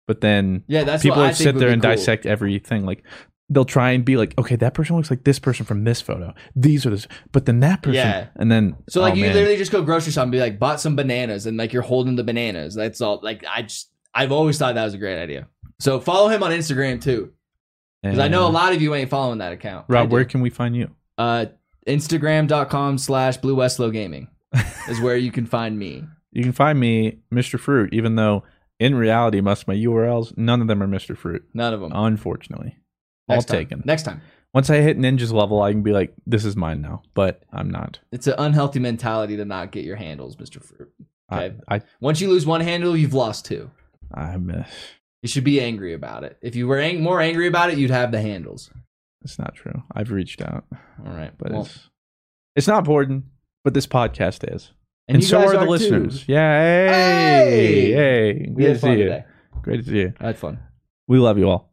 [SPEAKER 4] but then
[SPEAKER 5] yeah, that's
[SPEAKER 4] people
[SPEAKER 5] what I
[SPEAKER 4] would
[SPEAKER 5] think
[SPEAKER 4] sit
[SPEAKER 5] would
[SPEAKER 4] there
[SPEAKER 5] be
[SPEAKER 4] and
[SPEAKER 5] cool.
[SPEAKER 4] dissect everything. Like they'll try and be like, okay, that person looks like this person from this photo. These are this, but then that person,
[SPEAKER 5] Yeah.
[SPEAKER 4] and then
[SPEAKER 5] So like
[SPEAKER 4] oh,
[SPEAKER 5] you
[SPEAKER 4] man.
[SPEAKER 5] literally just go grocery shopping, and be like, bought some bananas, and like you're holding the bananas. That's all. Like I just, I've always thought that was a great idea. So follow him on Instagram too, because I know a
[SPEAKER 4] And-
[SPEAKER 5] lot of you ain't following that account. I
[SPEAKER 4] Rob,
[SPEAKER 5] do.
[SPEAKER 4] where can we find you?
[SPEAKER 5] uh, Instagram.com slash Blue Westlow Gaming is where you can find me.
[SPEAKER 4] You can find me, Mr. Fruit, even though in reality, most of my URLs, none of them are Mr. Fruit,
[SPEAKER 5] None of them.
[SPEAKER 4] unfortunately.
[SPEAKER 5] Next
[SPEAKER 4] all
[SPEAKER 5] time.
[SPEAKER 4] taken.
[SPEAKER 5] Next time.
[SPEAKER 4] Once I hit Ninja's level, I can be like, this is mine now, but I'm not.
[SPEAKER 5] It's an unhealthy mentality to not get your handles, Mr. Fruit. Okay.
[SPEAKER 4] I, uh, I,
[SPEAKER 5] Once you lose one handle, you've lost two.
[SPEAKER 4] I miss.
[SPEAKER 5] You should be angry about it. If you were ang- more angry about it, you'd have the handles.
[SPEAKER 4] It's not true. I've reached out,
[SPEAKER 5] All right,
[SPEAKER 4] but
[SPEAKER 5] well-
[SPEAKER 4] it's it's not important. But this podcast is. And,
[SPEAKER 5] And you
[SPEAKER 4] so
[SPEAKER 5] guys
[SPEAKER 4] are the
[SPEAKER 5] are too.
[SPEAKER 4] listeners. Yeah. Hey.
[SPEAKER 5] Hey!
[SPEAKER 4] Hey.
[SPEAKER 5] We
[SPEAKER 4] Good
[SPEAKER 5] had
[SPEAKER 4] to
[SPEAKER 5] fun
[SPEAKER 4] see you.
[SPEAKER 5] today.
[SPEAKER 4] Great to see you.
[SPEAKER 5] That's fun.
[SPEAKER 4] We love you all.